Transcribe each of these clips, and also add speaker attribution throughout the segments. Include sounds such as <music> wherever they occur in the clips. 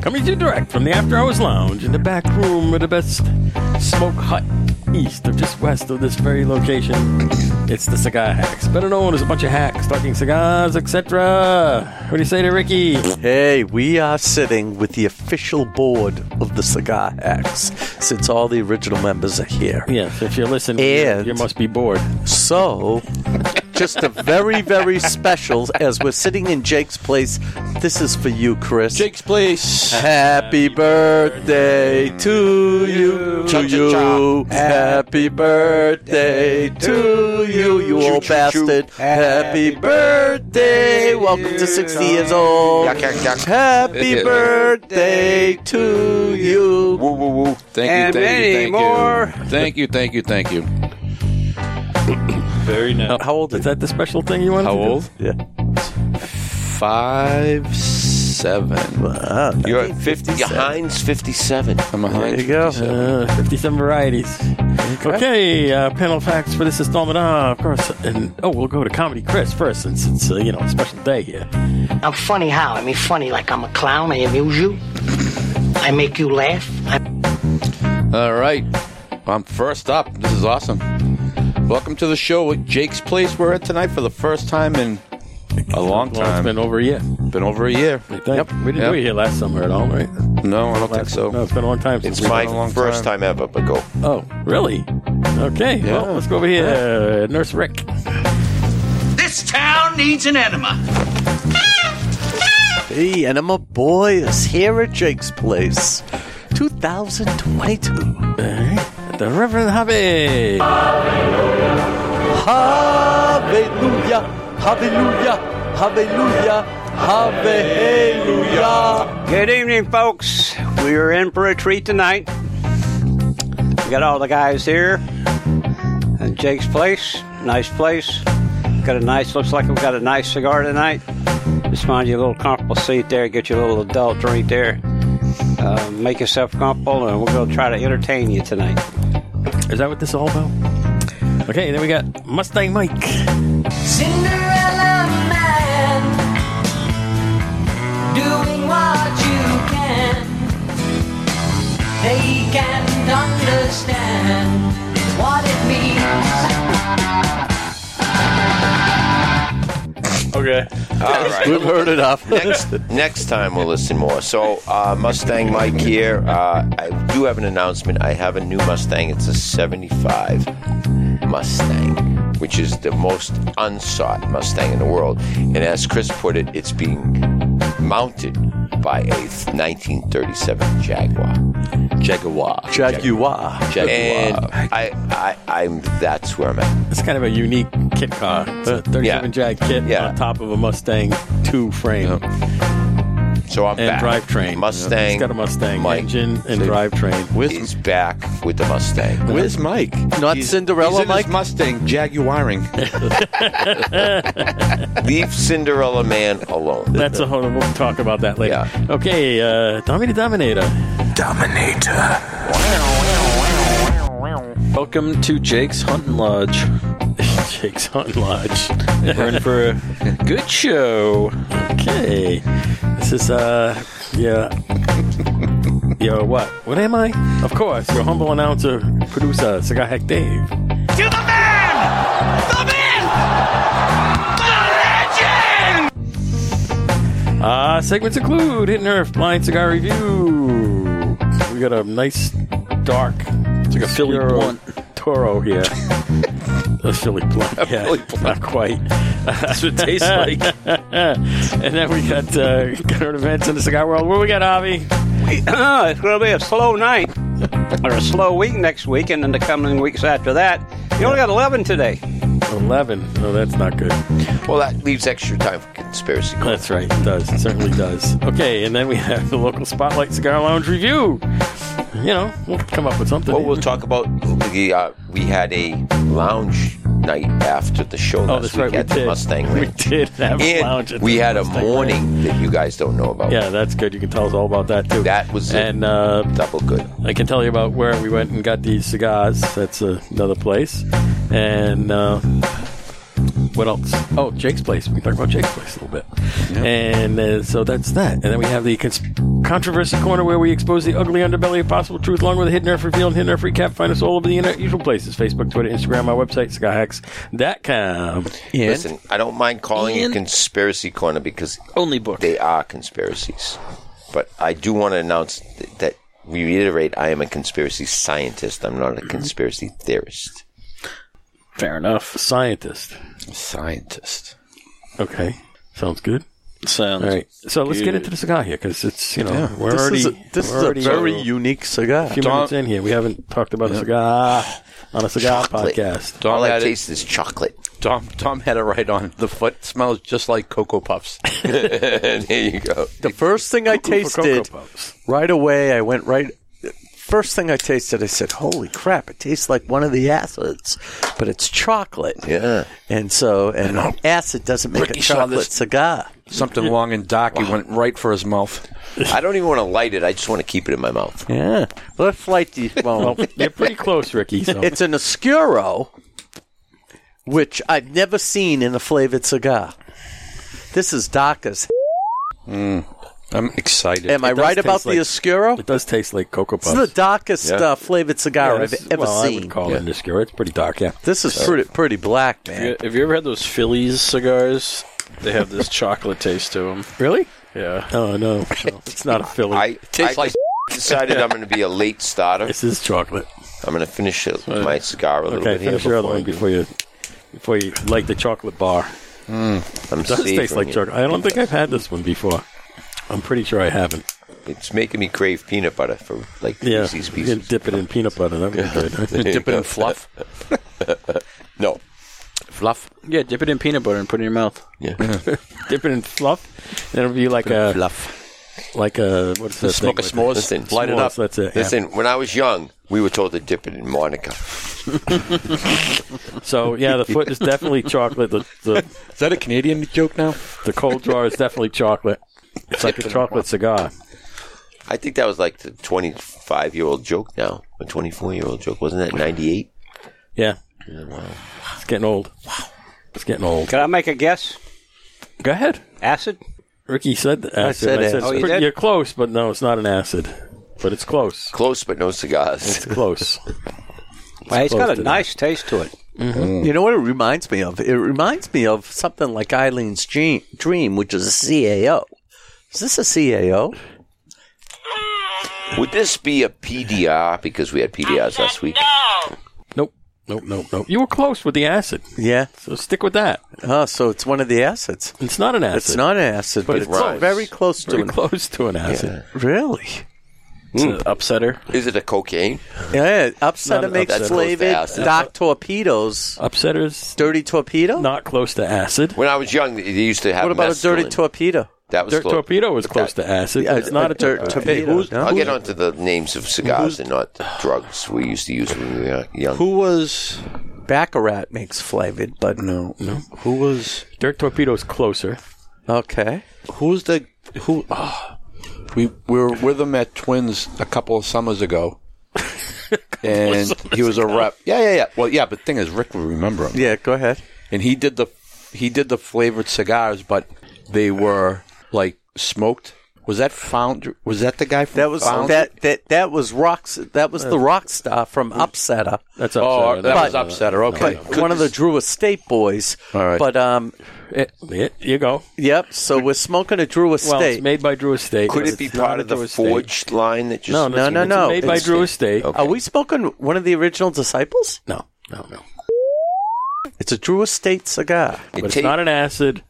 Speaker 1: coming to you direct from the After Hours Lounge in the back room of the best smoke hut east of just west of this very location. It's the Cigar Hacks, better known as a bunch of hacks talking cigars, etc. What do you say to Ricky?
Speaker 2: Hey, we are sitting with the official board of the Cigar Hacks since all the original members are here.
Speaker 1: Yes, if you're listening, you,
Speaker 2: And-
Speaker 1: you must be bored.
Speaker 2: So, just a very, very special, as we're sitting in Jake's place, this is for you, Chris.
Speaker 3: Jake's place.
Speaker 2: Happy birthday to you, to you. Happy birthday to you, you old bastard. Happy birthday. Welcome to 60 years old.
Speaker 4: Yuck, yuck, yuck.
Speaker 2: Happy birthday to you.
Speaker 3: Woo, woo, woo. Thank
Speaker 4: And
Speaker 3: you, thank
Speaker 4: many
Speaker 3: you, thank
Speaker 4: more.
Speaker 3: you. Thank you, thank you, thank you.
Speaker 5: Very nice.
Speaker 2: How old
Speaker 1: Is that the special thing you want?
Speaker 3: How old?
Speaker 2: Yeah.
Speaker 3: Five, seven.
Speaker 2: Wow.
Speaker 4: You're at 50. Heinz 57.
Speaker 3: I'm a
Speaker 2: There
Speaker 3: hundred.
Speaker 2: you go.
Speaker 1: Uh, 57 varieties. Okay, uh, panel facts for this installment. Ah, of course. And oh, we'll go to Comedy Chris first since it's, uh, you know, a special day here.
Speaker 6: I'm funny how? I mean, funny like I'm a clown. I amuse you. I make you laugh. I
Speaker 3: All right. I'm first up. This is awesome. Welcome to the show at Jake's Place. We're at tonight for the first time in a long
Speaker 1: Well, it's
Speaker 3: time.
Speaker 1: been over a year.
Speaker 3: Been, over a year.
Speaker 1: I think. We didn't do it here last summer at all, right?
Speaker 3: No, I don't think so.
Speaker 1: No, it's been a long time since
Speaker 4: It's
Speaker 1: we
Speaker 4: my
Speaker 3: a long
Speaker 4: first time. ever, but go.
Speaker 1: Oh, really? Okay, well, let's go over here. Uh, Nurse Rick.
Speaker 7: This town needs an enema.
Speaker 2: Hey, and I'm a boy is here at Jake's place. 2022.
Speaker 1: The Reverend Hobby.
Speaker 2: Hallelujah, hallelujah, hallelujah, hallelujah.
Speaker 8: Good evening, folks. We are in for a treat tonight. We got all the guys here at Jake's place. Nice place. Got a nice, looks like we've got a nice cigar tonight. Just find you a little comfortable seat there. Get you a little adult drink there. Uh, make yourself comfortable, and we're going to try to entertain you tonight. <clears throat>
Speaker 1: Is that what this is all about? Okay, then we got Mustang Mike.
Speaker 9: Cinderella man doing what you can. They can't understand what it means.
Speaker 1: Okay.
Speaker 4: All right.
Speaker 2: We've heard enough.
Speaker 4: next, next time we'll listen more. So, uh, Mustang Mike here. Uh, I do have an announcement. I have a new Mustang. It's a 75 Mustang, which is the most unsought Mustang in the world. And as Chris put it, it's being mounted by a 1937 Jaguar. Jaguar.
Speaker 2: Jaguar.
Speaker 4: And I, I, I'm. That's where I'm at.
Speaker 1: It's kind of a unique kit car. It's a 37
Speaker 4: Yeah.
Speaker 1: Jag kit
Speaker 4: Yeah.
Speaker 1: on top of a Mustang 2 frame.
Speaker 4: So I'm
Speaker 1: And
Speaker 4: back.
Speaker 1: drivetrain.
Speaker 4: Mustang.
Speaker 1: It's got a Mustang
Speaker 4: Mike
Speaker 1: engine and drivetrain.
Speaker 4: is back with the Mustang.
Speaker 3: Where's Mike?
Speaker 2: Not Cinderella,
Speaker 3: he's in his
Speaker 2: Mike?
Speaker 3: Mustang Jaguaring.
Speaker 4: Leave Cinderella Man alone.
Speaker 1: That's a whole. We'll talk about that later.
Speaker 4: Yeah.
Speaker 1: Okay, uh, Tommy the Dominator.
Speaker 5: Welcome to Jake's Hunting Lodge.
Speaker 1: <laughs> Jake's Hunt Lodge.
Speaker 5: We're in for a good show.
Speaker 1: Okay, this is uh,
Speaker 5: <laughs>
Speaker 1: yeah, yo, what? What am I? Of course, your humble announcer, producer, Cigar Hack Dave.
Speaker 7: To the man! The man! The legend!
Speaker 1: Uh, segments include Hidden Earth Blind Cigar Review. We got a nice, dark, it's
Speaker 5: like a Philly blunt.
Speaker 1: Toro here. <laughs> a Philly blunt, yeah, not quite.
Speaker 5: That's what it
Speaker 1: <laughs>
Speaker 5: tastes like.
Speaker 1: and then we got uh, current events in the cigar world. Where we got Avi?
Speaker 8: Oh, it's going to be a slow night or a slow week next week, and then the coming weeks after that. You only got 11 today.
Speaker 1: Eleven. Oh, that's not good.
Speaker 4: Well, that leaves extra time for conspiracy.
Speaker 1: That's right. It does. It certainly does. Okay, and then we have the local Spotlight Cigar Lounge review. You know, we'll come up with something.
Speaker 4: Well, we'll talk about the. Uh, we had a lounge night after the show
Speaker 1: oh,
Speaker 4: last
Speaker 1: that's
Speaker 4: week
Speaker 1: right. We
Speaker 4: at the
Speaker 1: did.
Speaker 4: Mustang
Speaker 1: we
Speaker 4: Ranch.
Speaker 1: did have a
Speaker 4: and
Speaker 1: lounge. at
Speaker 4: we
Speaker 1: the
Speaker 4: had a
Speaker 1: Mustang
Speaker 4: morning
Speaker 1: Ranch.
Speaker 4: that you guys don't know about.
Speaker 1: Yeah, that's good. You can tell us all about that too.
Speaker 4: That was a
Speaker 1: and uh,
Speaker 4: double good.
Speaker 1: I can tell you about where we went and got these cigars. That's uh, another place. And uh, what else? Oh, Jake's place. We can talk about Jake's place a little bit. And uh, so that's that. And then we have the cons- Controversy Corner, where we expose the ugly underbelly of possible truth, along with a hidden earth reveal and hidden earth recap. Find us all over the internet, usual places Facebook, Twitter, Instagram, our website, skyhacks.com.
Speaker 4: Listen, I don't mind calling it
Speaker 5: Ian?
Speaker 4: conspiracy corner because
Speaker 5: Only book.
Speaker 4: they are conspiracies. But I do want to announce th- that we reiterate I am a conspiracy scientist. I'm not a conspiracy theorist.
Speaker 5: Fair enough.
Speaker 1: Scientist.
Speaker 3: Scientist.
Speaker 1: Okay. Sounds good.
Speaker 5: Sounds
Speaker 1: All right. So let's get into the cigar here because it's, you know, we're
Speaker 2: this
Speaker 1: already.
Speaker 2: is a, this
Speaker 1: we're
Speaker 2: is a
Speaker 1: already
Speaker 2: very unique cigar.
Speaker 1: a few minutes in here. We haven't talked about a cigar on a cigar
Speaker 4: Chocolate.
Speaker 1: podcast.
Speaker 3: Dom
Speaker 4: All I
Speaker 3: had, it,
Speaker 4: taste is
Speaker 1: <laughs>
Speaker 4: chocolate.
Speaker 3: Tom, Tom had it right on. The foot smells just like Cocoa Puffs. <laughs>
Speaker 4: there you go.
Speaker 2: The first thing I tasted right away, I went right. First thing I tasted, I said, "Holy crap! It tastes like one of the acids, but it's chocolate."
Speaker 1: <laughs>
Speaker 4: Yeah.
Speaker 2: And so, and acid doesn't make
Speaker 3: Ricky
Speaker 2: a
Speaker 3: saw
Speaker 2: chocolate
Speaker 3: this-
Speaker 2: cigar.
Speaker 3: Something long and dark. He went right for his mouth.
Speaker 4: I don't even want to light it. I just want to keep it in my mouth.
Speaker 2: Yeah. Let's
Speaker 1: <laughs>
Speaker 2: light the. Well,
Speaker 1: You're pretty close,
Speaker 5: <laughs>
Speaker 1: Ricky. So.
Speaker 2: it's an Oscuro, which I've never seen in a flavored cigar. This is dark as.
Speaker 3: I'm excited.
Speaker 2: Am I
Speaker 1: does
Speaker 2: right about
Speaker 1: taste like-
Speaker 2: the Oscuro?
Speaker 1: it does taste like Cocoa Puffs.
Speaker 2: This is the darkest uh, flavored cigar
Speaker 1: Yeah,
Speaker 2: I've
Speaker 1: it's-
Speaker 2: ever
Speaker 1: well, I
Speaker 2: seen.
Speaker 1: would call it an obscure. It's pretty dark, yeah.
Speaker 2: This is pretty pretty black, man.
Speaker 5: Yeah, Have you ever had those Phillies cigars? They have this chocolate taste to them.
Speaker 1: Really?
Speaker 5: Yeah.
Speaker 1: Oh, no. No, it's not a Philly.
Speaker 4: I,
Speaker 3: tastes
Speaker 1: <laughs>
Speaker 4: I
Speaker 3: like-
Speaker 4: decided I'm going to be a late starter.
Speaker 1: this is chocolate.
Speaker 4: <laughs> I'm going to finish it, my cigar a little
Speaker 1: Okay,
Speaker 4: bit here.
Speaker 1: finish your other one
Speaker 4: Before
Speaker 1: before you, before you light the chocolate bar.
Speaker 4: I'm
Speaker 1: It does taste
Speaker 4: savoring
Speaker 1: like
Speaker 4: it.
Speaker 1: chocolate. I don't think I've had this one before. I'm pretty sure I haven't.
Speaker 4: It's making me crave peanut butter for like
Speaker 1: Yeah,
Speaker 4: these
Speaker 1: you can
Speaker 4: pieces.
Speaker 1: dip it in peanut butter. That would <laughs> be good.
Speaker 3: Dip it in fluff.
Speaker 4: No.
Speaker 3: fluff.
Speaker 5: Yeah, dip it in peanut butter and put it in your mouth.
Speaker 1: dip it in fluff, and it'll be like a
Speaker 3: Fluff.
Speaker 1: like a what's that?
Speaker 3: Smoke a
Speaker 1: thing with
Speaker 3: s'mores.
Speaker 4: Listen,
Speaker 1: it?
Speaker 3: light it up.
Speaker 1: S'mores, That's it. uh, yeah.
Speaker 4: Listen, when I was young, we were told to dip it in Monica.
Speaker 1: So yeah, the foot is definitely chocolate. The the,
Speaker 3: Is that a Canadian joke now?
Speaker 1: the cold drawer is definitely chocolate. It's like a chocolate cigar.
Speaker 4: I think that was like the 25 year old joke now, a 24 year old joke. Wasn't that 98?
Speaker 1: Yeah. It's getting old. It's getting old.
Speaker 8: Can I make a guess?
Speaker 1: Go ahead.
Speaker 8: Acid?
Speaker 1: Ricky said the acid. I
Speaker 2: said
Speaker 1: it's
Speaker 2: acid.
Speaker 8: Oh, you
Speaker 1: pretty-
Speaker 8: did?
Speaker 1: You're close, but no, it's not an acid. But it's close.
Speaker 4: Close, but no cigars.
Speaker 1: It's close.
Speaker 8: Well, it's got
Speaker 1: close
Speaker 8: a
Speaker 1: to
Speaker 8: nice taste to it.
Speaker 2: You know what it reminds me of? It reminds me of something like Eileen's dream, dream which is a CAO. Is this a CAO?
Speaker 4: Would this be a PDR because we had PDRs last week?
Speaker 1: Nope. Nope. Nope. Nope. You were close with the acid.
Speaker 2: Yeah.
Speaker 1: So stick with that.
Speaker 2: Oh, so it's one of the acids.
Speaker 1: It's not an acid.
Speaker 2: It's not an acid, but,
Speaker 1: But
Speaker 2: it's
Speaker 1: it's close.
Speaker 2: very close to
Speaker 1: Pretty
Speaker 2: it.
Speaker 1: close to an acid.
Speaker 2: <laughs> Really?
Speaker 5: It's an upsetter.
Speaker 4: Is it a cocaine?
Speaker 2: Yeah. Upsetter
Speaker 1: an
Speaker 2: makes
Speaker 4: upsetter.
Speaker 2: flavored
Speaker 4: Close to acid.
Speaker 2: dark torpedoes.
Speaker 1: Upsetters
Speaker 2: Dirty torpedo?
Speaker 1: not close to acid.
Speaker 4: When I was young, they used to have.
Speaker 2: what about a dirty
Speaker 4: mescaline.
Speaker 2: torpedo?
Speaker 4: That was
Speaker 1: Dirt
Speaker 4: close.
Speaker 1: torpedo is close to acid.
Speaker 2: Yeah,
Speaker 1: it's not a
Speaker 2: dirt
Speaker 1: dirt torpedo.
Speaker 2: torpedo. no?
Speaker 4: I'll get onto the names of cigars and not the drugs we used to use when we were young.
Speaker 3: Who was?
Speaker 2: Baccarat makes flavored, but no.
Speaker 3: Who was?
Speaker 1: Dirt torpedo is closer.
Speaker 2: Okay.
Speaker 3: Who was the? Who? ah. we, we were with him at Twins a couple of summers <laughs> ago, and he was a rep. Yeah, yeah, yeah. Well, yeah, but the thing is, Rick will remember him.
Speaker 2: Yeah, go ahead.
Speaker 3: and he did the he did the flavored cigars, but they were like smoked. Was that found? Was that the guy? From
Speaker 2: That was
Speaker 3: Foundry?
Speaker 2: that, that that was rocks. That was the rock star from Upsetter.
Speaker 1: That's
Speaker 3: Oh,
Speaker 1: upsetter.
Speaker 3: that
Speaker 1: But-
Speaker 3: was upsetter. Okay,
Speaker 2: But one of the Drew Estate boys.
Speaker 3: All right.
Speaker 2: But um,
Speaker 1: It, it- you go.
Speaker 2: yep. So we're smoking a Drew Estate.
Speaker 1: Well, it's made by Drew Estate.
Speaker 4: Could
Speaker 1: but
Speaker 4: it be
Speaker 1: it's not
Speaker 4: part
Speaker 1: a
Speaker 4: of the
Speaker 1: Drew Estate.
Speaker 4: forged line that just
Speaker 1: No, no,
Speaker 2: no,
Speaker 1: it's
Speaker 2: no.
Speaker 1: Made by
Speaker 2: It's-
Speaker 1: Drew Estate.
Speaker 4: Okay.
Speaker 2: Are we smoking one of the original disciples?
Speaker 1: No, no, no.
Speaker 2: It's a Drew Estate cigar.
Speaker 4: It
Speaker 1: But it's
Speaker 4: ta-
Speaker 1: not an acid.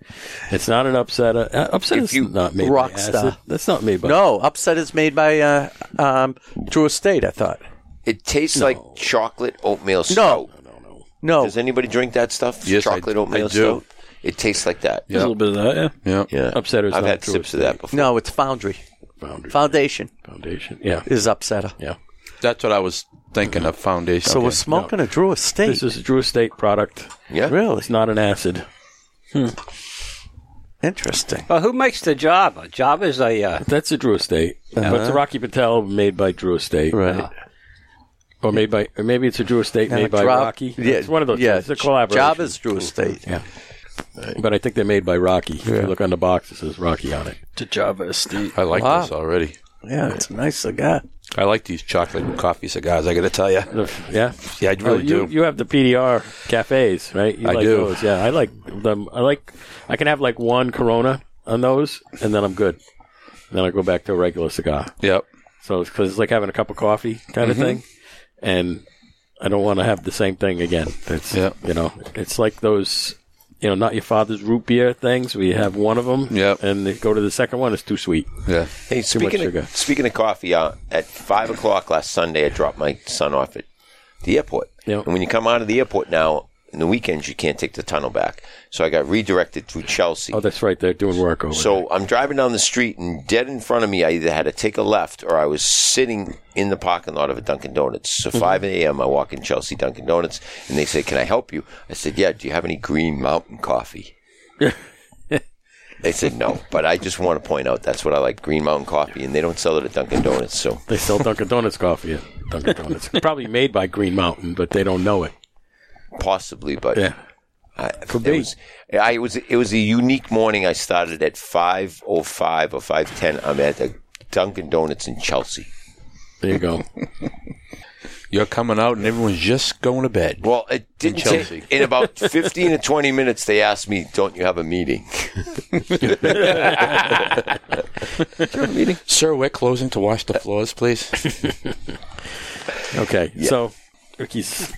Speaker 1: It's not an upsetter. Uh, upsetter's
Speaker 4: If you-
Speaker 1: not made by acid.
Speaker 2: Rockstar.
Speaker 1: That's not made by.
Speaker 2: No, Upset is made by uh, um, Drew Estate. I thought.
Speaker 4: It tastes like chocolate oatmeal
Speaker 2: No.
Speaker 4: stout.
Speaker 2: No,
Speaker 4: Does anybody drink that stuff?
Speaker 3: Yes, I-
Speaker 4: chocolate oatmeal
Speaker 3: I do.
Speaker 4: stout. It tastes like that.
Speaker 5: There's A little bit of that, yeah.
Speaker 3: yeah.
Speaker 4: Yeah.
Speaker 1: Upsetter is
Speaker 4: I've
Speaker 1: not
Speaker 4: had
Speaker 1: true
Speaker 4: sips of that
Speaker 1: estate.
Speaker 4: before.
Speaker 2: no, it's Foundry.
Speaker 1: Foundry.
Speaker 2: Foundation
Speaker 1: Foundation. Yeah.
Speaker 2: is Upsetter.
Speaker 1: Yeah.
Speaker 3: that's what I was thinking of. Foundation.
Speaker 2: So we're smoking a Drew Estate.
Speaker 1: This is a Drew Estate product.
Speaker 4: Yeah.
Speaker 2: really
Speaker 1: It's not an acid.
Speaker 2: interesting.
Speaker 8: Well, Uh, who makes the Java? Java is a uh,
Speaker 1: That's a Drew Estate. But it's a Rocky Patel made by Drew Estate.
Speaker 2: Right.
Speaker 1: Or made by, or maybe it's a Drew Estate made by
Speaker 2: Drop-
Speaker 1: Rocky.
Speaker 2: Yeah,
Speaker 1: it's one of those.
Speaker 2: Yeah,
Speaker 1: it's a collaboration.
Speaker 2: Job is Drew Estate.
Speaker 1: Yeah. But I think they're made by Rocky. If you look on the box, it says Rocky on it.
Speaker 5: To Java Estate.
Speaker 3: I like
Speaker 2: Wow.
Speaker 3: this already.
Speaker 1: Yeah, it's a nice cigar.
Speaker 3: I like these chocolate and coffee cigars. I got to tell you.
Speaker 1: The- yeah,
Speaker 3: Yeah, I
Speaker 1: Oh,
Speaker 3: really
Speaker 1: you,
Speaker 3: do.
Speaker 1: You have the PDR cafes, right? You
Speaker 3: I
Speaker 1: like
Speaker 3: do.
Speaker 1: Those. Yeah, I like them. I like. I can have like one Corona on those, and then I'm good. Then I go back to a regular cigar.
Speaker 3: yep.
Speaker 1: So it's because it's like having a cup of coffee kind of
Speaker 3: Mm-hmm.
Speaker 1: thing, and I don't want to have the same thing again. It's
Speaker 3: Yeah.
Speaker 1: you know, it's like those. You know, not your father's root beer things. We have one of them,
Speaker 3: Yep.
Speaker 1: and they go to the second one. It's too sweet.
Speaker 3: Yeah.
Speaker 4: Hey,
Speaker 1: much
Speaker 4: speaking
Speaker 1: sugar.
Speaker 4: of, speaking of coffee, uh, at five o'clock last Sunday, I dropped my son off at the airport.
Speaker 1: Yep.
Speaker 4: And when you come out of the airport now, in the weekends, you can't take the tunnel back. So I got redirected through Chelsea.
Speaker 1: Oh, that's right. They're doing work over.
Speaker 4: So I'm driving down the street, and dead in front of me, I either had to take a left or I was sitting in the parking lot of a Dunkin' Donuts.
Speaker 1: Mm-hmm.
Speaker 4: So 5 a.m., I walk in Chelsea Dunkin' Donuts, and they say, Can I help you? I said, Yeah, do you have any Green
Speaker 1: <laughs>
Speaker 4: Mountain coffee? they said, No, but I just want to point out that's what I like Green Mountain coffee, and they don't sell it at Dunkin' Donuts. So
Speaker 1: They sell Dunkin' Donuts coffee. at Dunkin' Donuts probably made by Green Mountain, but they don't know it.
Speaker 4: possibly, but.
Speaker 1: Yeah.
Speaker 4: I,
Speaker 1: Could
Speaker 4: it
Speaker 1: be.
Speaker 4: was, I it was it was a unique morning. I started at five oh five or five ten. I'm at a Dunkin' Donuts in Chelsea.
Speaker 1: There you go.
Speaker 3: <laughs> You're coming out and everyone's just going to bed.
Speaker 4: Well, it didn't in
Speaker 3: Chelsea.
Speaker 4: in about 15 to 20 minutes, they asked me, don't you have a meeting?
Speaker 3: Sir, we're closing to wash the floors, please.
Speaker 1: Okay, so Ricky's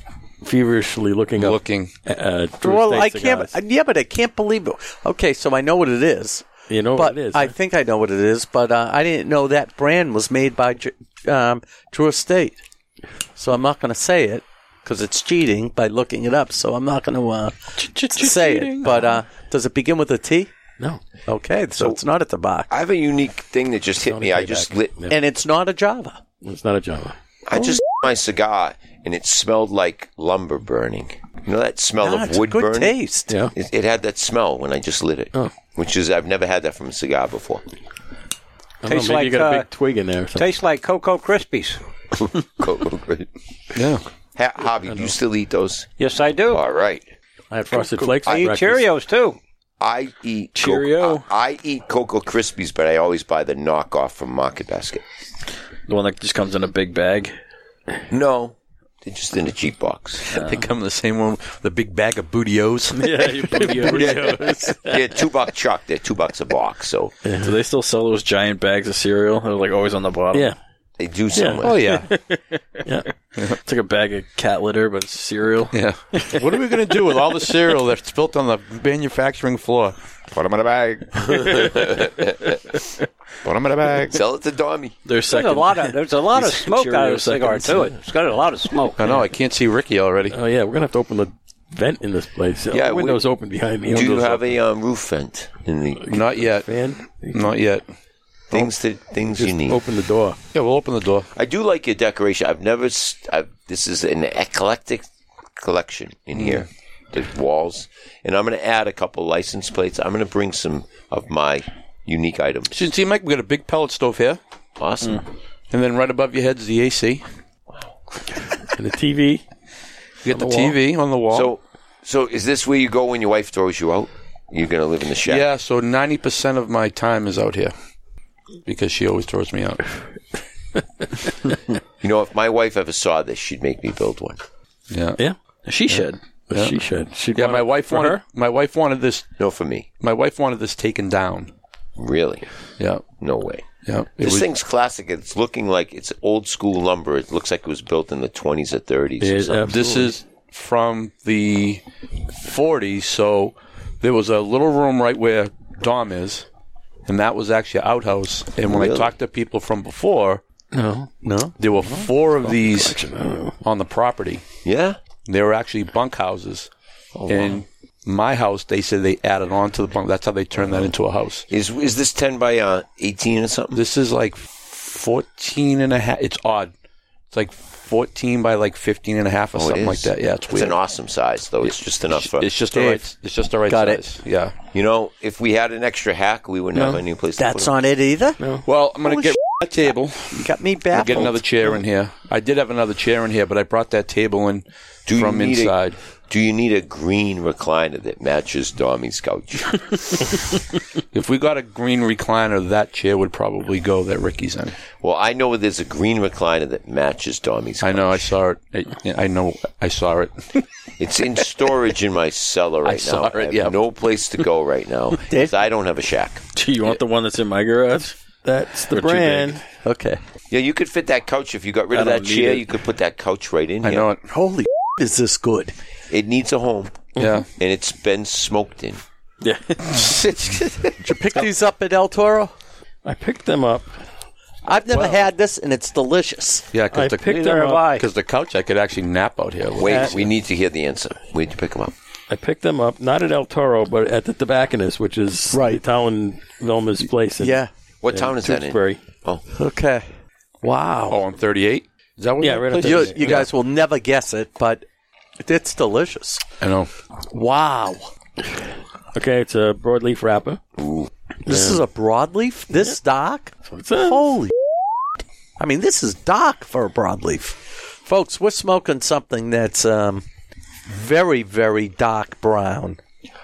Speaker 1: feverishly looking up.
Speaker 3: Looking.
Speaker 1: Uh, Drew
Speaker 2: Well,
Speaker 1: Estate
Speaker 2: I can't.
Speaker 1: cigars.
Speaker 2: Yeah, but I can't believe it. Okay, so I know what it is.
Speaker 1: You know
Speaker 2: but
Speaker 1: what it is,
Speaker 2: I
Speaker 1: huh?
Speaker 2: think I know what it is, but uh, I didn't know that brand was made by J- um, True Estate. So I'm not going to say it because it's cheating by looking it up. So I'm not going to uh, say it. But uh, does it begin with a T?
Speaker 1: no.
Speaker 2: Okay, so, it's not at the back,
Speaker 4: I have a unique thing that just hit me. I just lit,
Speaker 2: and it's not a Java.
Speaker 1: It's not a Java.
Speaker 4: I just my cigar and it smelled like lumber burning. You know that smell
Speaker 2: Ah,
Speaker 4: of
Speaker 2: it's
Speaker 4: wood
Speaker 2: good
Speaker 4: burning?
Speaker 2: taste.
Speaker 1: Yeah.
Speaker 4: It, it had that smell when I just lit it, which is, I've never had that from a cigar before.
Speaker 1: I don't know,
Speaker 8: Tastes
Speaker 1: maybe you
Speaker 8: like,
Speaker 1: got a
Speaker 8: uh,
Speaker 1: big twig in there. Or something.
Speaker 8: Tastes like Cocoa Krispies.
Speaker 4: Cool, great.
Speaker 3: Yeah.
Speaker 4: Ha- Javi, do you still eat those?
Speaker 8: Yes, I do.
Speaker 5: Oh,
Speaker 4: All right.
Speaker 1: I had frosted flakes.
Speaker 8: I
Speaker 1: for
Speaker 8: eat
Speaker 1: breakfast.
Speaker 8: Cheerios too.
Speaker 4: I eat Coco-
Speaker 5: Cheerio.
Speaker 4: I, I eat Cocoa Krispies, but I always buy the knockoff from Market Basket.
Speaker 5: The one that just comes in a big bag.
Speaker 1: <laughs>
Speaker 4: No, they're just in a cheap box.
Speaker 3: They come in the same one, the big bag of bootios.
Speaker 5: <laughs> Yeah, you Cheerios.
Speaker 4: Yeah, two buck chuck. They're two bucks a box, so
Speaker 5: Do they still sell those giant bags of cereal? They're like always on the bottom.
Speaker 1: Yeah,
Speaker 4: they do somewhere.
Speaker 3: oh, yeah.
Speaker 5: It's like a bag of cat litter, but it's cereal.
Speaker 3: Yeah. What are we going to do with all the cereal that's built on the manufacturing floor? Put them in a bag. <laughs> Put them in a bag.
Speaker 4: Sell it to Dommy.
Speaker 5: Their
Speaker 8: There's
Speaker 5: second.
Speaker 8: a
Speaker 5: <laughs>
Speaker 8: lot of there's a lot of
Speaker 5: These
Speaker 8: smoke out
Speaker 5: Cheerio
Speaker 8: of the cigar
Speaker 5: seconds.
Speaker 8: too. It's got a lot of smoke.
Speaker 3: I know. I can't see Ricky already.
Speaker 1: oh yeah. We're gonna have to open the vent in this place.
Speaker 4: Yeah,
Speaker 1: Yeah, the
Speaker 4: we-
Speaker 1: windows open behind me.
Speaker 4: Do you
Speaker 1: Windows
Speaker 4: have
Speaker 1: open.
Speaker 4: a um, roof vent in the
Speaker 3: Not yet.
Speaker 1: fan?
Speaker 3: Not yet.
Speaker 4: things that things you need?
Speaker 1: Open the door.
Speaker 3: Yeah, we'll open the door.
Speaker 4: I do like your decoration. I've never. s- I've, this is an eclectic collection in here. The walls, and I'm going to add a couple license plates. I'm going to bring some of my unique items.
Speaker 3: So you see, Mike, we got a big pellet stove here,
Speaker 4: Awesome.
Speaker 3: and then right above your head's the AC.
Speaker 1: And the TV.
Speaker 3: You got the, TV on the wall.
Speaker 4: So, so is this where you go when your wife throws you out? You're going to live in the shack.
Speaker 3: yeah, so ninety percent of my time is out here because she always throws me out.
Speaker 4: You know, if my wife ever saw this, she'd make me build one.
Speaker 3: Yeah,
Speaker 1: Yeah.
Speaker 5: She shed.
Speaker 1: But She should. She
Speaker 3: yeah. My wife wanted my wife wanted this.
Speaker 4: No, for me,
Speaker 3: My wife wanted this taken down.
Speaker 4: really.
Speaker 3: Yeah,
Speaker 4: No way.
Speaker 3: yeah. It
Speaker 4: This
Speaker 3: was-
Speaker 4: thing's classic. It's looking like it's old school lumber. It looks like it was built in the 20s or 30s. or
Speaker 1: Is,
Speaker 4: something.
Speaker 3: this is from the '40s. So there was a little room right where Dom is, and that was actually an outhouse. And when I
Speaker 4: Really?
Speaker 3: talked to people from before,
Speaker 1: no.
Speaker 3: no, there were four
Speaker 4: oh,
Speaker 3: of these on the property.
Speaker 4: yeah?
Speaker 3: They were actually bunk houses.
Speaker 4: Oh,
Speaker 3: and my house, they said they added on to the bunk. That's how they turned that into a house.
Speaker 4: Is is this 10 by uh, 18 or something?
Speaker 3: This is like 14 and a half. It's odd. It's like 14 by like 15 and a half or
Speaker 4: Oh, it
Speaker 3: something like
Speaker 4: is.
Speaker 3: that. Yeah, it's
Speaker 4: It's
Speaker 3: weird.
Speaker 4: an awesome size, though. It's just enough for.
Speaker 3: it's just the right. It's just the right
Speaker 2: got it.
Speaker 3: size. Yeah.
Speaker 4: you know, if we had an extra hack, we wouldn't have any place
Speaker 2: That's
Speaker 4: to put
Speaker 2: not it either.
Speaker 3: Well, I'm gonna
Speaker 4: Oh,
Speaker 2: Holy
Speaker 3: get a table.
Speaker 2: Got me
Speaker 3: I'll
Speaker 2: baffled.
Speaker 3: get another chair in here. I did have another chair in here, but I brought that table in
Speaker 4: Do you
Speaker 3: from
Speaker 4: need a-
Speaker 3: inside.
Speaker 4: it. Do you need a green recliner that matches
Speaker 3: <laughs>
Speaker 4: Dommy's couch?
Speaker 3: If we got a green recliner, that chair would probably go that Ricky's in.
Speaker 4: well, I know there's a green recliner that matches Dommy's couch.
Speaker 3: I know. I saw it. I, I know. I saw it.
Speaker 4: It's in storage in my cellar right
Speaker 3: saw
Speaker 4: now.
Speaker 3: it,
Speaker 4: I have
Speaker 3: yeah.
Speaker 4: no place to go right now 'cause I don't have a shack.
Speaker 5: Do you want the one that's in my garage?
Speaker 1: That's the
Speaker 5: Or too big.
Speaker 1: brand.
Speaker 2: Okay.
Speaker 4: Yeah, you could fit that couch if you got rid
Speaker 5: I
Speaker 4: of that
Speaker 5: don't need
Speaker 4: chair.
Speaker 5: it.
Speaker 4: You could put that couch right in
Speaker 3: I
Speaker 4: here. <laughs>
Speaker 3: know it.
Speaker 2: Holy is this good?
Speaker 4: It needs a home,
Speaker 3: Yeah.
Speaker 4: and it's been smoked in.
Speaker 5: Yeah.
Speaker 2: Did you pick these up at El Toro?
Speaker 1: I picked them up.
Speaker 2: I've never had this, and it's delicious.
Speaker 3: Yeah.
Speaker 1: I
Speaker 3: Because the,
Speaker 1: picked
Speaker 8: Neither
Speaker 1: them
Speaker 8: have
Speaker 1: up.
Speaker 8: I.
Speaker 3: because the couch, I could actually nap out here.
Speaker 4: Wait, we need to hear the answer. We need to pick them up.
Speaker 1: I picked them up not at El Toro, but at the Tobacconist, which is
Speaker 2: Right.
Speaker 1: the town Vilma's place. In
Speaker 2: Yeah.
Speaker 4: What town is that in?
Speaker 1: Tewksbury.
Speaker 4: Oh,
Speaker 2: Okay. Wow.
Speaker 3: Oh, I'm 38. Is that what?
Speaker 1: Yeah,
Speaker 3: that
Speaker 1: right
Speaker 3: place
Speaker 1: up
Speaker 2: You,
Speaker 1: there.
Speaker 3: is?
Speaker 2: you guys will never guess it, but it's delicious.
Speaker 3: I
Speaker 1: <laughs>
Speaker 3: know.
Speaker 2: Wow.
Speaker 1: Okay, it's a broadleaf wrapper.
Speaker 2: This is a broadleaf? This dark?
Speaker 1: It's a-
Speaker 5: Oh.
Speaker 2: Holy <laughs> I mean, this is dark for a broadleaf. Folks, we're smoking something that's um, very, very dark brown.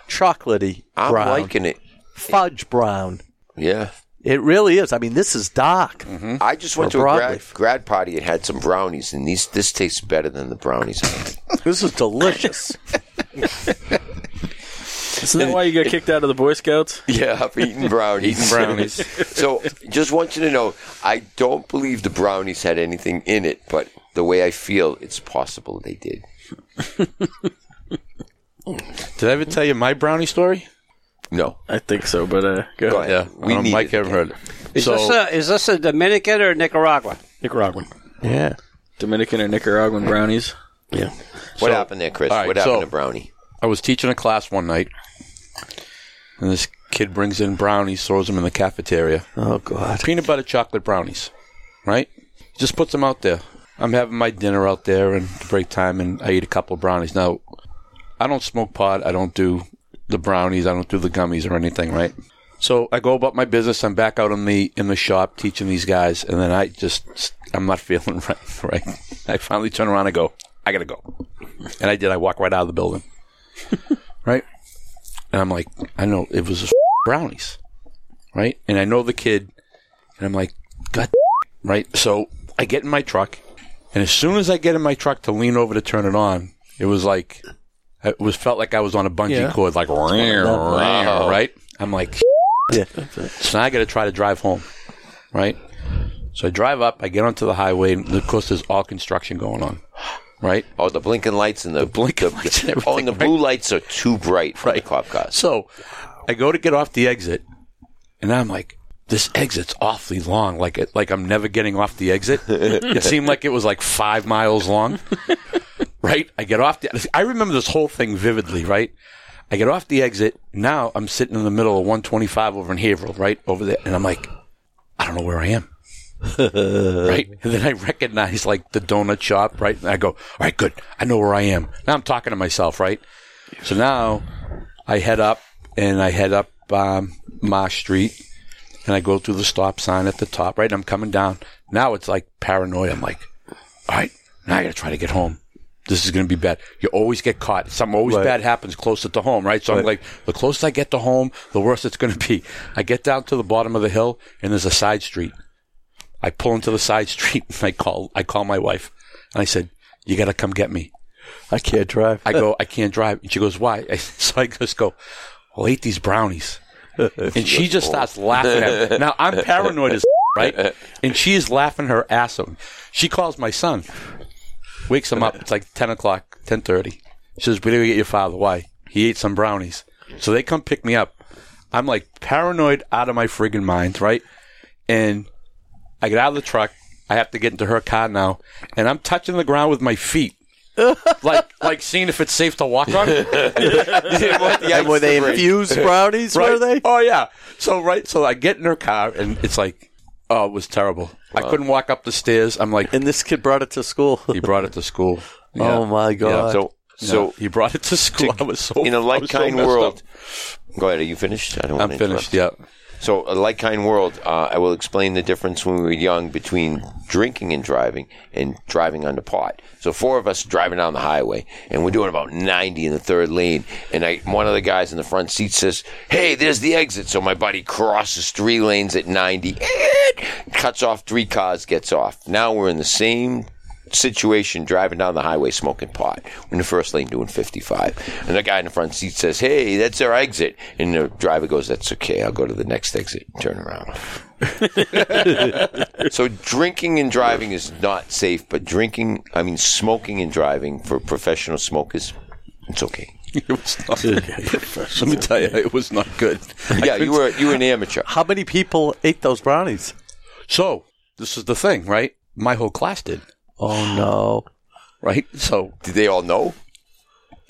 Speaker 2: Chocolatey
Speaker 4: I'm
Speaker 2: brown.
Speaker 4: liking it.
Speaker 2: Fudge brown.
Speaker 4: Yeah.
Speaker 2: It really is. I mean, this is dark.
Speaker 4: I just went
Speaker 2: Hmm? Or
Speaker 4: to a grad,
Speaker 2: broadleaf.
Speaker 4: grad party and had some brownies, and these this tastes better than the brownies.
Speaker 2: This is delicious.
Speaker 5: Isn't that why you got kicked out of the Boy Scouts?
Speaker 4: yeah, <laughs> I've eaten brownies.
Speaker 3: Eating brownies.
Speaker 4: so, just want you to know, I don't believe the brownies had anything in it, but the way I feel, it's possible they did.
Speaker 3: <laughs> Did I ever tell you my brownie story?
Speaker 4: No,
Speaker 5: I think so, but uh, go,
Speaker 4: Go
Speaker 5: ahead.
Speaker 4: ahead. We
Speaker 3: Um,
Speaker 4: need
Speaker 3: Mike
Speaker 4: it.
Speaker 3: haven't heard it.
Speaker 8: Is, this a, is this a Dominican or Nicaragua?
Speaker 1: Nicaraguan.
Speaker 2: yeah.
Speaker 5: Dominican and Nicaraguan brownies.
Speaker 1: Yeah.
Speaker 4: What
Speaker 3: So-
Speaker 4: happened there, Chris?
Speaker 3: all right,
Speaker 4: what happened
Speaker 3: so-
Speaker 4: to Brownie?
Speaker 3: I was teaching a class one night, and this kid brings in brownies, throws them in the cafeteria.
Speaker 2: Oh, God.
Speaker 3: Peanut butter chocolate brownies, right? Just puts them out there. I'm having my dinner out there and break time, and I eat a couple of brownies. Now, I don't smoke pot. I don't do the brownies. I don't do the gummies or anything, right? So I go about my business. I'm back out in the in the shop teaching these guys, and then I just I'm not <laughs> feeling right. Right? I finally turn around and go, I gotta go, and I did. I walk right out of the building, right? And I'm like, I know it was just brownies, right? And I know the kid, and I'm like, God, right? So I get in my truck, and as soon as I get in my truck to lean over to turn it on, it was like, it was felt like I was on a bungee
Speaker 1: Yeah.
Speaker 3: cord, like, right? I'm like,
Speaker 2: Yeah.
Speaker 3: so now I got to try to drive home, right? So I drive up, I get onto the highway, and of course, there's all construction going on, right?
Speaker 4: Oh, the blinking lights and the,
Speaker 3: blinking
Speaker 4: the-
Speaker 3: lights and
Speaker 4: oh, and the
Speaker 3: everything,
Speaker 4: blue lights are too bright for the cop cars.
Speaker 3: So I go to get off the exit, and I'm like, this exit's awfully long. Like, it, like I'm never getting off the exit. it seemed like it was like five miles long, right? I get off the. I remember this whole thing vividly, right? I get off the exit. Now I'm sitting in the middle of 125 over in Haverhill, right over there, and I'm like, I don't know where I am. right? And then I recognize like the donut shop, right? And I go, all right, good. I know where I am. Now I'm talking to myself, right? So now I head up and I head up um, Marsh Street and I go through the stop sign at the top, right? And I'm coming down. Now it's like paranoia. I'm like, all right, now I got to try to get home. This is going to be bad. You always get caught. Something always bad happens closer to home, right? So I'm like, the closer I get to home, the worse it's going to be. I get down to the bottom of the hill and there's a side street. I pull into the side street and I call, I call my wife and I said, you got to come get me.
Speaker 2: I can't drive.
Speaker 3: I go, I can't drive. And she goes, why? <laughs> so I just go, I'll eat these brownies. And she just starts laughing at me. Now, I'm paranoid as <laughs> right? And she is laughing her ass off. She calls my son, wakes him up. It's like 10 o'clock, 10.30. She says, we didn't get your father. Why? He ate some brownies. So they come pick me up. I'm like paranoid out of my friggin' mind, right? And I get out of the truck. I have to get into her car now. And I'm touching the ground with my feet like like seeing if it's safe to walk on. <laughs>
Speaker 2: and were they infused brownies? Were they?
Speaker 3: Oh yeah. So right. So I get in her car and it's like, oh, it was terrible. I couldn't walk up the stairs. I'm like,
Speaker 2: And this kid brought it to school.
Speaker 3: <laughs> he brought it to school.
Speaker 2: Oh my god!
Speaker 4: So,
Speaker 3: So
Speaker 4: so
Speaker 3: he brought it to school. I was so
Speaker 4: in a
Speaker 3: I was
Speaker 4: like
Speaker 3: so
Speaker 4: kind
Speaker 3: messed
Speaker 4: world.
Speaker 3: up.
Speaker 4: Go ahead. Are you finished? I don't
Speaker 3: I'm
Speaker 4: wanna
Speaker 3: finished.
Speaker 4: interrupt.
Speaker 3: Yeah. <laughs>
Speaker 4: So, a like kind world, uh, I will explain the difference when we were young between drinking and driving and driving on the pot. So, four of us driving down the highway, and we're doing about 90 in the third lane. And I, one of the guys in the front seat says, Hey, there's the exit. So, my buddy crosses three lanes at 90, cuts off three cars, gets off. Now we're in the same situation driving down the highway smoking pot We're in the first lane doing 55 and the guy in the front seat says hey that's our exit and the driver goes that's okay i'll go to the next exit and turn
Speaker 3: <laughs>
Speaker 4: around so drinking and driving is not safe but drinking i mean smoking and driving for professional smokers it's okay
Speaker 3: It was not. Let me tell you, it was not good. I
Speaker 4: yeah you
Speaker 3: couldn't-
Speaker 4: were you were an
Speaker 3: <laughs>
Speaker 4: amateur
Speaker 2: <laughs> How many people ate those brownies?
Speaker 3: So this is the thing, right? My whole class did,
Speaker 2: Oh no!
Speaker 3: right? So
Speaker 4: did they all know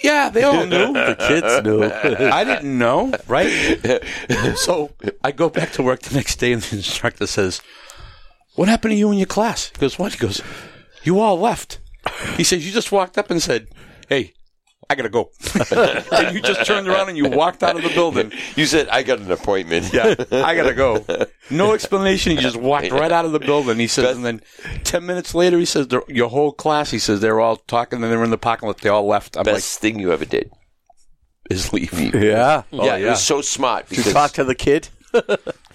Speaker 3: yeah, they <laughs> all knew.
Speaker 2: The kids knew.
Speaker 3: I didn't know,
Speaker 2: <laughs>
Speaker 3: right? so I go back to work the next day, and the instructor says, "What happened to you in your class?" He goes, "What?" He goes, "You all left." He says, "You just walked up and said, hey, I gotta go,' <laughs> and you just turned around and you walked out of the building."
Speaker 4: you said i got an appointment
Speaker 3: Yeah, I gotta go. No explanation. He just walked right out of the building. He says, and then ten minutes later, he says, "The- "Your whole class." He says, "They're all talking, and they were in the parking lot. They all left." I'm
Speaker 4: <laughs> best thing you ever did
Speaker 3: like, "Is
Speaker 2: <laughs>
Speaker 3: leave."
Speaker 2: yeah.
Speaker 3: Oh,
Speaker 4: yeah, it was so smart
Speaker 2: To
Speaker 4: because
Speaker 2: talk to the kid.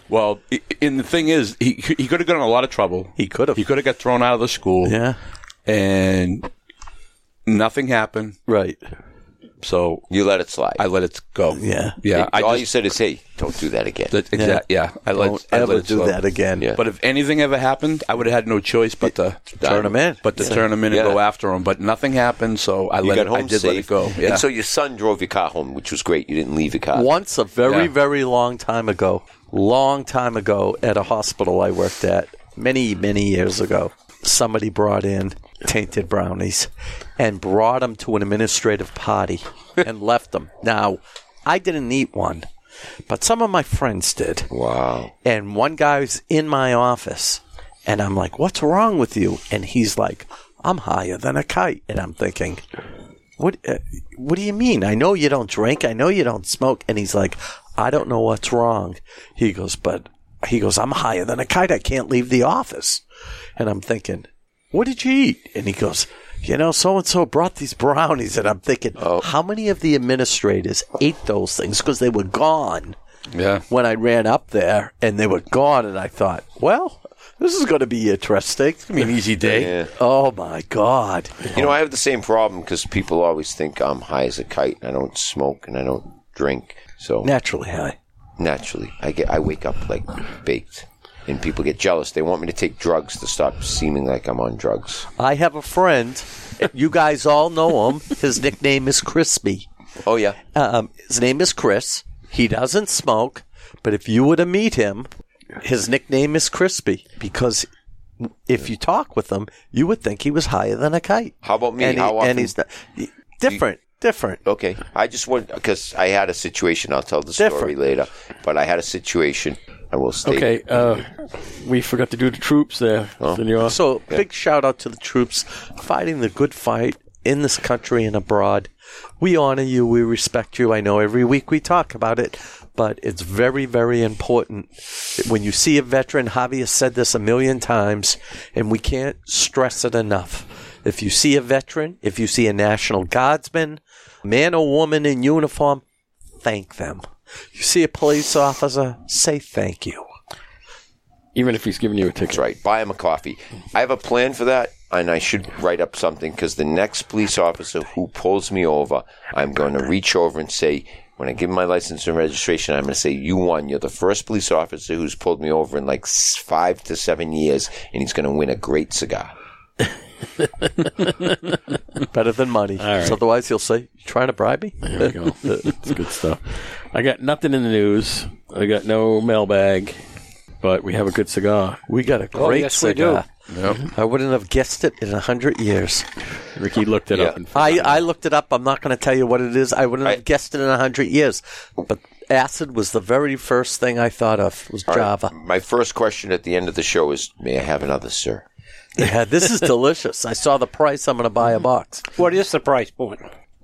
Speaker 3: Well, i- and the thing is, he he could have gotten in a lot of trouble.
Speaker 2: He could have.
Speaker 3: He could have got thrown out of the school.
Speaker 2: Yeah.
Speaker 3: and nothing happened.
Speaker 2: Right.
Speaker 3: So
Speaker 4: you let it slide
Speaker 3: I let it go.
Speaker 2: Yeah.
Speaker 3: yeah. I
Speaker 4: all
Speaker 3: just,
Speaker 4: you said is hey don't do that again
Speaker 3: that, exa- yeah. I let,
Speaker 2: Don't
Speaker 3: I let
Speaker 2: ever
Speaker 3: it
Speaker 2: do
Speaker 3: slow.
Speaker 2: that again.
Speaker 4: Yeah.
Speaker 3: But if anything ever happened, I would have had no choice but to
Speaker 2: Turn 'em in.
Speaker 3: But to turn 'em in and
Speaker 4: Yeah.
Speaker 3: go after them. But nothing happened, so I
Speaker 4: You
Speaker 3: let
Speaker 4: got
Speaker 3: it,
Speaker 4: home
Speaker 3: I did
Speaker 4: safe.
Speaker 3: let it go. Yeah.
Speaker 4: And so your son drove your car home, which was great. You didn't leave your car.
Speaker 2: Once a very,
Speaker 3: Yeah.
Speaker 2: very long time ago, long time ago, at a hospital I worked at many, many years ago, somebody brought in tainted brownies and brought them to an administrative party and left them. Now, I didn't eat one, but some of my friends did.
Speaker 4: Wow.
Speaker 2: And one guy's in my office, and I'm like, What's wrong with you? And he's like, I'm higher than a kite. And I'm thinking, what uh, what do you mean? I know you don't drink. I know you don't smoke. And he's like, I don't know what's wrong. He goes, but he goes, I'm higher than a kite. I can't leave the office. And I'm thinking, what did you eat? And he goes, you know, so and so brought these brownies. And I'm thinking, how many of the administrators ate those things because they were gone
Speaker 3: yeah.
Speaker 2: when I ran up there and they were gone? And I thought, well, this is going to be interesting.
Speaker 3: I mean, easy day. <laughs>
Speaker 4: <laughs> Yeah.
Speaker 2: Oh my God.
Speaker 4: You know, I have the same problem because people always think I'm high as a kite. And I don't smoke and I don't drink, so
Speaker 2: Naturally high.
Speaker 4: naturally, I get I wake up like baked, and people get jealous. They want me to take drugs to stop seeming like I'm on drugs.
Speaker 2: I have a friend. You guys all know him. His nickname is Crispy.
Speaker 4: Oh yeah,
Speaker 2: Um, his name is Chris. He doesn't smoke, but if you were to meet him, his nickname is Crispy because if you talk with him, you would think he was higher than a kite.
Speaker 4: How about me?
Speaker 2: And,
Speaker 4: How often-
Speaker 2: and he's not, different. different.
Speaker 4: okay. I just want because I had a situation. I'll tell the story
Speaker 2: Different.
Speaker 4: later, but I had a situation. I will state.
Speaker 1: Okay, uh, we forgot to do the troops there,
Speaker 5: Oh.
Speaker 1: Senor.
Speaker 2: So big shout out to the troops fighting the good fight in this country and abroad. We honor you. We respect you. I know every week we talk about it, but it's very, very important that when you see a veteran. Javi has said this a million times, and we can't stress it enough. If you see a veteran, if you see a National Guardsman, man or woman in uniform, thank them. You see a police officer, say thank you.
Speaker 1: Even if he's giving you a ticket.
Speaker 4: That's right. Buy him a coffee. I have a plan for that, and I should write up something because the next police officer who pulls me over, I'm going to reach over and say, when I give him my license and registration, I'm going to say, You won. You're the first police officer who's pulled me over in like s- five to seven years, and he's going to win a great cigar.
Speaker 2: Better than money. So otherwise, he'll say, "You trying to bribe me?"
Speaker 1: There we go.
Speaker 4: <laughs>
Speaker 1: It's good stuff. I got nothing in the news. I got no mailbag, but we have a good cigar.
Speaker 2: We got a
Speaker 1: Oh,
Speaker 2: great
Speaker 8: yes, we
Speaker 2: cigar. I wouldn't have guessed it in a hundred years.
Speaker 1: Ricky looked it up.
Speaker 4: Yeah.
Speaker 1: And
Speaker 2: I, I looked it up. I'm not going to tell you what it is. I wouldn't
Speaker 4: I-
Speaker 2: have guessed it in a hundred years. But acid was the very first thing I thought of. Was Java.
Speaker 4: My first question at the end of the show is, May I have another, sir?
Speaker 2: Yeah, this is delicious. I saw the price. I'm going to buy a box.
Speaker 8: What is the price point?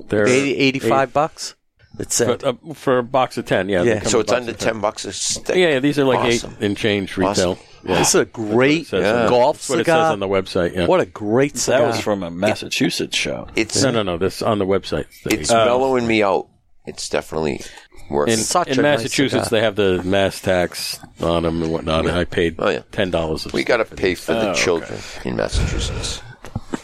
Speaker 1: they're
Speaker 2: 80, 85 bucks. It said.
Speaker 1: But, uh, for a box of 10, yeah. they
Speaker 2: Yeah.
Speaker 1: come
Speaker 4: So
Speaker 1: in
Speaker 4: it's
Speaker 1: a box
Speaker 4: under
Speaker 1: of
Speaker 4: ten bucks a stick.
Speaker 1: Yeah, yeah, these are like
Speaker 4: Awesome.
Speaker 1: eight in change retail.
Speaker 4: Awesome.
Speaker 1: Yeah.
Speaker 2: This is a great
Speaker 1: says on-
Speaker 2: golf
Speaker 1: That's what
Speaker 2: cigar.
Speaker 1: it says on the website. Yeah.
Speaker 2: What a great
Speaker 5: That
Speaker 2: cigar.
Speaker 5: was from a Massachusetts shop.
Speaker 4: It's
Speaker 1: No, no, no. This on the website.
Speaker 4: it's
Speaker 1: Uh,
Speaker 4: mellowing me out. It's definitely worth.
Speaker 1: in,
Speaker 4: it.
Speaker 2: such
Speaker 1: in
Speaker 2: a nice
Speaker 1: Massachusetts, they have the mass tax on them and whatnot. And I paid
Speaker 4: Oh, yeah.
Speaker 1: ten dollars.
Speaker 4: we got to pay for the children in Massachusetts.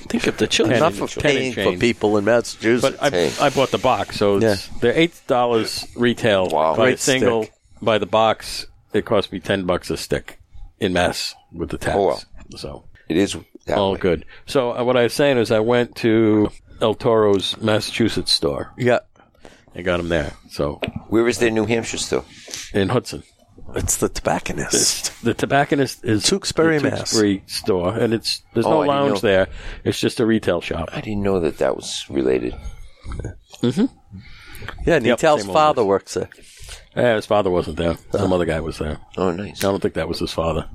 Speaker 5: Think of the children.
Speaker 1: Enough
Speaker 2: Enough
Speaker 1: in-
Speaker 2: of
Speaker 1: of paying
Speaker 2: paying for
Speaker 1: change.
Speaker 2: people in Massachusetts.
Speaker 1: but I,
Speaker 4: hey.
Speaker 1: I bought the box, so it's, they're eight dollars retail
Speaker 4: Wow.
Speaker 1: by
Speaker 2: Great
Speaker 1: the single.
Speaker 2: stick.
Speaker 1: By the box, it cost me ten bucks a stick in mass with the tax.
Speaker 4: Oh, wow.
Speaker 1: So
Speaker 4: It is that
Speaker 2: Oh,
Speaker 1: all
Speaker 4: way.
Speaker 1: good. So uh, what I was saying is, I went to El Toro's Massachusetts store.
Speaker 2: yeah,
Speaker 1: I got him there. So
Speaker 4: Where is their New Hampshire still?
Speaker 1: in Hudson.
Speaker 2: it's the tobacconist.
Speaker 1: The tobacconist is
Speaker 2: Tewksbury,
Speaker 1: the
Speaker 2: Mass.
Speaker 1: Tewksbury store, and it's there's
Speaker 4: Oh,
Speaker 1: no
Speaker 4: I didn't
Speaker 1: lounge
Speaker 4: know.
Speaker 1: there. It's just a retail shop.
Speaker 4: I didn't know that that was related.
Speaker 2: Yeah, and
Speaker 1: Yep,
Speaker 2: Nitel's
Speaker 1: same old
Speaker 2: father works there.
Speaker 1: Eh, his father wasn't there. Some
Speaker 2: Uh-huh.
Speaker 1: other guy was there. I
Speaker 4: Oh, nice.
Speaker 1: don't think that was his father.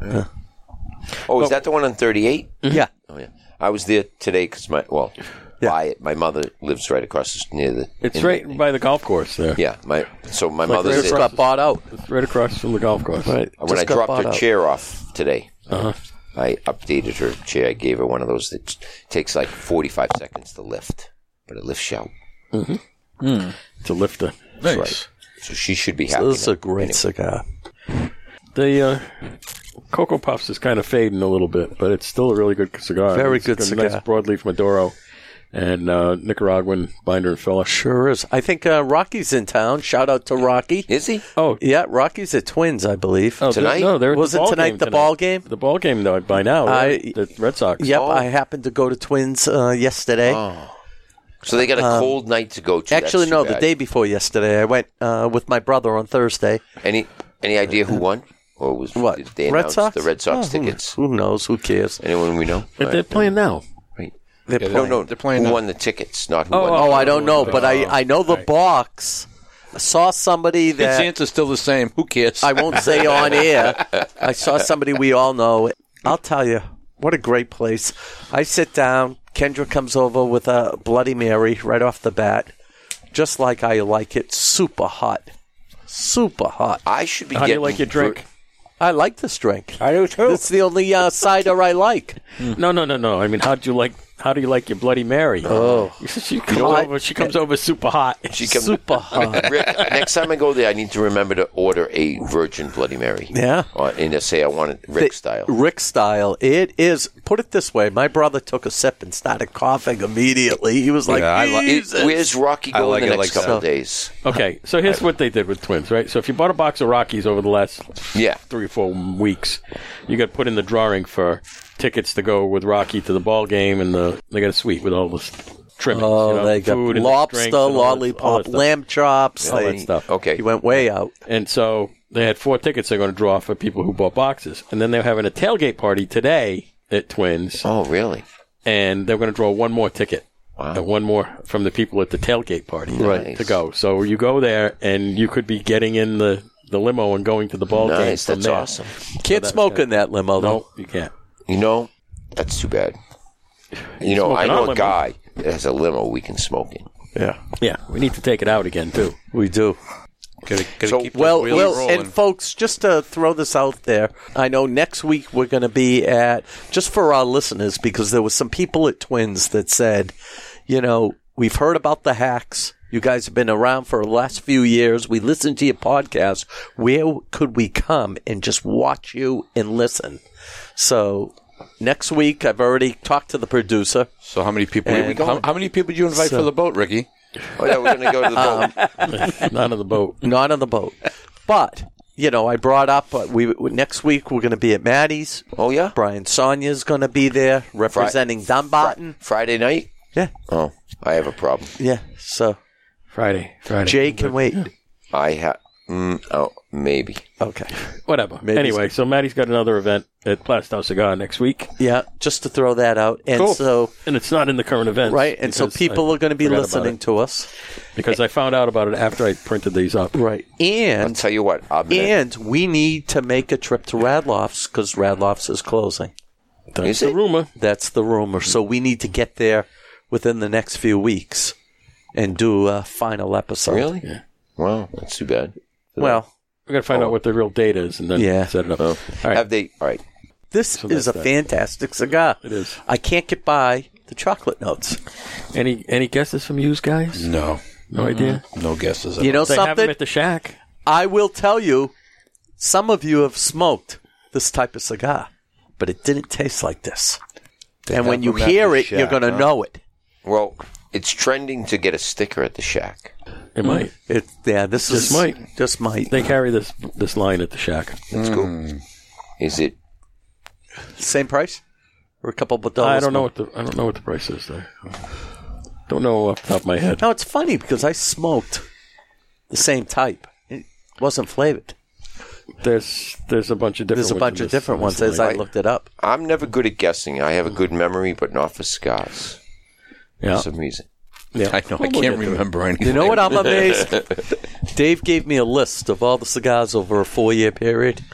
Speaker 4: Oh, is that the one on 38?
Speaker 1: Mm-hmm.
Speaker 2: Yeah,
Speaker 4: Oh, yeah. I was there today because my, well, by it, my mother lives right across the, near the.
Speaker 1: It's
Speaker 4: in-
Speaker 1: right by the golf course there.
Speaker 4: Yeah, my so my
Speaker 2: they
Speaker 4: mother's
Speaker 2: just
Speaker 4: there.
Speaker 2: got bought out.
Speaker 1: It's right across from the golf course.
Speaker 2: Right.
Speaker 4: When
Speaker 2: just
Speaker 4: I
Speaker 2: got
Speaker 4: dropped
Speaker 2: bought out.
Speaker 4: her
Speaker 2: Uh-huh.
Speaker 4: chair off today, I updated her chair. I gave her one of those that takes like 45 seconds to lift, but it lifts out.
Speaker 1: It's a lifter.
Speaker 5: Nice.
Speaker 4: So she should be happy.
Speaker 2: This is
Speaker 4: now.
Speaker 2: a great cigar.
Speaker 1: The uh, Cocoa Puffs is kind of fading a little bit, but it's still a really good cigar.
Speaker 2: Very
Speaker 1: It's
Speaker 2: good
Speaker 1: got a
Speaker 2: cigar.
Speaker 1: Nice broadleaf Maduro and uh, Nicaraguan binder and filler.
Speaker 2: Sure is. I think uh, Rocky's in town. Shout out to Rocky.
Speaker 4: Is he?
Speaker 1: Oh,
Speaker 2: Yeah, Rocky's at Twins, I believe.
Speaker 1: oh,
Speaker 4: Tonight?
Speaker 1: No, they're at
Speaker 2: Was
Speaker 1: the
Speaker 2: it
Speaker 1: ball
Speaker 2: tonight
Speaker 1: game
Speaker 2: the ball game?
Speaker 1: The ball game though by now.
Speaker 2: I-
Speaker 1: right? the Red Sox.
Speaker 2: Yep,
Speaker 4: Oh.
Speaker 2: I happened to go to Twins uh, yesterday.
Speaker 4: So they got a cold night to go to. Oh, That's
Speaker 2: Um, Actually,
Speaker 4: too
Speaker 2: no, the
Speaker 4: bad.
Speaker 2: day before yesterday, I went uh, with my brother on Thursday.
Speaker 4: Any any idea who won? Or was
Speaker 2: What?
Speaker 4: did they
Speaker 2: Red
Speaker 4: announced
Speaker 2: Sox?
Speaker 4: the Red Sox
Speaker 2: Oh, who-
Speaker 4: tickets?
Speaker 2: Who, knows? Who cares?
Speaker 4: Anyone we know?
Speaker 1: But they're playing now.
Speaker 4: Right.
Speaker 2: They're
Speaker 4: No,
Speaker 2: playing.
Speaker 4: no,
Speaker 3: They're playing
Speaker 4: Who
Speaker 3: now.
Speaker 4: won the tickets? Not who won.
Speaker 2: Oh, I don't know, but I, I know the box. I saw somebody
Speaker 3: Its
Speaker 2: that
Speaker 3: answer's still the same. Who cares?
Speaker 2: I won't say on air. I saw somebody we all know. I'll tell you, what a great place. I sit down. Kendra comes over with a Bloody Mary right off the bat, just like I like it. Super hot. Super hot.
Speaker 4: I should be
Speaker 1: How do
Speaker 4: getting
Speaker 1: you like your drink?
Speaker 2: I like this drink.
Speaker 1: I do too.
Speaker 2: It's the only uh, cider I like.
Speaker 1: No, no, no, no. I mean, how do you like? How do you like your Bloody Mary? Oh, <laughs> she comes
Speaker 2: what?
Speaker 1: over. She comes over super hot.
Speaker 4: She comes,
Speaker 2: Super hot.
Speaker 4: Rick, <laughs> next time I go there, I need to remember to order a Virgin Bloody Mary.
Speaker 2: Yeah.
Speaker 4: Or- and to say I want it Rick
Speaker 2: Th-
Speaker 4: style.
Speaker 2: Rick style. It is. Put it this way: my brother took a sip and started coughing immediately. He was like,
Speaker 3: Yeah, I li-
Speaker 4: It-
Speaker 2: "Jesus."
Speaker 4: where's Rocky
Speaker 3: I
Speaker 4: going
Speaker 3: like
Speaker 4: the
Speaker 3: it
Speaker 4: next
Speaker 3: like
Speaker 4: couple
Speaker 2: that.
Speaker 4: of days?
Speaker 1: Okay, so here's what they did with twins, right? So if you bought a box of Rockies over the last
Speaker 4: Yeah.
Speaker 1: three or four weeks, you got put in the drawing for tickets to go with Rocky to the ball game, and the they got a suite with all this trimmings.
Speaker 2: Oh,
Speaker 1: you know,
Speaker 2: they got
Speaker 1: food and drinks
Speaker 2: lobster,
Speaker 1: and all that- all that
Speaker 2: lollipop,
Speaker 1: stuff.
Speaker 2: lamb chops.
Speaker 1: all
Speaker 2: they-
Speaker 1: that stuff.
Speaker 4: Okay.
Speaker 2: He went way out.
Speaker 1: And so they had four tickets they're going to draw for people who bought boxes, and then they're having a tailgate party today at Twins.
Speaker 4: Oh, really?
Speaker 1: and they're going to draw one more ticket.
Speaker 4: Wow.
Speaker 1: And one more from the people at the tailgate party
Speaker 4: Right.
Speaker 1: to go. So you go there, and you could be getting in the, the limo and going to the ball game.
Speaker 4: Nice.
Speaker 1: from
Speaker 4: That's
Speaker 1: there.
Speaker 4: awesome.
Speaker 2: Can't smoke in that
Speaker 1: No,
Speaker 2: limo. though.
Speaker 1: you can't.
Speaker 4: You know, that's too bad. You know, I
Speaker 1: Smoking
Speaker 4: know
Speaker 1: on
Speaker 4: a
Speaker 1: limo.
Speaker 4: guy that has a limo we can smoke in.
Speaker 2: Yeah,
Speaker 1: Yeah, we need to take it out again too.
Speaker 2: we do.
Speaker 3: Gotta- gotta
Speaker 4: So,
Speaker 3: keep the
Speaker 2: Well,
Speaker 3: wheels
Speaker 2: well,
Speaker 3: rolling.
Speaker 2: and folks, just to throw this out there, I know next week we're going to be at just for our listeners because there was some people at Twins that said, you know, we've heard about the hacks. You guys have been around for the last few years. We listened to your podcast. Where could we come and just watch you and listen? So next week, I've already talked to the producer.
Speaker 3: so how many people? how, how many people did you invite for the boat, Ricky?
Speaker 4: Oh, yeah, we're going to
Speaker 2: <laughs>
Speaker 4: go to the boat.
Speaker 2: Um,
Speaker 1: Not on the boat.
Speaker 2: not on the boat. But you know, I brought up uh, we next week we're going to be at Maddie's.
Speaker 4: Oh, yeah?
Speaker 2: Brian Sonia's going to be there representing Dumbarton.
Speaker 4: Friday night?
Speaker 2: Yeah,
Speaker 4: Oh, I have a problem.
Speaker 2: yeah. So
Speaker 1: Friday, Friday.
Speaker 2: Jay can wait.
Speaker 4: I have. Mm, oh, maybe.
Speaker 2: Okay.
Speaker 1: <laughs> Whatever. anyway, so Maddie's got another event at Plastow Cigar next week,
Speaker 2: Yeah, just to throw that out, and
Speaker 1: Cool.
Speaker 2: so
Speaker 1: and it's not in the current events,
Speaker 2: right, and so
Speaker 1: because
Speaker 2: people
Speaker 1: I
Speaker 2: are going to be
Speaker 1: forgot about
Speaker 2: listening
Speaker 1: it.
Speaker 2: to us,
Speaker 1: because I found out about it after I printed these up.
Speaker 2: right?
Speaker 4: I'll
Speaker 2: And
Speaker 4: tell you what. I'm gonna-
Speaker 2: and we need to make a trip to Radloff's because Radloff's is closing.
Speaker 1: That's
Speaker 4: Is
Speaker 1: the
Speaker 4: it?
Speaker 1: rumor.
Speaker 2: That's the rumor. So we need to get there within the next few weeks and do a final episode.
Speaker 4: Really? Well, that's too bad.
Speaker 2: Well,
Speaker 1: We gotta find out what the real date is and then
Speaker 2: Oh. Yeah.
Speaker 1: set it up.
Speaker 4: Oh.
Speaker 1: All right.
Speaker 4: Have they? All right.
Speaker 2: this is
Speaker 1: that's
Speaker 2: a
Speaker 1: that.
Speaker 2: fantastic cigar.
Speaker 1: It is.
Speaker 2: I can't get by the chocolate notes.
Speaker 1: Any any guesses from you guys?
Speaker 3: No,
Speaker 1: No idea.
Speaker 3: no guesses. at
Speaker 2: You know
Speaker 1: They have them
Speaker 2: Mm-hmm. something?
Speaker 1: at the shack.
Speaker 2: I will tell you, some of you have smoked this type of cigar, but it didn't taste like this. and when
Speaker 4: have
Speaker 2: you
Speaker 4: them at
Speaker 2: hear
Speaker 4: the
Speaker 2: it, you're
Speaker 4: shack,
Speaker 2: going to
Speaker 4: huh?
Speaker 2: know it.
Speaker 4: Well, it's trending to get a sticker at the shack.
Speaker 2: Mm.
Speaker 1: It might.
Speaker 2: It, yeah, this
Speaker 1: Just
Speaker 2: is
Speaker 1: might.
Speaker 2: just might
Speaker 1: They carry this this line at the shack.
Speaker 4: That's cool. Is it?
Speaker 2: same price or a couple of dollars.
Speaker 1: I don't know
Speaker 2: more.
Speaker 1: what the I don't know what the price is there. Don't know off the top of my head.
Speaker 2: No, it's funny because I smoked the same type. It wasn't flavored.
Speaker 1: There's there's a bunch of different.
Speaker 2: There's a
Speaker 1: ones
Speaker 2: bunch
Speaker 1: in
Speaker 2: of
Speaker 1: this-
Speaker 2: different
Speaker 1: in
Speaker 2: ones
Speaker 1: this
Speaker 2: as I
Speaker 1: line.
Speaker 2: looked it up.
Speaker 4: I'm never good at guessing. I have a good memory, but not for cigars for
Speaker 1: Yeah.
Speaker 4: some reason.
Speaker 1: yeah.
Speaker 3: I know. I can't remember anything.
Speaker 2: You know what? I'm
Speaker 1: <laughs>
Speaker 2: amazed. Dave gave me a list of all the cigars over a four year period.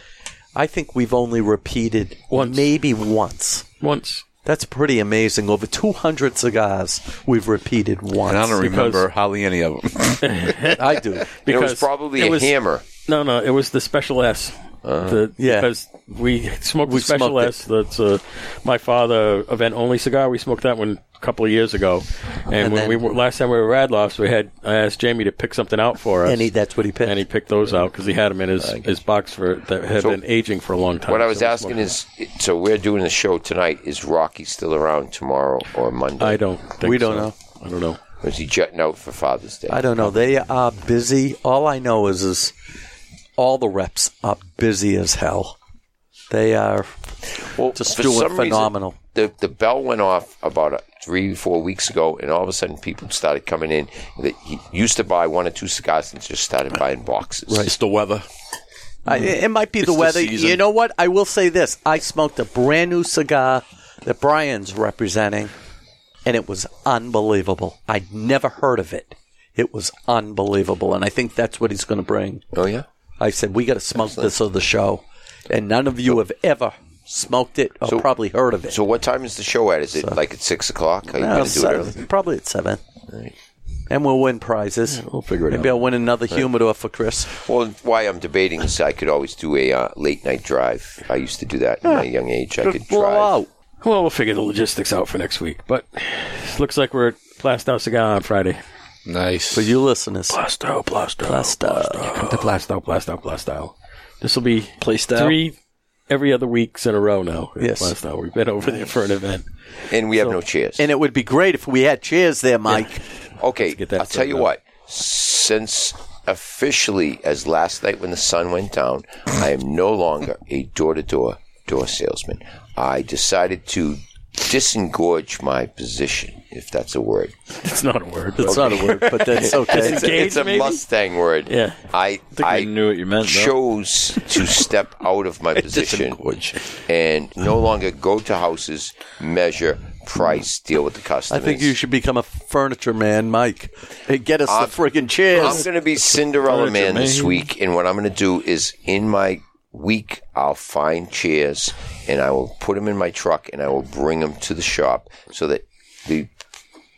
Speaker 2: I think we've only repeated
Speaker 1: Once.
Speaker 2: maybe once.
Speaker 1: Once.
Speaker 2: That's pretty amazing. Over 200 cigars we've repeated once.
Speaker 3: And <laughs> I don't remember
Speaker 1: because-
Speaker 3: hardly any of them.
Speaker 2: I do.
Speaker 4: It was
Speaker 1: Because
Speaker 4: probably
Speaker 1: it
Speaker 4: a
Speaker 1: was-
Speaker 4: hammer.
Speaker 1: No, no, it was the special S. the,
Speaker 2: Yeah.
Speaker 1: because we smoked
Speaker 2: We
Speaker 1: the special
Speaker 2: smoked it.
Speaker 1: S. That's uh, my father event only cigar. We smoked that one a couple of years ago, and, when
Speaker 2: then-
Speaker 1: we were, last time we were at Radloff's, we had I asked Jamie to pick something out for us,
Speaker 2: And he, that's what he picked.
Speaker 1: and he picked those out because he had them in his, his box for that had
Speaker 4: So-
Speaker 1: been aging for a long time.
Speaker 4: What I was
Speaker 1: So we
Speaker 4: asking
Speaker 1: smoked
Speaker 4: is, so we're doing the show tonight. Is Rocky still around tomorrow or Monday?
Speaker 1: I don't. Think
Speaker 2: We don't
Speaker 1: so.
Speaker 2: know.
Speaker 1: I don't know.
Speaker 4: Or is he jetting out for Father's Day?
Speaker 2: I don't know. They are busy. All I know is, is all the reps are busy as hell. They are
Speaker 4: Well,
Speaker 2: just
Speaker 4: for
Speaker 2: doing
Speaker 4: some reason,
Speaker 2: phenomenal.
Speaker 4: the the bell went off about uh, three four weeks ago, and all of a sudden people started coming in that he used to buy one or two cigars and just started buying boxes.
Speaker 3: It's the weather.
Speaker 2: I, it might be the
Speaker 3: Hmm. the
Speaker 2: weather.
Speaker 3: season.
Speaker 2: you know what? I will say this. I smoked a brand new cigar that Brian's representing, and it was unbelievable. I'd never heard of it. It was unbelievable, and I think that's what he's going to bring.
Speaker 4: Oh yeah.
Speaker 2: I said, we got to smoke this on the show, and none of you have ever smoked it or
Speaker 4: So-
Speaker 2: probably heard of it.
Speaker 4: So what time is the show at? Is it like at six o'clock? Are you
Speaker 2: Uh,
Speaker 4: going to do it
Speaker 2: seven-
Speaker 4: early?
Speaker 2: probably at 7. And we'll win prizes.
Speaker 1: We'll figure it
Speaker 2: Maybe
Speaker 1: out.
Speaker 2: I'll win another humidor for Chris.
Speaker 4: Well, why I'm debating is I could always do a uh, late night drive. I used to do that at my young age. I could
Speaker 2: Blow
Speaker 4: drive.
Speaker 2: out.
Speaker 1: Well, we'll figure the logistics out for next week. But <sighs> looks like we're at Plastow Cigar on Friday.
Speaker 3: Nice.
Speaker 2: For you listeners.
Speaker 1: Plastow, Plastow,
Speaker 2: Plastow.
Speaker 1: Come to Plastow, Plastow, Plastow. This will be
Speaker 5: Placed out.
Speaker 1: three every other weeks in a row now. at
Speaker 2: Yes.
Speaker 1: Plastow. We've been over there for an event.
Speaker 4: And we have no chairs.
Speaker 2: And it would be great if we had chairs there, Mike.
Speaker 4: Okay,
Speaker 1: get that
Speaker 4: I'll tell
Speaker 1: sorted
Speaker 4: you
Speaker 1: out.
Speaker 4: what. Since officially as last night when the sun went down, I am no longer a door-to-door door salesman. I decided to disengorge my position, if that's a word.
Speaker 1: It's not a word.
Speaker 2: It's not a word, but <laughs> that's okay.
Speaker 4: It's a, it's a
Speaker 1: maybe?
Speaker 4: Mustang word.
Speaker 1: Yeah.
Speaker 4: I I,
Speaker 5: I knew what you meant. though.
Speaker 4: chose to step out of my position and no longer go to houses, measure, price, deal with the
Speaker 2: I
Speaker 4: customers.
Speaker 2: think you should become a furniture man, Mike. Hey, get us
Speaker 4: I'm-
Speaker 2: the friggin'
Speaker 4: I'm
Speaker 2: chairs.
Speaker 4: going to be Cinderella Man this week, and what I'm going to do is in my week I'll find chairs and I will put them in my truck and I will bring them to the shop so that the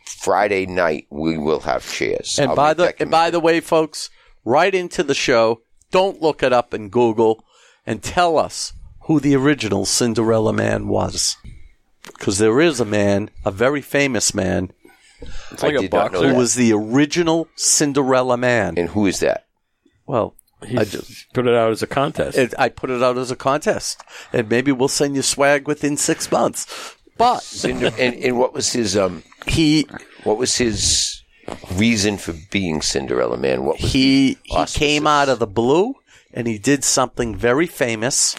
Speaker 4: Friday night we will have chairs.
Speaker 2: and
Speaker 4: I'll
Speaker 2: by
Speaker 4: make
Speaker 2: the
Speaker 4: that
Speaker 2: and by the way, folks, right into the show. Don't look it up in Google and tell us who the original Cinderella man was. Because there is a man, a very famous man,
Speaker 5: It's like
Speaker 4: I
Speaker 5: a
Speaker 4: did not know
Speaker 5: boxer.
Speaker 2: who
Speaker 4: that.
Speaker 2: was the original Cinderella man.
Speaker 4: and who is that?
Speaker 2: Well,
Speaker 1: I just put it out as a contest.
Speaker 2: it, I put it out as a contest, and maybe we'll send you swag within six months. But
Speaker 4: Cinder- and, and what was his um?
Speaker 2: he
Speaker 4: What was his reason for being Cinderella Man? What was
Speaker 2: he he
Speaker 4: Auspices.
Speaker 2: came out of the blue and he did something very famous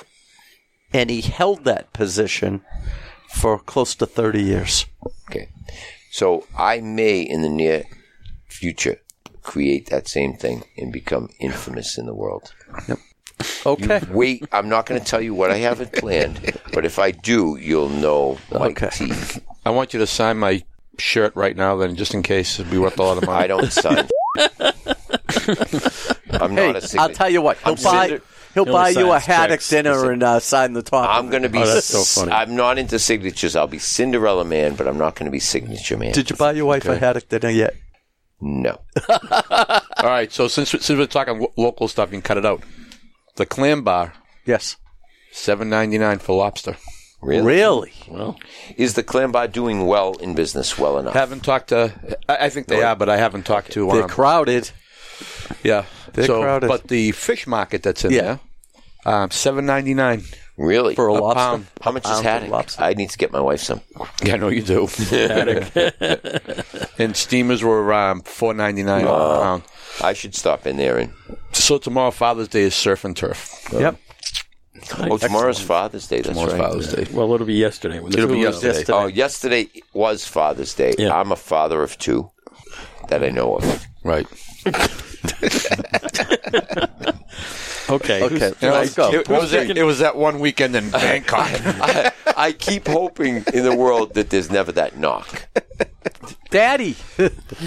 Speaker 2: and he held that position for close to 30 years
Speaker 4: Okay. So I may, in the near future, create that same thing and become infamous in the world.
Speaker 2: okay
Speaker 4: Wait, I'm not going to tell you what I haven't planned, but if I do, you'll know Mike
Speaker 2: Okay.
Speaker 4: T.
Speaker 3: I want you to sign my shirt right now, then, just in case it'd be worth a lot <laughs> of money.
Speaker 4: I
Speaker 2: <laughs>
Speaker 4: don't sign. I'm
Speaker 2: hey
Speaker 4: not a
Speaker 2: i'll
Speaker 4: signature.
Speaker 2: tell you what he'll buy
Speaker 4: Cinder-
Speaker 2: he'll
Speaker 1: He'll
Speaker 2: buy you a
Speaker 1: sign
Speaker 2: haddock
Speaker 1: checks.
Speaker 2: dinner and uh, sign the top
Speaker 4: I'm going to be.
Speaker 1: Oh, that's so
Speaker 4: s-
Speaker 1: funny.
Speaker 4: I'm not into signatures. I'll be Cinderella Man, but I'm not going to be Signature Man.
Speaker 2: did you buy your wife a haddock dinner yet <laughs>
Speaker 4: No.
Speaker 3: All right. So since since we're talking lo- local stuff, you can cut it out. The clam bar,
Speaker 2: Yes.
Speaker 3: seven ninety nine for lobster.
Speaker 4: Really?
Speaker 2: Really?
Speaker 4: Is the clam bar doing well in business well enough?
Speaker 3: Haven't talked to. I, I think they are, but I haven't talked to.
Speaker 2: They're
Speaker 3: um,
Speaker 2: crowded.
Speaker 3: yeah,
Speaker 2: they're
Speaker 3: so,
Speaker 2: crowded.
Speaker 3: But the fish market that's in
Speaker 2: Yeah.
Speaker 3: there, um, seven ninety nine.
Speaker 4: really?
Speaker 2: For a, lobster.
Speaker 3: pound.
Speaker 4: How much is
Speaker 2: pound of
Speaker 4: haddock?
Speaker 2: lobster.
Speaker 4: I need to get my wife some.
Speaker 3: <laughs> Yeah, I know you do. <laughs> and steamers were um, four ninety nine a pound.
Speaker 4: I should stop in there and.
Speaker 3: So tomorrow Father's Day is surf and turf.
Speaker 2: Yep.
Speaker 4: Oh, tomorrow's Father's Day. That's
Speaker 3: Tomorrow's
Speaker 4: right.
Speaker 3: Father's Day.
Speaker 1: Well, it'll be yesterday. when this
Speaker 3: It'll be
Speaker 1: goes out.
Speaker 3: yesterday.
Speaker 4: Oh, yesterday was Father's Day.
Speaker 1: Yeah.
Speaker 4: I'm a father of two that I know of. <laughs>
Speaker 3: Right.
Speaker 1: Okay.
Speaker 2: Okay.
Speaker 3: You know,
Speaker 2: Let's go.
Speaker 3: It, was that, it was that one weekend in Bangkok.
Speaker 4: <laughs> I, I keep hoping in the world that there's never that knock.
Speaker 2: Daddy.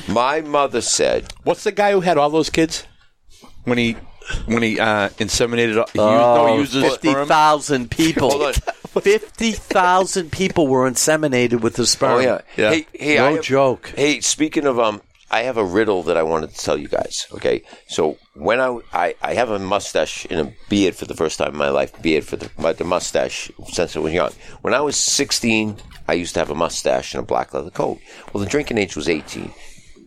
Speaker 4: My mother said,
Speaker 3: What's the guy who had all those kids when he when he uh, inseminated? All, he used, no, he used his sperm.
Speaker 2: 50,000 Oh, people. <laughs>
Speaker 4: Hold
Speaker 2: 50,000 people were inseminated with the sperm.
Speaker 4: "Oh yeah,
Speaker 3: Yeah.
Speaker 4: Hey, hey,
Speaker 2: No
Speaker 4: I have-
Speaker 2: joke.
Speaker 4: Hey, speaking of um, I have a riddle that I wanted to tell you guys. Okay, so when I I, I have a mustache and a beard for the first time in my life, beard for the but the mustache since I was young. When I was sixteen, I used to have a mustache and a black leather coat. Well, the drinking age was eighteen.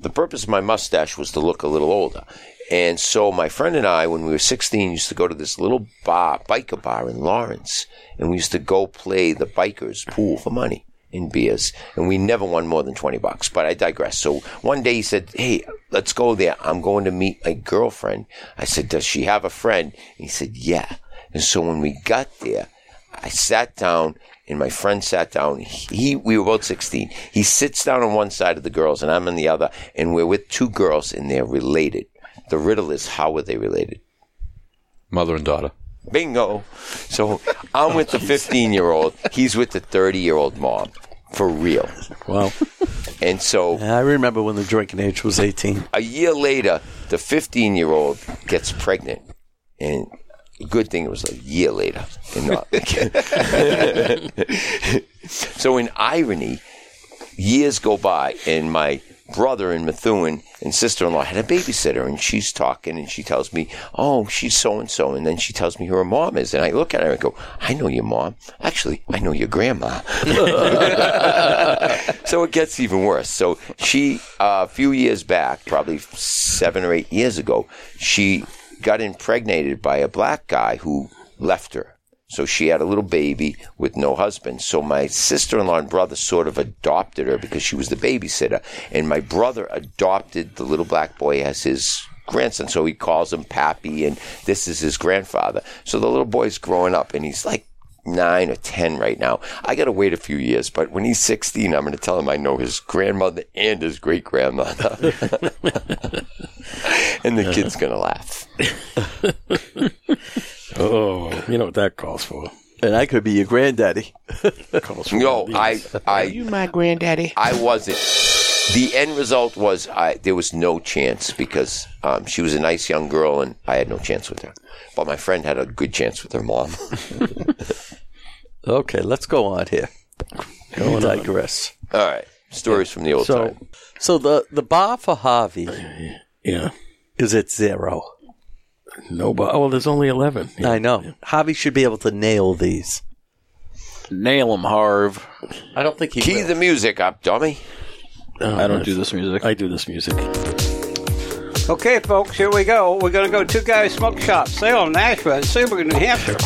Speaker 4: The purpose of my mustache was to look a little older. And so my friend and I, when we were 16, used to go to this little bar, biker bar in Lawrence, and we used to go play the bikers pool for money in beers, and we never won more than 20 bucks. But I digress. So one day he said, Hey, let's go there. I'm going to meet my girlfriend. I said, Does she have a friend? And he said, Yeah. And so when we got there, I sat down and my friend sat down. He, we were both 16. He sits down on one side of the girls and I'm on the other, and we're with two girls and they're related. The riddle is, How were they related?
Speaker 3: Mother and daughter.
Speaker 4: Bingo. So I'm with the 15 year old. He's with the 30 year old mom. For real.
Speaker 1: Wow.
Speaker 4: And so
Speaker 2: I remember when the drinking age was 18.
Speaker 4: a year later, the 15 year old gets pregnant. And good thing it was a year later and not. <laughs> so, in irony, years go by, and my brother in Methuen and sister in law had a babysitter, and she's talking, and she tells me, Oh, she's so and so. And then she tells me who her mom is. And I look at her and go, I know your mom. Actually, I know your grandma. <laughs> so it gets even worse. So she, uh, a few years back, probably seven or eight years ago, she got impregnated by a black guy who left her. So she had a little baby with no husband. So my sister in law and brother sort of adopted her because she was the babysitter. And my brother adopted the little black boy as his grandson. So he calls him Pappy, and this is his grandfather. So the little boy's growing up, and he's like nine or ten right now. I gotta wait a few years, but when he's sixteen, I'm gonna tell him I know his grandmother and his great grandmother, <laughs> and the kid's gonna laugh.
Speaker 1: Oh, you know what that calls for.
Speaker 2: And I could be your granddaddy.
Speaker 1: Calls for
Speaker 4: No,
Speaker 1: these.
Speaker 4: I, I, you my granddaddy? I wasn't. The end result was I there was no chance because um, she was a nice young girl and I had no chance with her. But my friend had a good chance with her mom. <laughs>
Speaker 2: Okay, let's go on here. Go digress.
Speaker 4: All right, stories from the old
Speaker 1: So-
Speaker 4: time.
Speaker 2: So the, the bar for Harvey
Speaker 1: Yeah.
Speaker 2: is at zero.
Speaker 1: No, but oh, well, there's only eleven. Yeah.
Speaker 2: I know. Harvey should be able to nail these.
Speaker 5: Nail 'em, Harv.
Speaker 2: I don't think he
Speaker 4: Key
Speaker 2: will.
Speaker 4: the music up, dummy.
Speaker 5: I don't do this music.
Speaker 1: I do this music.
Speaker 8: Okay, folks, here we go. We're going to go Two Guys Smoke Shop, Salem, Nashville, Super, New Hampshire.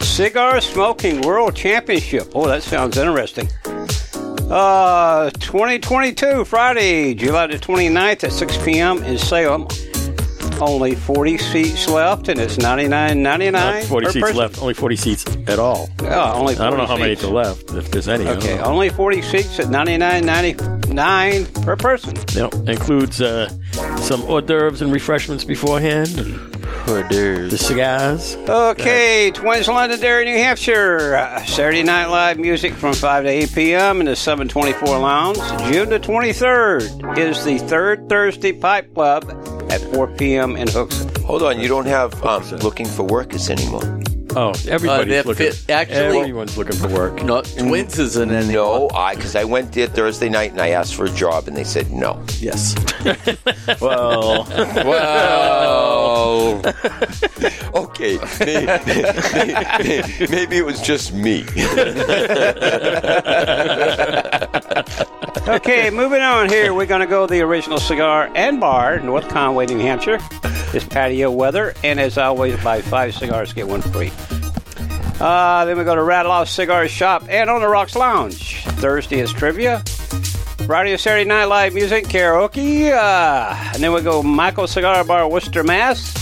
Speaker 8: Cigar Smoking World Championship. Oh, that sounds interesting. Uh, 2022, Friday, July the 29th at 6 p.m. in Salem. Only 40 seats left, and it's $99.99.
Speaker 1: Not Forty
Speaker 8: per
Speaker 1: seats
Speaker 8: person.
Speaker 1: left. Only forty seats at all.
Speaker 8: Yeah, Oh, only 40
Speaker 1: I don't know how many
Speaker 8: seats.
Speaker 1: there left, if there's any. I don't
Speaker 8: Okay,
Speaker 1: know.
Speaker 8: only 40 seats at $99.99 per person.
Speaker 1: Yep. Includes uh, some hors d'oeuvres and refreshments beforehand.
Speaker 5: Hors d'oeuvres.
Speaker 1: The cigars.
Speaker 8: Okay, Twins Londonderry, New Hampshire. Uh, Saturday Night Live music from 5 to 8 p.m. in the 724 Lounge. June the 23rd is the Third Thursday Pipe Club at 4 p.m. in Hooks.
Speaker 4: Hold on, you don't have um, looking for workers anymore.
Speaker 1: Oh, everybody's
Speaker 2: they're
Speaker 1: looking.
Speaker 2: fit- actually-
Speaker 1: everyone's looking for work.
Speaker 2: No, Twins isn't any.
Speaker 4: No, I because I went there Thursday night and I asked for a job and they said no.
Speaker 2: Yes.
Speaker 5: Well,
Speaker 4: Well, <laughs> okay, may- may- maybe, it was just me.
Speaker 8: Okay, moving on here. We're going to go to the original cigar and bar, in North Conway, New Hampshire. It's patio weather, and as always, buy five cigars, get one free. Uh, then we go to Rattle Off Cigar Shop and on the Rocks Lounge. Thursday is trivia. Friday is Saturday Night Live music, karaoke. Uh, and then we go Michael Cigar Bar, Worcester, Mass.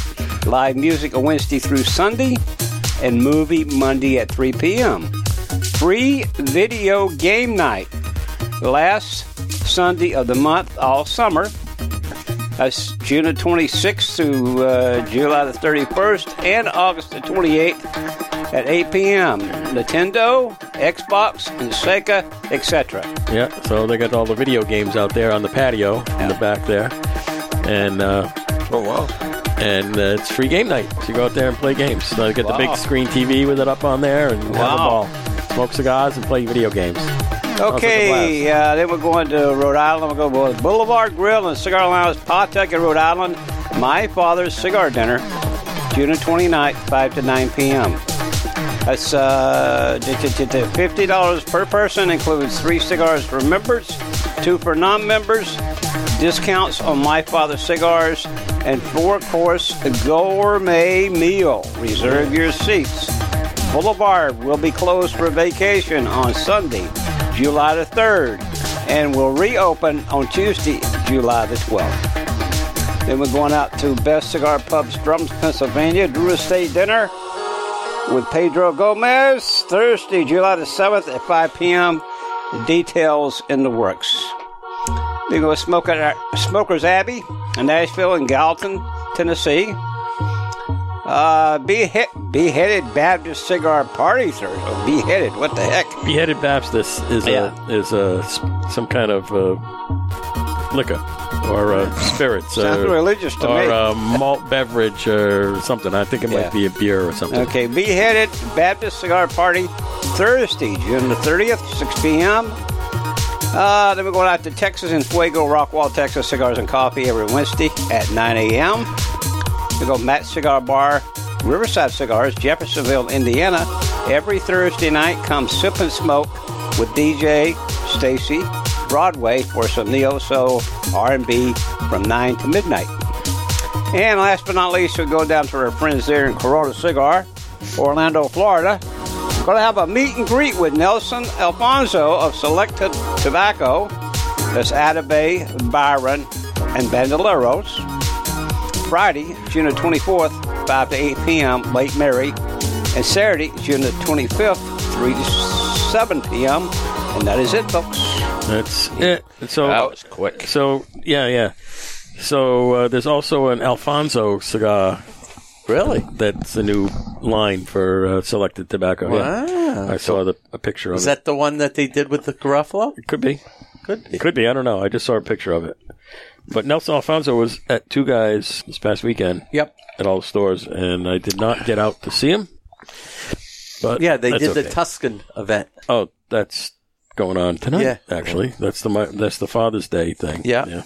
Speaker 8: Live music on Wednesday through Sunday. And movie Monday at 3 p.m. Free video game night last Sunday of the month all summer. That's June the 26th through uh, July the 31st and August the 28th at 8 p.m. Nintendo, Xbox, and Sega, etc.
Speaker 1: Yeah, so they got all the video games out there on the patio in the back there, and uh,
Speaker 4: <laughs> Oh wow!
Speaker 1: and uh, it's free game night. So you go out there and play games. So they got the
Speaker 8: Wow.
Speaker 1: big screen TV with it up on there, and have a
Speaker 8: Wow.
Speaker 1: ball, smoke cigars, and play video games.
Speaker 8: Okay, uh, then we're going to Rhode Island. We're going to Boulevard Grill and Cigar Lounge, Pawtucket, Rhode Island. My Father's Cigar Dinner, June 29th, 5 to 9 p.m. That's uh, d- d- d- d- $50 per person, includes three cigars for members, two for non members, discounts on My Father cigars, and four course gourmet meal. Reserve your seats. Boulevard will be closed for vacation on Sunday, July the 3rd, and will reopen on Tuesday, July the 12th. Then we're going out to Best Cigar Pubs, Drums, Pennsylvania, Drew Estate Dinner with Pedro Gomez, Thursday, July the 7th at 5 p.m. Details in the works. We go smoke at uh, Smokers Abbey in Nashville and Galton, Tennessee. Uh, behead, beheaded Baptist cigar party Thursday. Oh, beheaded, what the heck?
Speaker 1: Beheaded Baptist is a is a s- some kind of uh, liquor or uh, spirits
Speaker 8: Sounds
Speaker 1: or,
Speaker 8: religious to
Speaker 1: or
Speaker 8: me.
Speaker 1: a malt beverage or something. I think it might
Speaker 8: Yeah.
Speaker 1: be a beer or something.
Speaker 8: Okay, beheaded Baptist cigar party Thursday, June the 30th, 6 p.m. Uh, then we're going out to Texas in Fuego, Rockwall, Texas, cigars and coffee every Wednesday at 9 a.m. We go Matt Cigar Bar, Riverside Cigars, Jeffersonville, Indiana. Every Thursday night, come sip and smoke with DJ Stacy Broadway for some neo soul R&B from 9 to midnight. And last but not least, we go down to our friends there in Corona Cigar, Orlando, Florida. We're going to have a meet and greet with Nelson Alfonso of Selected Tobacco. That's Atabay, Byron, and Bandoleros. Friday, June the 24th, 5 to 8 p.m., Lake Mary. And Saturday, June the 25th, 3 to 7 p.m. And that is it, folks.
Speaker 1: That's it. So
Speaker 3: That was quick.
Speaker 1: So yeah, yeah. So uh, there's also an Alfonso cigar. Really? That's a new line for uh, selected tobacco. Yeah. I saw the a picture of
Speaker 2: Is
Speaker 1: it.
Speaker 2: that the one that they did with the Garofalo?
Speaker 1: Could be. Could be. Could be. I don't know. I just saw a picture of it. But Nelson Alfonso was at Two Guys this past weekend
Speaker 2: Yep.
Speaker 1: at all the stores, and I did not get out to see him. But
Speaker 2: Yeah, they
Speaker 1: that's
Speaker 2: did
Speaker 1: okay.
Speaker 2: the Tuscan event.
Speaker 1: oh, that's going on tonight.
Speaker 2: Yeah.
Speaker 1: actually, that's the mo- that's the Father's Day thing.
Speaker 2: Yeah.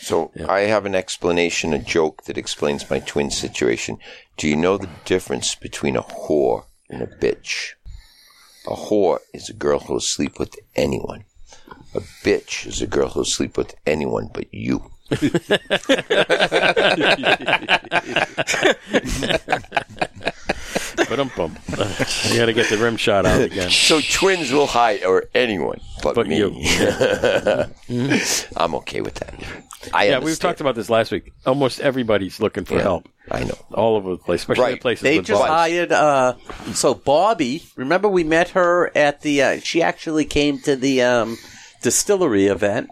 Speaker 4: So I have an explanation, a joke that explains my twin situation. Do you know the difference between a whore and a bitch? A whore is a girl who'll sleep with anyone. A bitch is a girl who'll sleep with anyone but you.
Speaker 1: But um, <laughs> you got to get the rim shot out
Speaker 2: <laughs>
Speaker 1: again.
Speaker 4: So twins will hide, or anyone but,
Speaker 1: But
Speaker 4: me.
Speaker 1: you.
Speaker 4: <laughs> I'm okay with that. I
Speaker 1: Yeah, we've talked about this last week. Almost everybody's looking for help
Speaker 4: I know.
Speaker 1: all over the place, especially
Speaker 4: Right.
Speaker 1: the places
Speaker 2: They
Speaker 1: with
Speaker 2: just
Speaker 1: bars.
Speaker 2: hired. Uh, so Bobby, remember we met her at the. Uh, she actually came to the um, distillery event.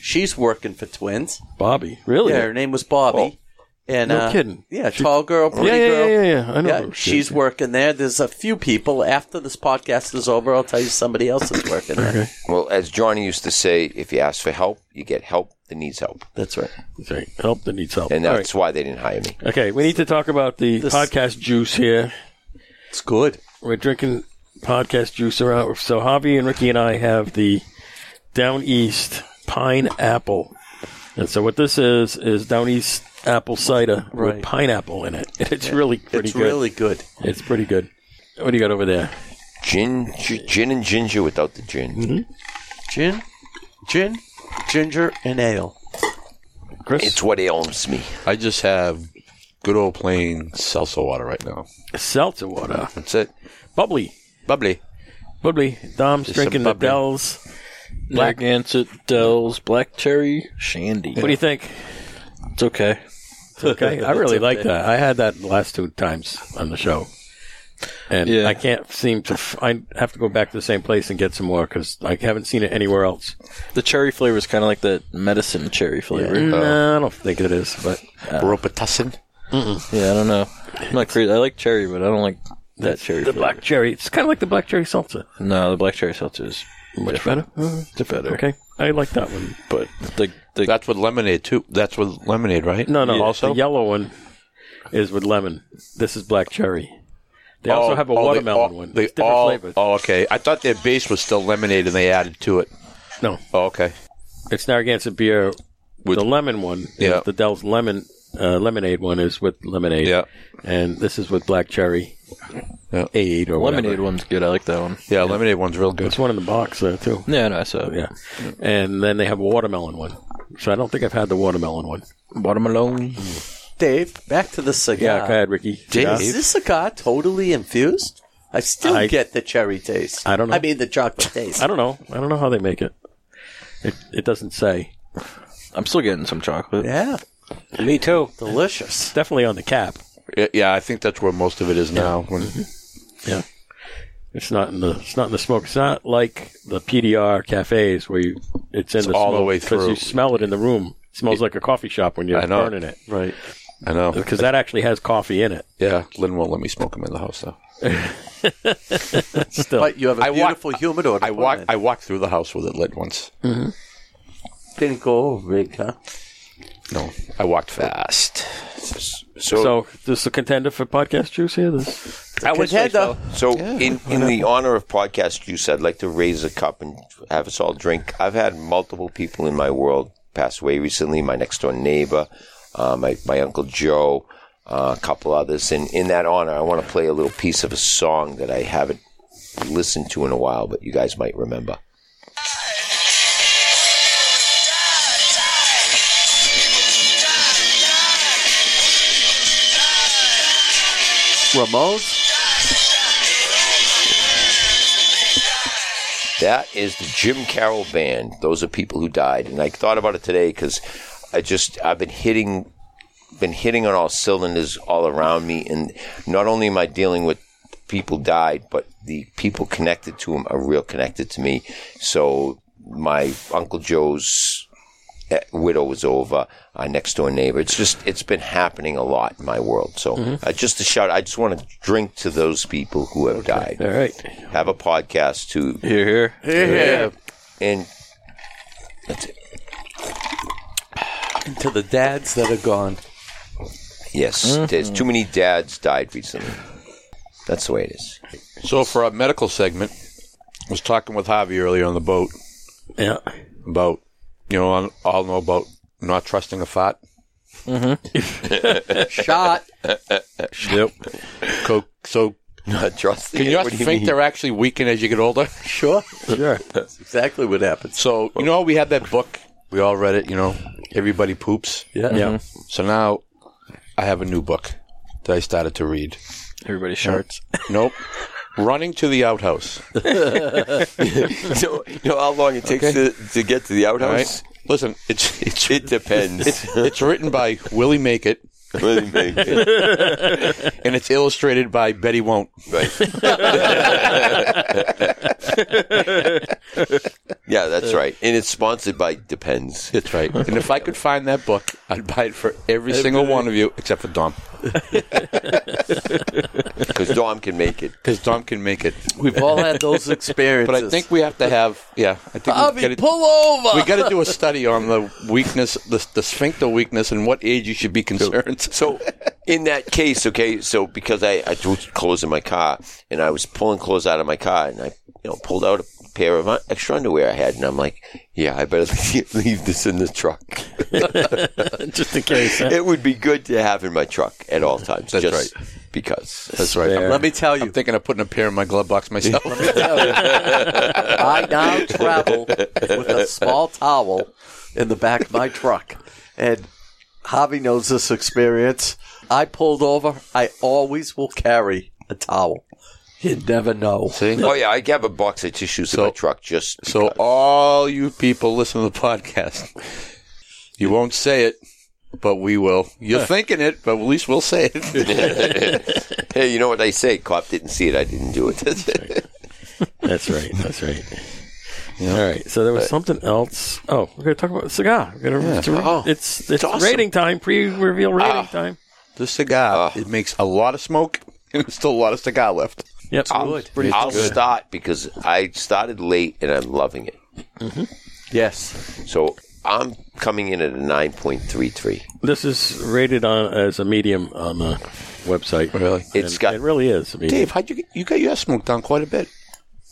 Speaker 2: She's working for Twins.
Speaker 1: Bobby. Really?
Speaker 2: Yeah, her name was Bobby. and
Speaker 1: Oh, no
Speaker 2: uh,
Speaker 1: kidding.
Speaker 2: Yeah,
Speaker 1: She-
Speaker 2: tall girl, pretty
Speaker 1: yeah, yeah,
Speaker 2: girl.
Speaker 1: yeah, yeah, yeah. I know
Speaker 2: Yeah,
Speaker 1: her.
Speaker 2: she's working there. There's a few people. After this podcast is over, I'll tell you somebody else is working there.
Speaker 4: Well, as Johnny used to say, if you ask for help, you get help that needs help,
Speaker 2: That's right.
Speaker 1: Sorry, help that needs help.
Speaker 4: and
Speaker 1: All
Speaker 4: that's why they didn't hire me.
Speaker 1: right. Okay, we need to talk about the podcast juice here.
Speaker 3: It's good.
Speaker 1: We're drinking podcast juice around. So Javi and Ricky and I have the Down East pineapple. And so what this is is Down East apple cider
Speaker 3: Right.
Speaker 1: with pineapple in it. <laughs> And it's really pretty
Speaker 3: it's
Speaker 1: good.
Speaker 3: really good.
Speaker 1: It's pretty good. What do you got over there?
Speaker 4: Gin, gi- gin and ginger without the gin.
Speaker 1: Mm-hmm.
Speaker 2: Gin, gin, ginger, and ale.
Speaker 1: Chris?
Speaker 4: It's what ails me.
Speaker 3: I just have good old plain salsa water right now.
Speaker 1: seltzer water.
Speaker 3: That's it.
Speaker 1: Bubbly.
Speaker 3: Bubbly.
Speaker 1: Bubbly. Dom's
Speaker 3: some
Speaker 1: drinking the
Speaker 3: bubbly.
Speaker 1: Dells.
Speaker 5: Black Ansett, Dells, Black Cherry, Shandy.
Speaker 1: What do you think?
Speaker 5: It's okay.
Speaker 1: It's okay. I really like that. I had that the last two times on the show. And
Speaker 5: Yeah.
Speaker 1: I can't seem to. F- I have to go back to the same place and get some more because I haven't seen it anywhere else.
Speaker 5: The cherry flavor is kind of like that medicine cherry flavor. Yeah.
Speaker 1: No, I don't think it is, but
Speaker 5: Uh,
Speaker 3: Robitussin.
Speaker 5: I don't know. I'm not crazy. I like cherry, but I don't like that cherry
Speaker 1: the
Speaker 5: flavor.
Speaker 1: black cherry. It's kind of like the black cherry seltzer.
Speaker 5: No, the black cherry seltzer is
Speaker 1: Much better.
Speaker 5: it's better.
Speaker 1: Okay, I like that one.
Speaker 5: But the, the
Speaker 3: That's with lemonade too. That's with lemonade, right?
Speaker 1: No, no.
Speaker 3: Also,
Speaker 1: the yellow one is with lemon. This is black cherry. They also have a watermelon
Speaker 3: Oh, they, all-
Speaker 1: one.
Speaker 3: They
Speaker 1: It's different
Speaker 3: all,
Speaker 1: flavors.
Speaker 3: Oh, okay. I thought their base was still lemonade, and they added to it.
Speaker 1: no,
Speaker 3: Oh, okay.
Speaker 1: it's Narragansett beer. With the lemon one,
Speaker 3: Yeah.
Speaker 1: The Dell's lemon uh, lemonade one is with lemonade.
Speaker 3: Yeah.
Speaker 1: And this is with black cherry.
Speaker 3: Yeah.
Speaker 1: Eight or whatever.
Speaker 5: lemonade one's good. I like that one.
Speaker 3: Yeah, lemonade one's real good.
Speaker 1: It's one in the box there too.
Speaker 5: Yeah, no, I saw it.
Speaker 1: Yeah. And then they have a watermelon one. So I don't think I've had the watermelon one.
Speaker 5: Watermelon.
Speaker 2: Dave, back to the cigar.
Speaker 1: Yeah, go ahead, Ricky.
Speaker 2: Dave,
Speaker 1: Yeah.
Speaker 2: is this cigar totally infused? I still
Speaker 1: I-
Speaker 2: get the cherry taste.
Speaker 1: I don't know.
Speaker 2: I mean, the chocolate taste.
Speaker 1: I don't know. I don't know how they make it. It, it doesn't say.
Speaker 5: I'm still getting some chocolate.
Speaker 2: yeah,
Speaker 8: Me too.
Speaker 2: delicious.
Speaker 1: Definitely on the cap.
Speaker 3: Yeah, yeah, I think that's where most of it is now. When,
Speaker 5: Mm-hmm.
Speaker 1: Yeah. It's not in the it's not in the smoke. It's not like the PDR cafes where you it's in the
Speaker 3: all the
Speaker 1: smoke
Speaker 3: way through.
Speaker 1: you smell it in the room. It smells like a coffee shop when you're
Speaker 3: I know.
Speaker 1: burning it
Speaker 2: Right.
Speaker 3: I know.
Speaker 1: because that actually has coffee in it.
Speaker 3: Yeah, Lynn won't let me smoke them in the house though.
Speaker 1: Still,
Speaker 2: But you have a
Speaker 3: I walk-
Speaker 2: beautiful humidor.
Speaker 3: I walked. I walked through the house with it lit once.
Speaker 5: Mm.
Speaker 2: didn't go over it, huh?
Speaker 3: No, I walked fast.
Speaker 4: So, so,
Speaker 1: so this is a contender for podcast juice here. This
Speaker 4: I was
Speaker 2: Contender.
Speaker 4: in, in the honor of podcast juice, I'd like to raise a cup and have us all drink. I've had multiple people in my world pass away recently. My next door neighbor, uh, my my uncle Joe, uh, a couple others, and in that honor, I want to play a little piece of a song that I haven't listened to in a while, but you guys might remember.
Speaker 2: Ramones.
Speaker 4: That is the Jim Carroll Band. Those are people who died, and I thought about it today because I just I've been hitting, been hitting on all cylinders all around me, and not only am I dealing with people died, but the people connected to them are real connected to me. So my uncle Joe's eh, widow was over, our next door neighbor. It's just it's been happening a lot in my world. So uh, just a shout. I just want to drink to those people who have died.
Speaker 1: all right.
Speaker 4: Have a podcast to
Speaker 5: Here, here.
Speaker 4: and that's it.
Speaker 2: And to the dads that are gone.
Speaker 4: Yes, there's too many dads died recently. That's the way it <laughs> is.
Speaker 3: So for our medical segment, I was talking with Javi earlier on the boat
Speaker 1: Yeah.
Speaker 3: about you know I all know about not trusting a fat
Speaker 4: <laughs>
Speaker 2: Shot.
Speaker 1: Yep.
Speaker 3: coke. So
Speaker 4: Not trusting.
Speaker 3: can
Speaker 4: it.
Speaker 3: you
Speaker 4: What do
Speaker 3: think
Speaker 4: mean?
Speaker 3: they're actually weakened as you get older?
Speaker 2: Sure.
Speaker 1: Sure.
Speaker 2: That's exactly what happens.
Speaker 3: So you know we had that book. We all read it. You know everybody poops. Mm-hmm.
Speaker 2: Yeah.
Speaker 1: Yeah.
Speaker 3: So now I have a new book that I started to read.
Speaker 5: Everybody sharts.
Speaker 4: <laughs>
Speaker 3: Nope. Running to the outhouse.
Speaker 4: know, you know how long it takes
Speaker 3: Okay.
Speaker 4: to, to get to the
Speaker 3: All right.
Speaker 4: outhouse?
Speaker 3: Listen, it's it's
Speaker 4: <laughs> It depends.
Speaker 3: it's, it's written by Willie Make It,
Speaker 4: Really make it.
Speaker 3: and it's illustrated by Betty Won't.
Speaker 4: Right. yeah, that's right. And it's sponsored by Depends.
Speaker 3: That's right. And if I could find that book, I'd buy it for every single one of you except for Dom,
Speaker 4: Because Dom can make it.
Speaker 3: because Dom can make it.
Speaker 2: We've all had those experiences.
Speaker 3: <laughs> But I think we have to have. Yeah, I think
Speaker 2: Bobby,
Speaker 3: we gotta-
Speaker 2: pull over.
Speaker 3: we got to do a <laughs> study on the weakness, the, the sphincter weakness, and what age you should be concerned.
Speaker 4: So in that case, okay, so because I, I threw clothes in my car and I was pulling clothes out of my car and I you know pulled out a pair of uh, extra underwear I had and I'm like, yeah, I better <laughs> leave this in the truck.
Speaker 1: <laughs> just in case. huh?
Speaker 4: It would be good to have in my truck at all times.
Speaker 3: That's
Speaker 4: just Because
Speaker 3: That's right.
Speaker 1: Fair.
Speaker 2: Let me tell
Speaker 3: I'm
Speaker 2: you,
Speaker 3: thinking of putting a pair in my glove box myself. <laughs>
Speaker 2: I now travel with a small towel in the back of my truck. And Javi knows this experience. I pulled over, I always will carry a towel. You never know.
Speaker 3: See?
Speaker 4: Oh yeah, I have a box of tissues in my truck just
Speaker 3: So all you people listen to the podcast, you won't say it, but we will. You're thinking it, but at least we'll say it.
Speaker 4: hey, you know what they say? Cop didn't see it. I didn't do it.
Speaker 1: That's right. That's right. All right. So there was something else. Oh, we're going to talk about cigar. We're gonna, it's, Oh, it's Ah. it's rating time. Pre-reveal rating time.
Speaker 3: the cigar, it makes a lot of smoke, <laughs> and there's still a lot of cigar left.
Speaker 1: Yep.
Speaker 4: I'll start because I started late and I'm loving it.
Speaker 1: Mm-hmm.
Speaker 2: Yes.
Speaker 4: So I'm coming in at a nine point three three.
Speaker 1: This is rated on as a medium on the website. Really?
Speaker 4: It's got-
Speaker 1: It really is. a medium.
Speaker 3: Dave, how'd you get, you got your smoke down quite a bit?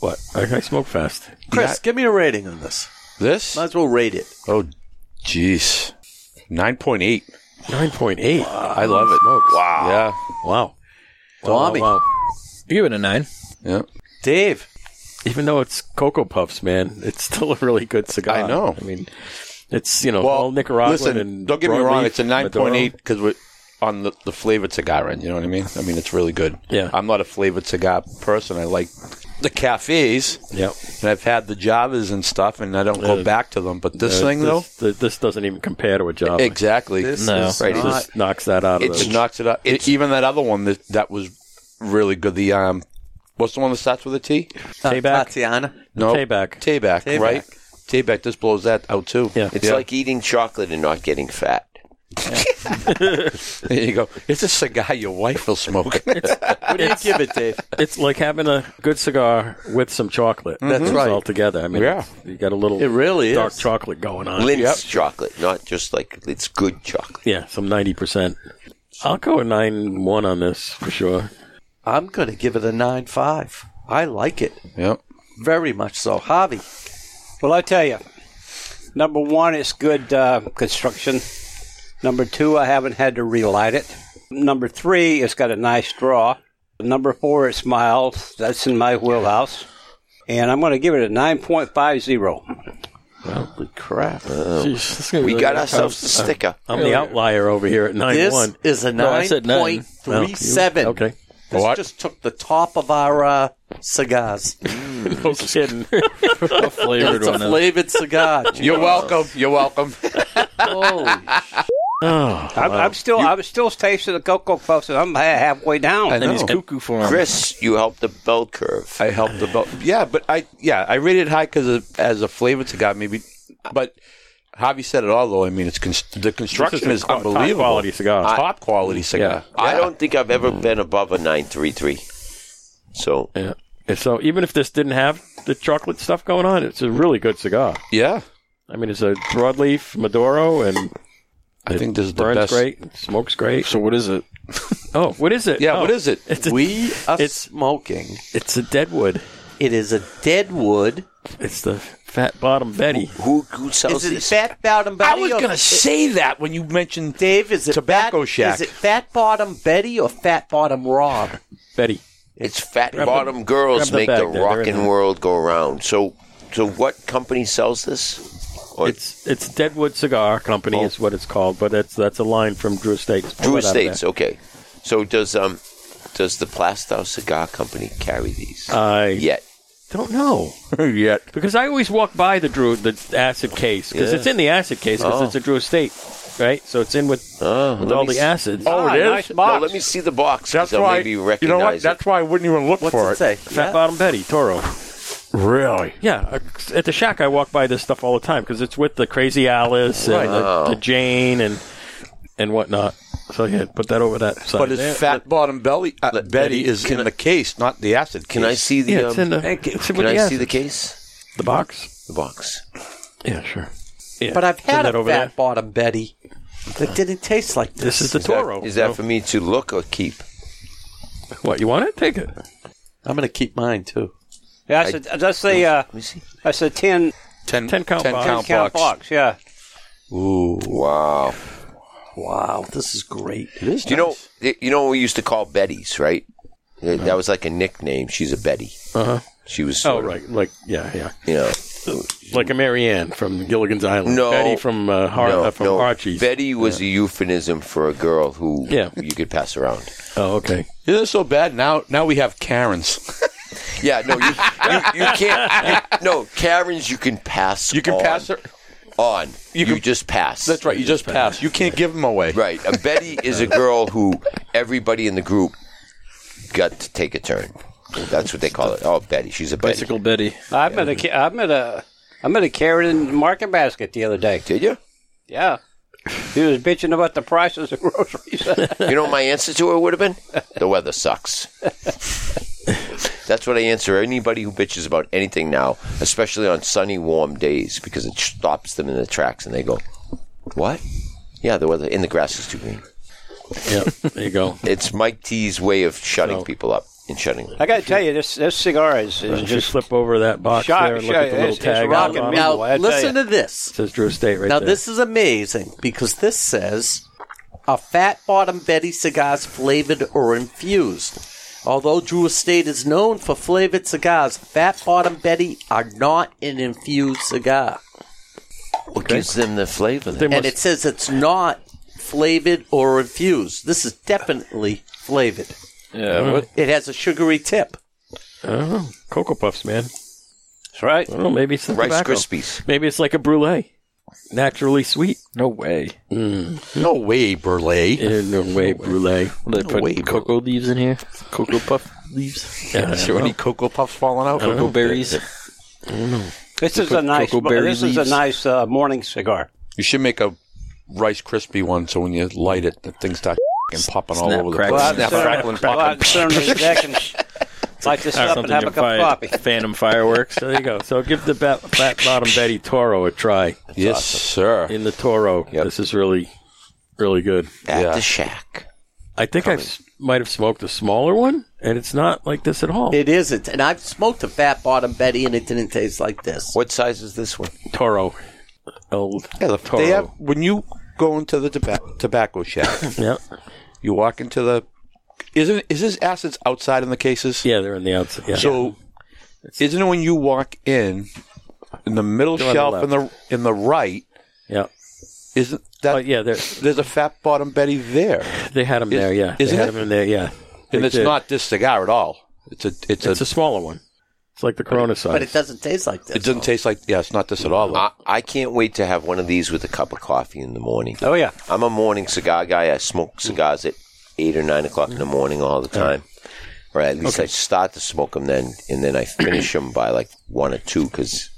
Speaker 1: What? I, I smoke fast.
Speaker 2: Chris, give me a rating on this.
Speaker 3: This?
Speaker 2: Might as well rate it.
Speaker 3: Oh, jeez. 9.8.
Speaker 1: Nine point eight.
Speaker 3: I love it. Wow.
Speaker 1: Wow.
Speaker 2: Tommy.
Speaker 1: Wow, wow.
Speaker 5: Give it a nine.
Speaker 3: Yeah. Yeah.
Speaker 2: Dave.
Speaker 1: Even though it's Cocoa Puffs, man, it's <laughs> still a really good cigar.
Speaker 3: I know.
Speaker 1: I mean, it's you know all Nicaraguan
Speaker 3: listen,
Speaker 1: and
Speaker 3: don't get me wrong.
Speaker 1: broadleaf
Speaker 3: It's a
Speaker 1: Maduro. Uh,
Speaker 3: 9.8 because we're on the, the flavored cigar end. You know what I mean? I mean, it's really good.
Speaker 1: Yeah.
Speaker 3: I'm not a flavored cigar person. I like the cafes.
Speaker 1: Yep.
Speaker 3: And I've had the Javas and stuff, and I don't go back to them. But this
Speaker 1: Uh,
Speaker 3: thing, though,
Speaker 1: th- this doesn't even compare to a job.
Speaker 3: exactly.
Speaker 2: This
Speaker 5: No.
Speaker 2: is
Speaker 4: Right,
Speaker 1: It
Speaker 2: not.
Speaker 1: just knocks that out of
Speaker 4: It's
Speaker 1: the.
Speaker 3: It knocks it out. It, even that other one that, that was really good. The, um, what's the one that starts with a T?
Speaker 1: Payback?
Speaker 2: Tatiana.
Speaker 3: No.
Speaker 1: Tayback.
Speaker 3: Tayback,
Speaker 2: Tayback.
Speaker 3: right? Tayback, this blows that out, too.
Speaker 1: Yeah.
Speaker 4: It's like eating chocolate and not getting fat.
Speaker 3: <laughs> There you go. It's a cigar your wife
Speaker 1: <laughs>
Speaker 3: will smoke. <laughs>
Speaker 2: What do you give it, Dave?
Speaker 1: It's like having a good cigar with some chocolate. That's
Speaker 2: Mm-hmm. right.
Speaker 1: All together. I mean,
Speaker 3: Yeah.
Speaker 1: it's- you got a little
Speaker 2: It really is.
Speaker 1: dark chocolate going on.
Speaker 4: Lint's chocolate, not just like it's good chocolate.
Speaker 1: Yeah, some ninety percent. I'll go a nine one on this for sure.
Speaker 2: I'm going to give it a 9.5. I like it
Speaker 3: yep.
Speaker 2: very much so. Hobby.
Speaker 8: Well, I tell you, number one, it's good uh, construction. Number two, I haven't had to relight it. Number three, it's got a nice draw. Number four, it's mild. That's in my wheelhouse. And I'm going to give it a 9.50.
Speaker 2: Holy crap.
Speaker 1: Jeez, this gonna
Speaker 4: We
Speaker 1: be-
Speaker 4: got ourselves a sticker.
Speaker 1: I'm the outlier over here at nine
Speaker 2: This
Speaker 1: one.
Speaker 2: is a
Speaker 5: No, I said nine. Oh,
Speaker 2: 9.37. <laughs>
Speaker 1: Okay.
Speaker 2: This
Speaker 3: What?
Speaker 2: just took the top of our uh, cigars.
Speaker 1: No <laughs> kidding.
Speaker 5: What flavor
Speaker 2: It's
Speaker 5: do I
Speaker 2: a
Speaker 5: know? <laughs>
Speaker 2: flavored cigar.
Speaker 3: <laughs> You're welcome. You're welcome.
Speaker 2: Holy
Speaker 1: Oh,
Speaker 8: I'm, I'm still I'm still tasting the Cocoa Puffs, and I'm ha- halfway down.
Speaker 5: And he's
Speaker 3: No.
Speaker 5: cuckoo for him.
Speaker 4: Chris, you helped the bell curve.
Speaker 3: I helped the boat. Yeah, but I yeah I rated it high because as a flavor cigar maybe, but Javi said it all though. I mean, it's const- the construction is,
Speaker 1: top
Speaker 3: unbelievable.
Speaker 1: quality cigar.
Speaker 3: I- top quality cigar.
Speaker 4: I don't think I've ever been above a nine three three. So
Speaker 1: yeah. And so even if this didn't have the chocolate stuff going on, it's a really good cigar.
Speaker 3: Yeah,
Speaker 1: I mean, it's a broadleaf Maduro and
Speaker 3: I think this is the
Speaker 1: burns
Speaker 3: best.
Speaker 1: great, smokes great.
Speaker 5: So what is it?
Speaker 1: <laughs> Oh, what is it?
Speaker 3: Yeah,
Speaker 1: Oh,
Speaker 3: what is it?
Speaker 1: It's a,
Speaker 2: we are
Speaker 1: It's-
Speaker 2: smoking.
Speaker 1: it's a Deadwood.
Speaker 2: It is a Deadwood.
Speaker 1: It's the fat bottom Betty.
Speaker 4: who who sells
Speaker 2: Is it
Speaker 4: these?
Speaker 2: fat bottom
Speaker 3: <laughs> I
Speaker 2: Betty?
Speaker 3: was
Speaker 2: or-
Speaker 3: gonna say that when you <laughs> mentioned
Speaker 2: Dave, is it
Speaker 3: Tobacco
Speaker 2: fat,
Speaker 3: Shack.
Speaker 2: Is it fat bottom Betty or fat bottom Rob?
Speaker 1: Betty.
Speaker 4: It's fat
Speaker 1: Grab the-
Speaker 4: bottom
Speaker 1: grab
Speaker 4: girls
Speaker 1: the
Speaker 4: make
Speaker 1: bag
Speaker 4: the
Speaker 1: there, they're in
Speaker 4: rockin'
Speaker 1: there.
Speaker 4: world go round. So, so what company sells this? Or
Speaker 1: It's it's Deadwood Cigar Company
Speaker 3: Oh.
Speaker 1: is what it's called, but that's that's a line from Drew Estates.
Speaker 4: Drew
Speaker 1: Right out of
Speaker 4: Estates.
Speaker 1: there.
Speaker 4: Okay. So does um does the Plastow Cigar Company carry these
Speaker 1: Uh, I
Speaker 4: yet?
Speaker 1: don't know
Speaker 3: yet.
Speaker 1: because I always walk by the Drew the acid case because it's in the acid case because
Speaker 3: Oh.
Speaker 1: it's a Drew Estate, right? So it's in with, with all the acids.
Speaker 3: Oh, it is.
Speaker 8: nice
Speaker 4: No,
Speaker 8: box.
Speaker 4: let me see the box.
Speaker 3: That's
Speaker 4: 'cause I'll
Speaker 3: why
Speaker 4: maybe
Speaker 3: you know what.
Speaker 4: recognize
Speaker 3: That's why I wouldn't even look
Speaker 2: What's
Speaker 3: for
Speaker 2: it say?
Speaker 1: Fat Bottom Betty Toro.
Speaker 3: Really?
Speaker 1: Yeah, uh, at the shack I walk by this stuff all the time because it's with the Crazy Alice and the, the Jane and and whatnot. So yeah, put that over that. Side
Speaker 3: But his
Speaker 1: there.
Speaker 3: fat bottom belly uh, Betty is in the case, not the acid.
Speaker 4: Can I
Speaker 3: case.
Speaker 4: see the?
Speaker 1: Yeah, it's
Speaker 4: um,
Speaker 1: in the. it's
Speaker 4: Can
Speaker 1: with
Speaker 4: I
Speaker 1: the
Speaker 4: see the
Speaker 1: acid.
Speaker 4: case?
Speaker 1: the box?
Speaker 4: The box.
Speaker 1: Yeah, sure.
Speaker 2: But I've
Speaker 1: Send
Speaker 2: had a
Speaker 1: that
Speaker 2: fat
Speaker 1: over there.
Speaker 2: bottom Betty. It didn't taste like this.
Speaker 5: This is the
Speaker 3: Oh,
Speaker 5: Toro.
Speaker 4: Is that for me to look or keep?
Speaker 1: Oh, What you want it? Take it.
Speaker 2: I'm going to keep mine too.
Speaker 8: Yeah, that's, a, that's the uh,
Speaker 4: Let me see.
Speaker 8: that's a 10,
Speaker 3: 10,
Speaker 1: 10 count box.
Speaker 3: count box.
Speaker 8: count box. Yeah,
Speaker 4: Ooh, wow.
Speaker 2: Wow, this is great. It is.
Speaker 4: Do you know? You know what we used to call Betty's, right? That
Speaker 1: Uh-huh.
Speaker 4: that was like a nickname. She's a Betty.
Speaker 1: Uh huh.
Speaker 4: She was.
Speaker 1: Oh,
Speaker 4: Sort
Speaker 1: right. Like yeah, yeah.
Speaker 4: Of, you know,
Speaker 1: Like a Marianne from Gilligan's Island.
Speaker 4: No.
Speaker 1: Betty from uh, Har-
Speaker 4: no,
Speaker 1: uh, from
Speaker 4: no.
Speaker 1: Archie's.
Speaker 4: Betty was a euphemism for a girl who
Speaker 1: Yeah.
Speaker 4: you could pass around.
Speaker 1: oh, okay.
Speaker 3: Yeah, that's so bad. Now now we have Karen's.
Speaker 4: Yeah, no, you, you, you can't. You, no, Karen's you can pass.
Speaker 3: You
Speaker 1: Oh,
Speaker 3: can
Speaker 4: on,
Speaker 3: pass her.
Speaker 4: on. You,
Speaker 3: can-
Speaker 4: just pass.
Speaker 3: That's right. You just pass. You can't give them away.
Speaker 4: Right. A Betty is a girl who everybody in the group got to take a turn. That's what they call it. Oh, Betty. She's a Betty.
Speaker 5: Bicycle Betty.
Speaker 8: I met a ca- I met a I met a Karen in the market basket the other day.
Speaker 4: Did you?
Speaker 8: Yeah, he was bitching about the <laughs> prices of groceries.
Speaker 4: You know what my answer to her would have been? The weather sucks. That's what I answer anybody who bitches about anything now, especially on sunny, warm days, because it stops them in their tracks and they go, What? Yeah, the weather, and the grass is too green.
Speaker 1: Yeah. there you go.
Speaker 4: It's Mike T's way of shutting
Speaker 1: So-
Speaker 4: people up and shutting them.
Speaker 8: I got to tell you, this this cigar is, is
Speaker 1: Just,
Speaker 8: just
Speaker 1: flip over that box
Speaker 8: Shot-
Speaker 1: there and look
Speaker 8: shot-
Speaker 1: at the little
Speaker 8: it's- it's
Speaker 1: tag.
Speaker 8: rocking
Speaker 1: on it.
Speaker 8: me.
Speaker 2: Now,
Speaker 8: Boy, I tell
Speaker 2: listen
Speaker 8: ya.
Speaker 2: to this.
Speaker 1: It says Drew Estate right
Speaker 2: Now,
Speaker 1: there.
Speaker 2: this is amazing because this says a fat bottom Betty cigars flavored or infused. Although Drew Estate is known for flavored cigars, Fat Bottom Betty are not an infused cigar.
Speaker 4: What gives them the flavor? then?
Speaker 1: They
Speaker 2: and it says it's not flavored or infused. This is definitely flavored. Mm.
Speaker 5: Yeah, what?
Speaker 2: It has a sugary tip.
Speaker 1: oh, Cocoa Puffs, man.
Speaker 8: that's right.
Speaker 1: I don't know. Maybe it's the
Speaker 4: Rice
Speaker 1: tobacco.
Speaker 4: Krispies.
Speaker 1: Maybe it's like a brulee, naturally sweet.
Speaker 5: No way.
Speaker 3: No way, Burley.
Speaker 1: No way, brulee.
Speaker 5: Will they put
Speaker 3: way, bro.
Speaker 5: cocoa leaves in here? Cocoa puff leaves?
Speaker 1: Yeah,
Speaker 3: Is there any cocoa puffs falling out?
Speaker 5: Cocoa berries?
Speaker 8: This is a nice
Speaker 5: cocoa berry
Speaker 8: this is a
Speaker 5: leaves.
Speaker 8: nice uh, morning cigar.
Speaker 3: You should make a Rice crispy one, so when you light it, the thing starts <laughs> and popping all
Speaker 5: Snap,
Speaker 3: over the
Speaker 5: crack,
Speaker 3: place.
Speaker 5: snap,
Speaker 3: Snap,
Speaker 8: Sit on-
Speaker 3: crackle, and
Speaker 8: go out
Speaker 3: popping.
Speaker 8: and sit on the deck and light this
Speaker 1: Or
Speaker 8: up and
Speaker 1: something
Speaker 8: have
Speaker 1: to
Speaker 8: a cup of
Speaker 1: fire-
Speaker 8: coffee.
Speaker 5: Phantom fireworks?
Speaker 1: So there you go. So give the bat, fat bottom Betty Toro a try
Speaker 3: Yes, sir.
Speaker 1: in the Toro.
Speaker 4: Yep.
Speaker 1: This is really, really good.
Speaker 4: At
Speaker 3: Yeah.
Speaker 4: the shack.
Speaker 1: I think I might have smoked a smaller one, and it's not like this at all.
Speaker 2: It isn't. And I've smoked a Fat Bottom Betty and it didn't taste like this.
Speaker 4: What size is this one?
Speaker 1: Toro, old
Speaker 3: Yeah, the-
Speaker 1: Toro.
Speaker 3: they have, when you go into the toba- tobacco
Speaker 1: <laughs>
Speaker 3: shack,
Speaker 1: yeah,
Speaker 3: you walk into the. Isn't is this acids outside in the cases?
Speaker 1: yeah, they're in the outside. Yeah.
Speaker 3: So, isn't it when you walk in, in the middle
Speaker 1: They're on the
Speaker 3: shelf in the in the right?
Speaker 1: yeah,
Speaker 3: Isn't that
Speaker 1: oh, yeah, they're,
Speaker 3: There's a fat bottom Betty there,
Speaker 1: they had them
Speaker 3: Is-
Speaker 1: there. Yeah, they
Speaker 3: isn't
Speaker 1: had
Speaker 3: it?
Speaker 1: them in there. Yeah,
Speaker 3: and
Speaker 1: They
Speaker 3: it's
Speaker 1: did.
Speaker 3: not this cigar at all. It's a it's,
Speaker 1: It's
Speaker 3: a,
Speaker 1: a smaller one. It's like the Corona size.
Speaker 2: But it doesn't taste like this.
Speaker 3: it doesn't taste like yeah. It's not this at all. though.
Speaker 4: I, I can't wait to have one of these with a cup of coffee in the morning.
Speaker 8: Oh yeah,
Speaker 4: I'm a morning cigar guy. I smoke
Speaker 1: Hmm.
Speaker 4: cigars at eight or nine o'clock in the morning all the time, or at least I start to smoke them then, and then
Speaker 1: <clears throat>
Speaker 4: I finish them by like one or two. Because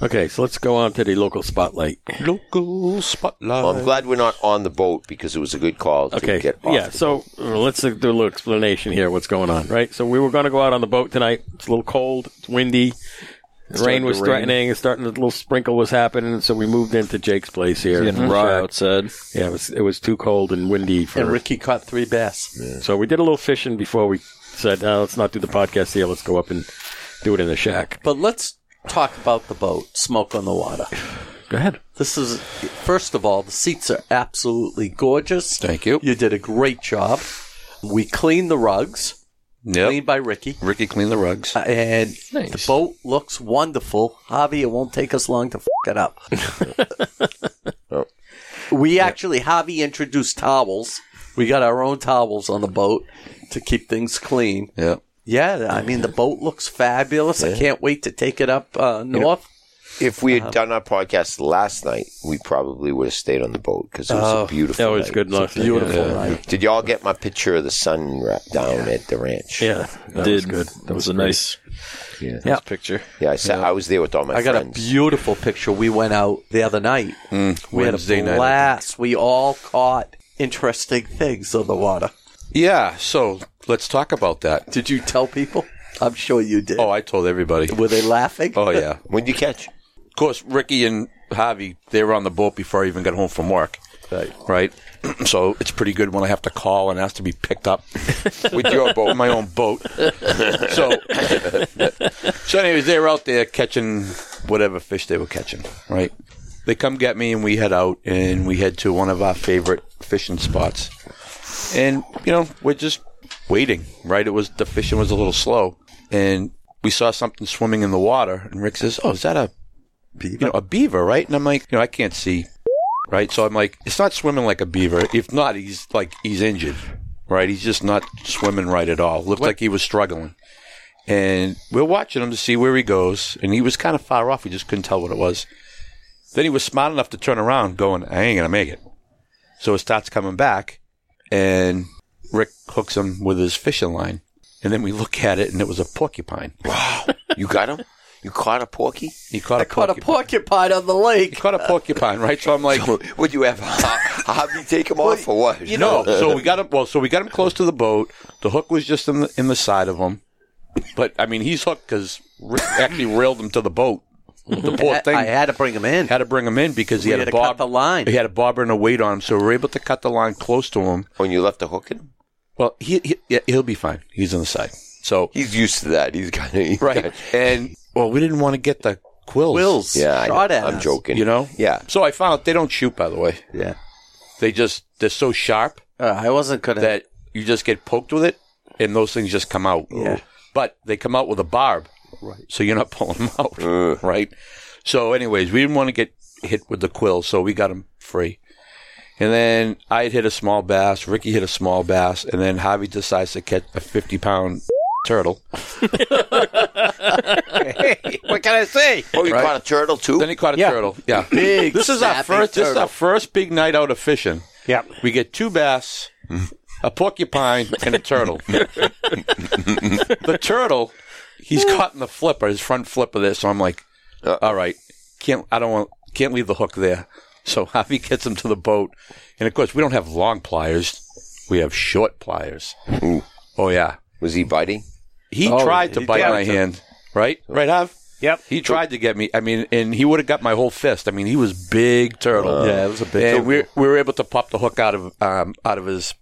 Speaker 1: Okay, so let's go on to the local spotlight.
Speaker 3: Local spotlight.
Speaker 4: I'm glad we're not on the boat because it was a good call to
Speaker 1: Okay.
Speaker 4: get off.
Speaker 1: Yeah. So uh, let's uh, do a little explanation here. What's going on, right? So we were going to go out on the boat tonight. It's a little cold. It's windy. The rain was
Speaker 5: to rain.
Speaker 1: threatening. It's starting. A little sprinkle was happening. So we moved into Jake's place here.
Speaker 5: Getting raw outside.
Speaker 1: Yeah. It was. It was too cold and windy for.
Speaker 2: and Ricky caught three bass.
Speaker 1: so we did a little fishing before we said, no, "Let's not do the podcast here. Let's go up and do it in the shack."
Speaker 2: But let's talk about the boat, Smoke on the Water.
Speaker 1: Go ahead.
Speaker 2: This is, first of all, the seats are absolutely gorgeous.
Speaker 3: Thank you.
Speaker 2: You did a great job. We cleaned the rugs,
Speaker 3: Yep.
Speaker 2: cleaned by Ricky,
Speaker 3: Ricky cleaned the rugs.
Speaker 2: and the
Speaker 1: Nice.
Speaker 2: boat looks wonderful. Javi, it won't take us long to f it
Speaker 3: <laughs>
Speaker 2: up.
Speaker 3: Oh.
Speaker 2: we actually, Javi introduced towels. We got our own towels on the boat to keep things clean.
Speaker 3: Yeah.
Speaker 2: Yeah, I mean, the boat looks fabulous. I can't wait to take it up uh, north.
Speaker 4: If we had
Speaker 1: Uh-huh.
Speaker 4: done our podcast last night, we probably would have stayed on the boat because it was a beautiful.
Speaker 1: Oh, That was
Speaker 4: night.
Speaker 1: good luck.
Speaker 2: Beautiful
Speaker 1: Yeah.
Speaker 2: night.
Speaker 4: Did y'all get my picture of the sun ra- down at the ranch?
Speaker 1: Yeah. That
Speaker 5: Did.
Speaker 1: was good.
Speaker 5: That was a nice, nice picture.
Speaker 4: yeah. I, sat, I was there with all my
Speaker 2: I got a
Speaker 4: friends.
Speaker 2: beautiful picture. We went out the other night. we
Speaker 3: Mm, Wednesday
Speaker 2: had
Speaker 3: night, I
Speaker 2: a
Speaker 3: think.
Speaker 2: blast. we all caught interesting things on the water.
Speaker 3: Yeah. So let's talk about that.
Speaker 2: Did you tell people? I'm sure you did.
Speaker 3: Oh, I told everybody.
Speaker 2: Were they laughing?
Speaker 3: Oh
Speaker 2: <laughs>
Speaker 3: yeah.
Speaker 4: When'd you catch?
Speaker 3: Of course, Ricky and Javi they were on the boat before I even got home from work.
Speaker 2: Right.
Speaker 3: right? <clears throat> So it's pretty good when I have to call and ask to be picked up with your boat, my own boat. <laughs> So, <laughs> so anyways, they were out there catching whatever fish they were catching, right? They come get me and we head out and we head to one of our favorite fishing spots. And, you know, we're just waiting, right? It was, the fishing was a little slow and we saw something swimming in the water and Rick says, Oh, is that a, you know, a beaver, right? And I'm like, you know, I can't see right? So I'm like, it's not swimming like a beaver. If not, he's like he's injured, right? He's just not swimming right at all. Looked like he was struggling, and we're watching him to see where he goes. And he was kind of far off. We just couldn't tell what it was. Then he was smart enough to turn around, going, "I ain't gonna make it." So it starts coming back, and Rick hooks him with his fishing line. And then we look at it, and it was a porcupine.
Speaker 4: You got him? You caught a porky?
Speaker 3: He caught a
Speaker 2: Caught a
Speaker 3: porcupine.
Speaker 2: porcupine on the
Speaker 3: He
Speaker 2: lake.
Speaker 3: caught a porcupine, right? So
Speaker 2: <laughs>
Speaker 3: I'm like,
Speaker 4: Would you <laughs> have Hobby take him off or what? You
Speaker 3: no, so we got him. Well, so we got him close to the boat. The hook was just in the in the side of him, but I mean he's hooked because actually railed him to the boat.
Speaker 2: <laughs>
Speaker 3: The poor thing
Speaker 2: I had to bring him in.
Speaker 3: had to bring him in because he
Speaker 2: We
Speaker 3: had,
Speaker 2: had
Speaker 3: a
Speaker 2: to cut
Speaker 3: bob-
Speaker 2: the line.
Speaker 3: He had a bobber and a weight on him, so we were able to cut the line close to him.
Speaker 4: <laughs> when you left the hook in?
Speaker 3: Well, he, he yeah, he'll be fine. He's on the side.
Speaker 2: <laughs>
Speaker 3: So
Speaker 4: He's used to that. He's kind of
Speaker 3: right, and well, we didn't want to get the quills.
Speaker 2: Wills
Speaker 4: <laughs> Yeah, I,
Speaker 2: shot at
Speaker 4: am
Speaker 2: us.
Speaker 4: joking.
Speaker 3: you know.
Speaker 4: Yeah.
Speaker 3: So I found out they don't shoot. By the way,
Speaker 2: Yeah.
Speaker 3: they just they're so sharp.
Speaker 2: Uh, I wasn't gonna.
Speaker 3: that you just get poked with it, and those things just come out.
Speaker 2: Yeah.
Speaker 3: But they come out with a barb, right? So you're not <laughs> pulling them out, right? So, anyways, we didn't want to get hit with the quill, so we got them free. And then I had hit a small bass, Ricky hit a small bass, and then Javi decides to catch a 50 pound turtle.
Speaker 8: what can I say?
Speaker 4: Oh, you caught a turtle too?
Speaker 3: Then he caught a
Speaker 8: Yeah.
Speaker 3: turtle. Yeah.
Speaker 2: <laughs> Big
Speaker 3: This is our
Speaker 2: snapping
Speaker 3: first. This is
Speaker 2: turtle.
Speaker 3: our first big night out of fishing.
Speaker 8: Yeah.
Speaker 3: We get two bass, a porcupine, and a turtle. the turtle, he's caught in the flipper, his front flipper there. So I'm like, all right, can't I don't want can't leave the hook there. So <laughs> Javi gets him to the boat, and of course we don't have long pliers, we have short pliers.
Speaker 4: Ooh.
Speaker 3: Oh yeah,
Speaker 4: Was he biting?
Speaker 3: he
Speaker 2: Oh,
Speaker 3: tried to
Speaker 2: he
Speaker 3: bite
Speaker 2: tried
Speaker 3: my
Speaker 2: to.
Speaker 3: hand, right? Right, Jav.
Speaker 8: Yep.
Speaker 3: He tried to get me. I mean, and he would have got my whole fist. I mean, he was big turtle.
Speaker 2: Yeah, it was a big
Speaker 3: And we we were able to pop the hook out of um, out of his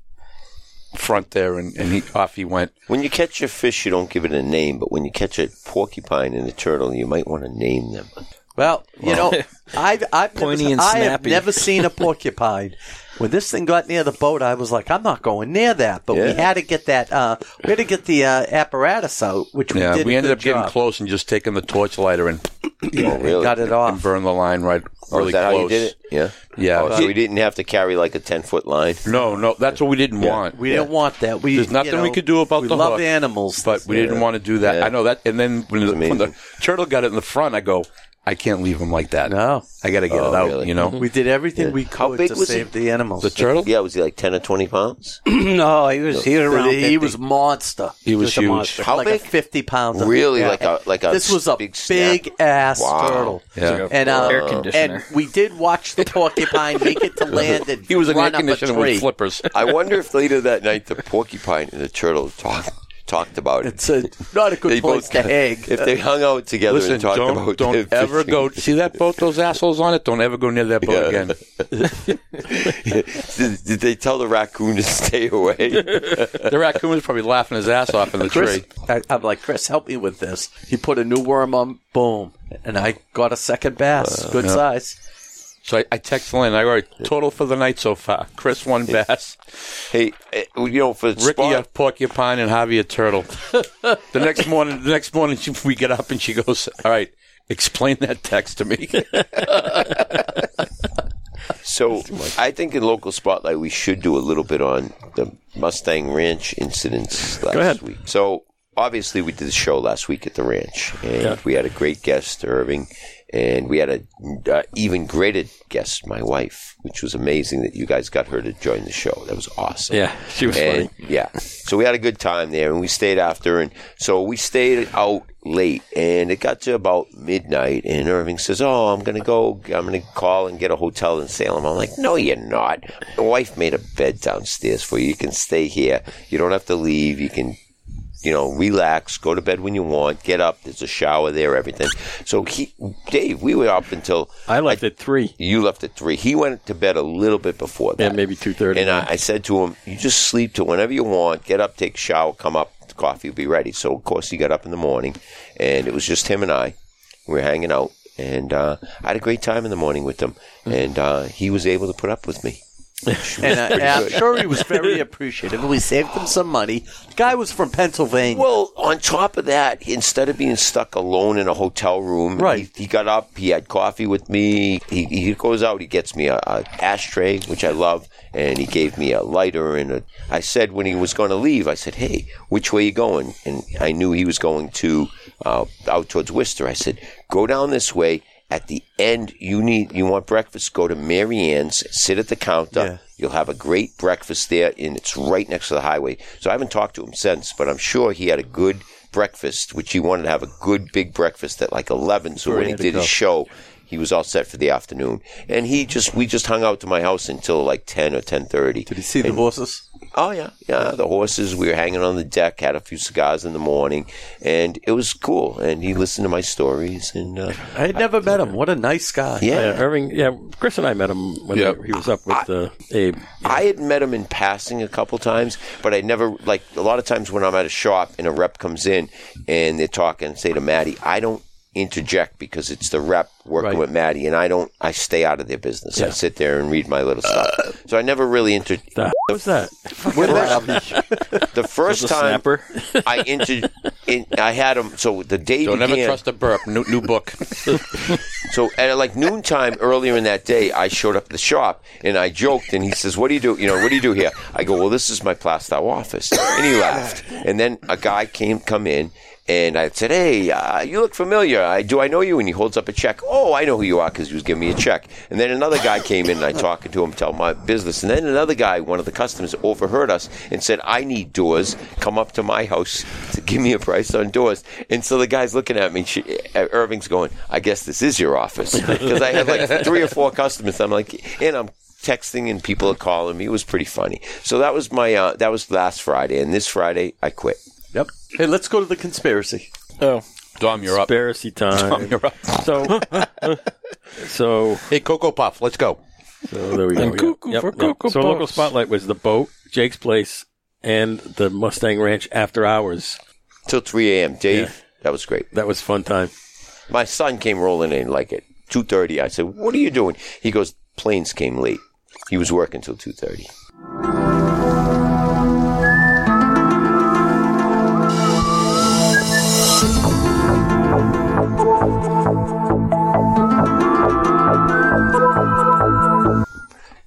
Speaker 3: front there, and, and he off he went.
Speaker 4: When you catch a fish, you don't give it a name, but when you catch a porcupine and a turtle, you might want to name them.
Speaker 2: Well, you
Speaker 3: <laughs>
Speaker 2: know, I've I've
Speaker 5: Pointy
Speaker 2: never,
Speaker 5: and
Speaker 2: I have
Speaker 5: snappy.
Speaker 2: never seen a
Speaker 3: <laughs>
Speaker 2: porcupine. When this thing got near the boat, I was like, I'm not going near that. But we
Speaker 4: Yeah.
Speaker 2: had to get that. Uh, we had to get the uh, apparatus out, which we
Speaker 3: Yeah,
Speaker 2: did.
Speaker 3: we
Speaker 2: a
Speaker 3: ended
Speaker 2: good
Speaker 3: up getting
Speaker 2: job.
Speaker 3: close and just taking the torch lighter and,
Speaker 4: oh, really?
Speaker 2: Got it
Speaker 3: and
Speaker 2: off.
Speaker 3: burn the line right
Speaker 4: Oh,
Speaker 3: really
Speaker 4: is that
Speaker 3: close.
Speaker 4: how you did it? Yeah.
Speaker 3: Yeah.
Speaker 4: Oh, so we didn't have to carry like a 10 foot line.
Speaker 3: No, no, that's what we didn't want.
Speaker 2: We didn't want that. We
Speaker 3: There's
Speaker 2: you
Speaker 3: nothing we
Speaker 2: know,
Speaker 3: could do about
Speaker 2: we
Speaker 3: the
Speaker 2: love
Speaker 3: hook,
Speaker 2: animals,
Speaker 3: but we didn't want to do that.
Speaker 4: Yeah.
Speaker 3: I know that. And then when the, when the
Speaker 4: amazing.
Speaker 3: turtle got it in the front, I go, I can't leave him like that.
Speaker 2: no. Mm-hmm.
Speaker 3: I got to get
Speaker 4: Oh,
Speaker 3: it out.
Speaker 4: really?
Speaker 3: You know,
Speaker 2: We did everything we
Speaker 4: How
Speaker 2: could
Speaker 4: big
Speaker 2: to
Speaker 4: was he?
Speaker 2: save the animals.
Speaker 3: the turtle.
Speaker 4: Yeah, was he like 10 or 20
Speaker 3: <laughs>
Speaker 4: pounds?
Speaker 8: No, he was he was around.
Speaker 2: he
Speaker 8: 50.
Speaker 2: was monster.
Speaker 3: He was
Speaker 8: a
Speaker 3: huge.
Speaker 8: monster.
Speaker 4: How
Speaker 2: like
Speaker 4: big?
Speaker 2: a fifty pounder.
Speaker 4: really? Like a like a
Speaker 2: this was a
Speaker 4: big,
Speaker 2: big,
Speaker 4: snap?
Speaker 2: ass
Speaker 4: Wow.
Speaker 2: turtle.
Speaker 3: Yeah.
Speaker 2: And uh,
Speaker 5: Air conditioner.
Speaker 2: and we did watch the porcupine make
Speaker 4: <laughs>
Speaker 2: it to land and
Speaker 3: He was in air
Speaker 2: run up a
Speaker 3: conditioning with
Speaker 2: tree. <laughs>
Speaker 3: flippers.
Speaker 4: I wonder if later that night the porcupine and the turtle talked talked about it.
Speaker 2: It's a, not a <laughs>
Speaker 4: They
Speaker 2: good place to
Speaker 4: <laughs> both-
Speaker 2: hang.
Speaker 4: If they hung out together
Speaker 3: Listen,
Speaker 4: and talked
Speaker 3: don't,
Speaker 2: <laughs>
Speaker 4: about
Speaker 3: don't
Speaker 4: their
Speaker 3: ever
Speaker 4: fishing. <laughs>
Speaker 3: go. See that boat? Those assholes on it. Don't ever go near that boat
Speaker 4: Yeah.
Speaker 3: again.
Speaker 4: did, did they tell the raccoon to <laughs> stay away?
Speaker 3: <laughs> The raccoon was probably laughing his ass off in the
Speaker 2: Chris,
Speaker 3: tree.
Speaker 2: I, I'm like, Chris, help me with this. He put a new worm on, boom, and I got a second
Speaker 3: Uh,
Speaker 2: bass, good
Speaker 3: <laughs>
Speaker 2: size.
Speaker 3: So I, I text Lynn. I write total for the night so far. Chris one bass,
Speaker 4: hey, eh, you know, for the
Speaker 3: Ricky a
Speaker 4: spot,
Speaker 3: porcupine, and Javi a <laughs> turtle. The next morning, the next morning she, we get up and she goes, "All right, explain that text to <laughs> me."
Speaker 4: so I think in local spotlight we should do a little bit on the Mustang Ranch incidents last
Speaker 5: ahead.
Speaker 4: week. So obviously we did the show last week at the ranch, and we had a great guest, Irving, and we had a uh, even greater guest, my wife, which was amazing that you guys got her to join the show. That was awesome.
Speaker 5: Yeah, she was
Speaker 4: And-
Speaker 5: funny.
Speaker 4: Eh, Yeah. So we had a good time there and we stayed after and so we stayed out late and it got to about midnight and Irving says, Oh, I'm gonna go I'm gonna call and get a hotel in Salem. I'm like, No you're not. My wife made a bed downstairs for you. You can stay here. You don't have to leave. You can you know, relax, go to bed when you want, get up. There's a shower there, everything. So he, Dave, we were up until
Speaker 1: I left at three.
Speaker 4: you left at three. He went to bed a little bit before that.
Speaker 1: Yeah, maybe two thirty.
Speaker 4: And I, I said to him, "You just sleep till whenever you want. Get up, take a shower, come up. The coffee will be ready." So of course he got up in the morning, and it was just him and I. We were hanging out, and uh, I had a great time in the morning with him. And uh, he was able to put up with me.
Speaker 2: And, I, and I'm sure he was very appreciative. and We saved him some money. The guy was from Pennsylvania.
Speaker 4: Well, on top of that, instead of being stuck alone in a hotel room,
Speaker 2: Right.
Speaker 4: he, he got up, he had coffee with me. He, he goes out, he gets me a, a ashtray, which I love, and he gave me a lighter and a. I said when he was going to leave, I said, "Hey, which way you going?" And I knew he was going to uh, out towards Worcester. I said, "Go down this way." At the end, you need you want breakfast. Go to Mary Ann's, sit at the counter.
Speaker 2: Yeah.
Speaker 4: You'll have a great breakfast there, and it's right next to the highway. So I haven't talked to him since, but I'm sure he had a good breakfast, which he wanted to have a good big breakfast at like 11. So when he did his show, he was all set for the afternoon, and he just we just hung out to my house until like 10 or 10:30.
Speaker 2: Did he see the horses?
Speaker 4: Oh yeah, yeah. The horses. We were hanging on the deck, had a few cigars in the morning, and it was cool. And he listened to my stories, and uh,
Speaker 2: <laughs> I had never met him. What a nice guy.
Speaker 1: Yeah,
Speaker 4: yeah.
Speaker 1: Irving. Yeah, Chris and I met him when
Speaker 3: Yep.
Speaker 1: he was up with uh, Abe.
Speaker 4: I had met him in passing a couple times, but I never like a lot of times when I'm at a shop and a rep comes in and they're talking, say to Maddie, I don't interject because it's the rep working
Speaker 2: Right.
Speaker 4: with Maddie, and I don't. I stay out of their business. I sit there and read my little stuff. So I never really inter.
Speaker 1: The what was that?
Speaker 4: <laughs> The first
Speaker 5: The
Speaker 4: time
Speaker 5: snapper.
Speaker 4: I inter, in, I had him. So the day
Speaker 3: Don't ever
Speaker 4: began.
Speaker 3: trust a burp. New, new <laughs> book.
Speaker 4: So at like noontime earlier in that day, I showed up at the shop and I joked, and he says, "What do you do? You know, what do you do here?" I go, "Well, this is my Plastow office," and he laughed. And then a guy came come in, and I said, "Hey, uh, you look familiar. I, do I know you?" And he holds up a check. "Oh, I know who you are because he was giving me a check." And then another guy came in, and I talking to him, tell my business, and then another guy, one of the customers, overheard us and said, "I need doors. Come up to my house to give me a price on doors." And so the guy's looking at me. She, uh, Irving's going, "I guess this is your office," because I had like three or four customers. I'm like, and I'm texting and people are calling me. It was pretty funny. So that was my uh, that was last Friday, and this Friday I quit.
Speaker 2: Yep. Hey, let's go to the conspiracy.
Speaker 5: Oh,
Speaker 3: Dom, you're up.
Speaker 1: Conspiracy time.
Speaker 3: You're up.
Speaker 1: So, so,
Speaker 3: Hey, Cocoa Puff, let's go.
Speaker 1: so there we go. yeah.
Speaker 5: cuckoo for Cocoa
Speaker 1: So local
Speaker 5: Puffs.
Speaker 1: spotlight was the boat, Jake's place, and the Mustang Ranch after hours.
Speaker 4: Till 3 a.m. Dave,
Speaker 1: Yeah.
Speaker 4: that was great.
Speaker 1: That was fun time.
Speaker 4: My son came rolling in like at 2:30. I said, "What are you doing?" He goes, "Planes came late. He was working till 2:30."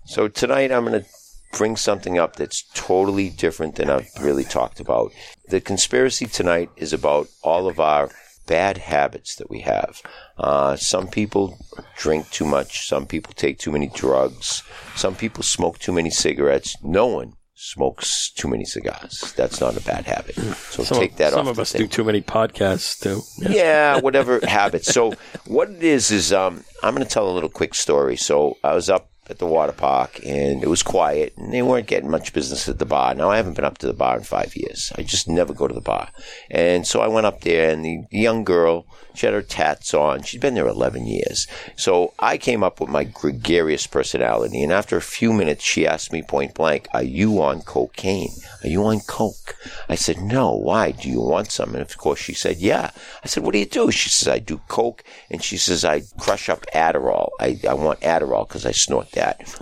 Speaker 4: So tonight I'm going to bring something up that's totally different than I've really talked about. The conspiracy tonight is about all of our bad habits that we have. Uh, some people drink too much. Some people take too many drugs. Some people smoke too many cigarettes. No one smokes too many cigars. That's not a bad habit. So
Speaker 1: Some
Speaker 4: take
Speaker 1: of,
Speaker 4: that off.
Speaker 1: Some of
Speaker 4: the
Speaker 1: us
Speaker 4: table
Speaker 1: do too many podcasts too.
Speaker 4: yeah, whatever habits. So what it is is um, I'm going to tell a little quick story. So I was up at the water park and it was quiet and they weren't getting much business at the bar. Now I haven't been up to the bar in five years. I just never go to the bar. And so I went up there and the young girl, she had her tats on. She'd been there 11 years. So I came up with my gregarious personality. And after a few minutes, she asked me point blank, are you on cocaine? Are you on coke? I said, no. Why? Do you want some? And of course she said, yeah. I said, what do you do? She says, I do coke. And she says, I crush up Adderall. I, I want Adderall because I snort that.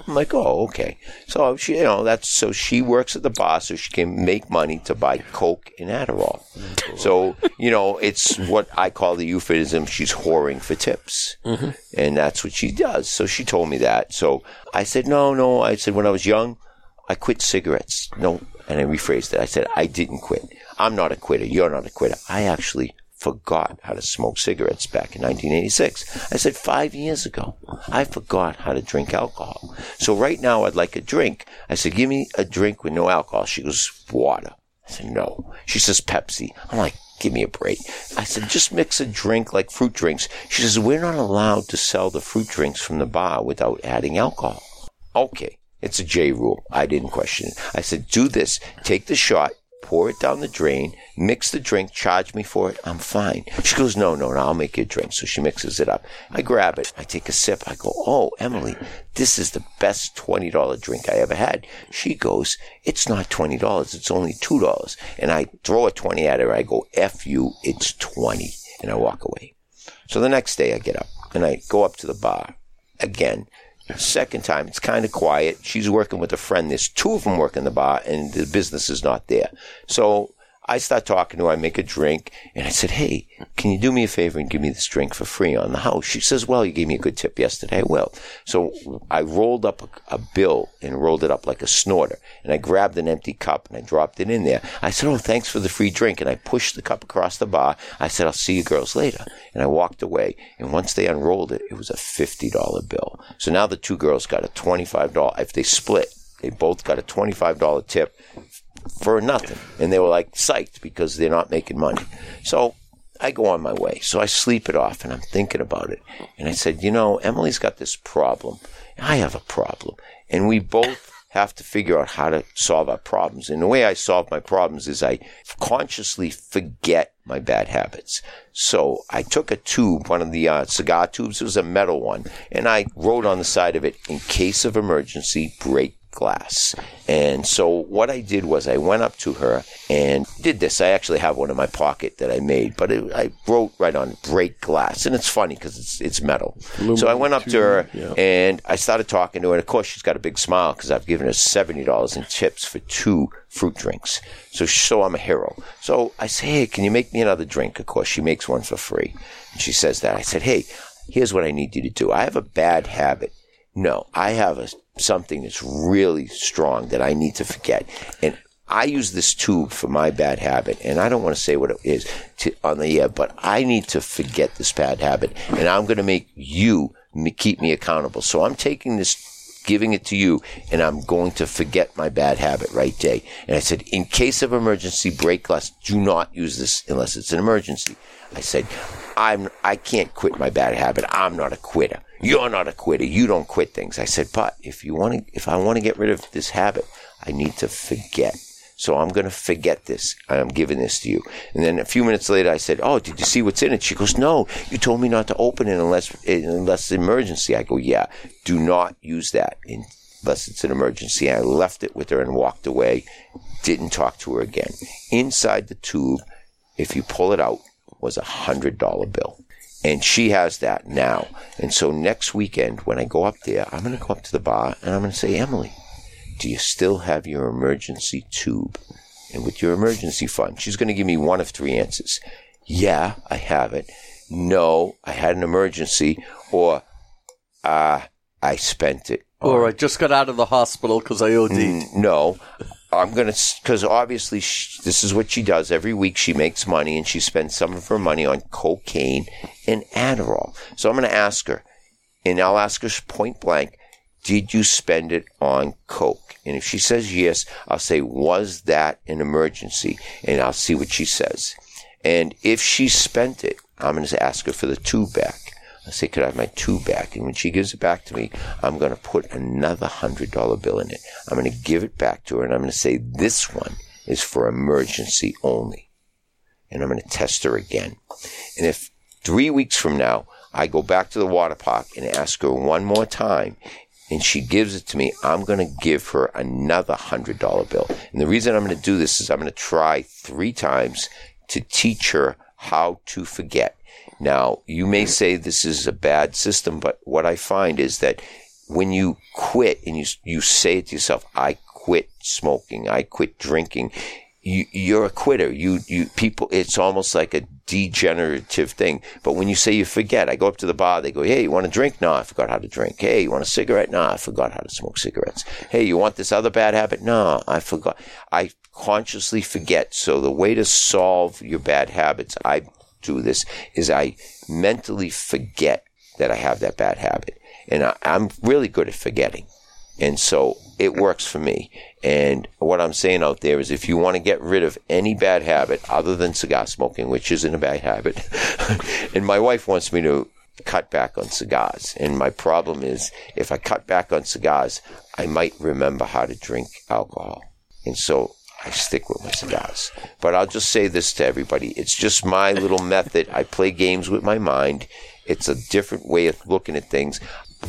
Speaker 4: I'm like, oh, okay. So she, you know, that's, so she works at the bar so she can make money to buy coke and Adderall. So, you know, it's what I call the euphemism. She's whoring for tips. And that's what she does. So she told me that. So I said, no, no. I said, when I was young, I quit cigarettes. No, and I rephrased it. I said, I didn't quit. I'm not a quitter. You're not a quitter. I actually forgot how to smoke cigarettes back in 1986. I said, five years ago, I forgot how to drink alcohol. So right now, I'd like a drink. I said, give me a drink with no alcohol. She goes, water. I said, no. She says, Pepsi. I'm like, give me a break. I said, just mix a drink like fruit drinks. She says, we're not allowed to sell the fruit drinks from the bar without adding alcohol. Okay. It's a J rule. I didn't question it. I said, do this. Take the shot. pour it down the drain, mix the drink, charge me for it. I'm fine. She goes, no, no, no, I'll make you a drink. So she mixes it up. I grab it. I take a sip. I go, oh, Emily, this is the best $20 drink I ever had. She goes, it's not $20. It's only $2. And I throw a 20 at her. I go, F you, it's 20. And I walk away. So the next day I get up and I go up to the bar again. Second time, it's kind of quiet. She's working with a friend. There's two of them working the bar and the business is not there. So I start talking to her. I make a drink and I said, Hey, can you do me a favor and give me this drink for free on the house? She says, Well, you gave me a good tip yesterday. I will. So I rolled up a, a bill and rolled it up like a snorter and I grabbed an empty cup and I dropped it in there. I said, Oh, thanks for the free drink. And I pushed the cup across the bar. I said, I'll see you girls later. And I walked away. And once they unrolled it, it was a $50 bill. So now the two girls got a $25. If they split, they both got a $25 tip for nothing. And they were like psyched because they're not making money. So I go on my way. So I sleep it off and I'm thinking about it. And I said, you know, Emily's got this problem. I have a problem. And we both have to figure out how to solve our problems. And the way I solve my problems is I consciously forget my bad habits. So I took a tube, one of the uh, cigar tubes, it was a metal one, and I wrote on the side of it, in case of emergency, break glass. And so what I did was I went up to her and did this. I actually have one in my pocket that I made, but it, I wrote right on break glass. And it's funny because it's, it's metal. so I went up to her and I started talking to her. And of course, she's got a big smile because I've given her $70 in tips for two fruit drinks. So, she- so I'm a hero. So I say, hey, can you make me another drink? Of course, she makes one for free. And she says that. I said, hey, here's what I need you to do. I have a bad habit. No, I have a something that's really strong that I need to forget. And I use this tube for my bad habit, and I don't want to say what it is to, on the air, but I need to forget this bad habit, and I'm going to make you me, keep me accountable. So I'm taking this, giving it to you, and I'm going to forget my bad habit right day. And I said, in case of emergency, break glass. Do not use this unless it's an emergency. I said, I'm, I can't quit my bad habit. I'm not a quitter. You're not a quitter. You don't quit things. I said, but if you want to, if I want to get rid of this habit, I need to forget. So I'm going to forget this. I'm giving this to you. And then a few minutes later, I said, oh, did you see what's in it? She goes, no, you told me not to open it unless, unless emergency. I go, yeah, do not use that unless it's an emergency. And I left it with her and walked away. Didn't talk to her again. Inside the tube, if you pull it out, was a hundred dollar bill. And she has that now. And so next weekend when I go up there, I'm gonna go up to the bar and I'm gonna say, Emily, do you still have your emergency tube? And with your emergency fund, she's gonna give me one of three answers. Yeah, I have it. No, I had an emergency, or uh, I spent it.
Speaker 2: <laughs> Or I just got out of the hospital because I OD'd.
Speaker 4: Hmm. No, I'm going to, because obviously sh this is what she does. Every week she makes money and she spends some of her money on cocaine and Adderall. So I'm going to ask her, and I'll ask her point blank, did you spend it on coke? And if she says yes, I'll say, was that an emergency? And I'll see what she says. And if she spent it, I'm going to ask her for the tube back. I say, could I have my two back? And when she gives it back to me, I'm going to put another hundred dollar bill in it. I'm going to give it back to her and I'm going to say, this one is for emergency only. And I'm going to test her again. And if three weeks from now, I go back to the water park and ask her one more time and she gives it to me, I'm going to give her another hundred dollar bill. And the reason I'm going to do this is I'm going to try three times to teach her how to forget. Now, you may say this is a bad system, but what I find is that when you quit and you, you say it to yourself, I quit smoking, I quit drinking, you, you're a quitter. You, you, people, it's almost like a degenerative thing. But when you say you forget, I go up to the bar, they go, Hey, you want a drink? No, I forgot how to drink. Hey, you want a cigarette? No, I forgot how to smoke cigarettes. Hey, you want this other bad habit? No, I forgot. I consciously forget. So the way to solve your bad habits, I do this is I mentally forget that I have that bad habit. And I, I'm really good at forgetting. And so it works for me. And what I'm saying out there is if you want to get rid of any bad habit other than cigar smoking, which isn't a bad habit, <laughs> and my wife wants me to cut back on cigars. And my problem is if I cut back on cigars, I might remember how to drink alcohol. And so I stick with my cigars. But I'll just say this to everybody it's just my little method. I play games with my mind, it's a different way of looking at things.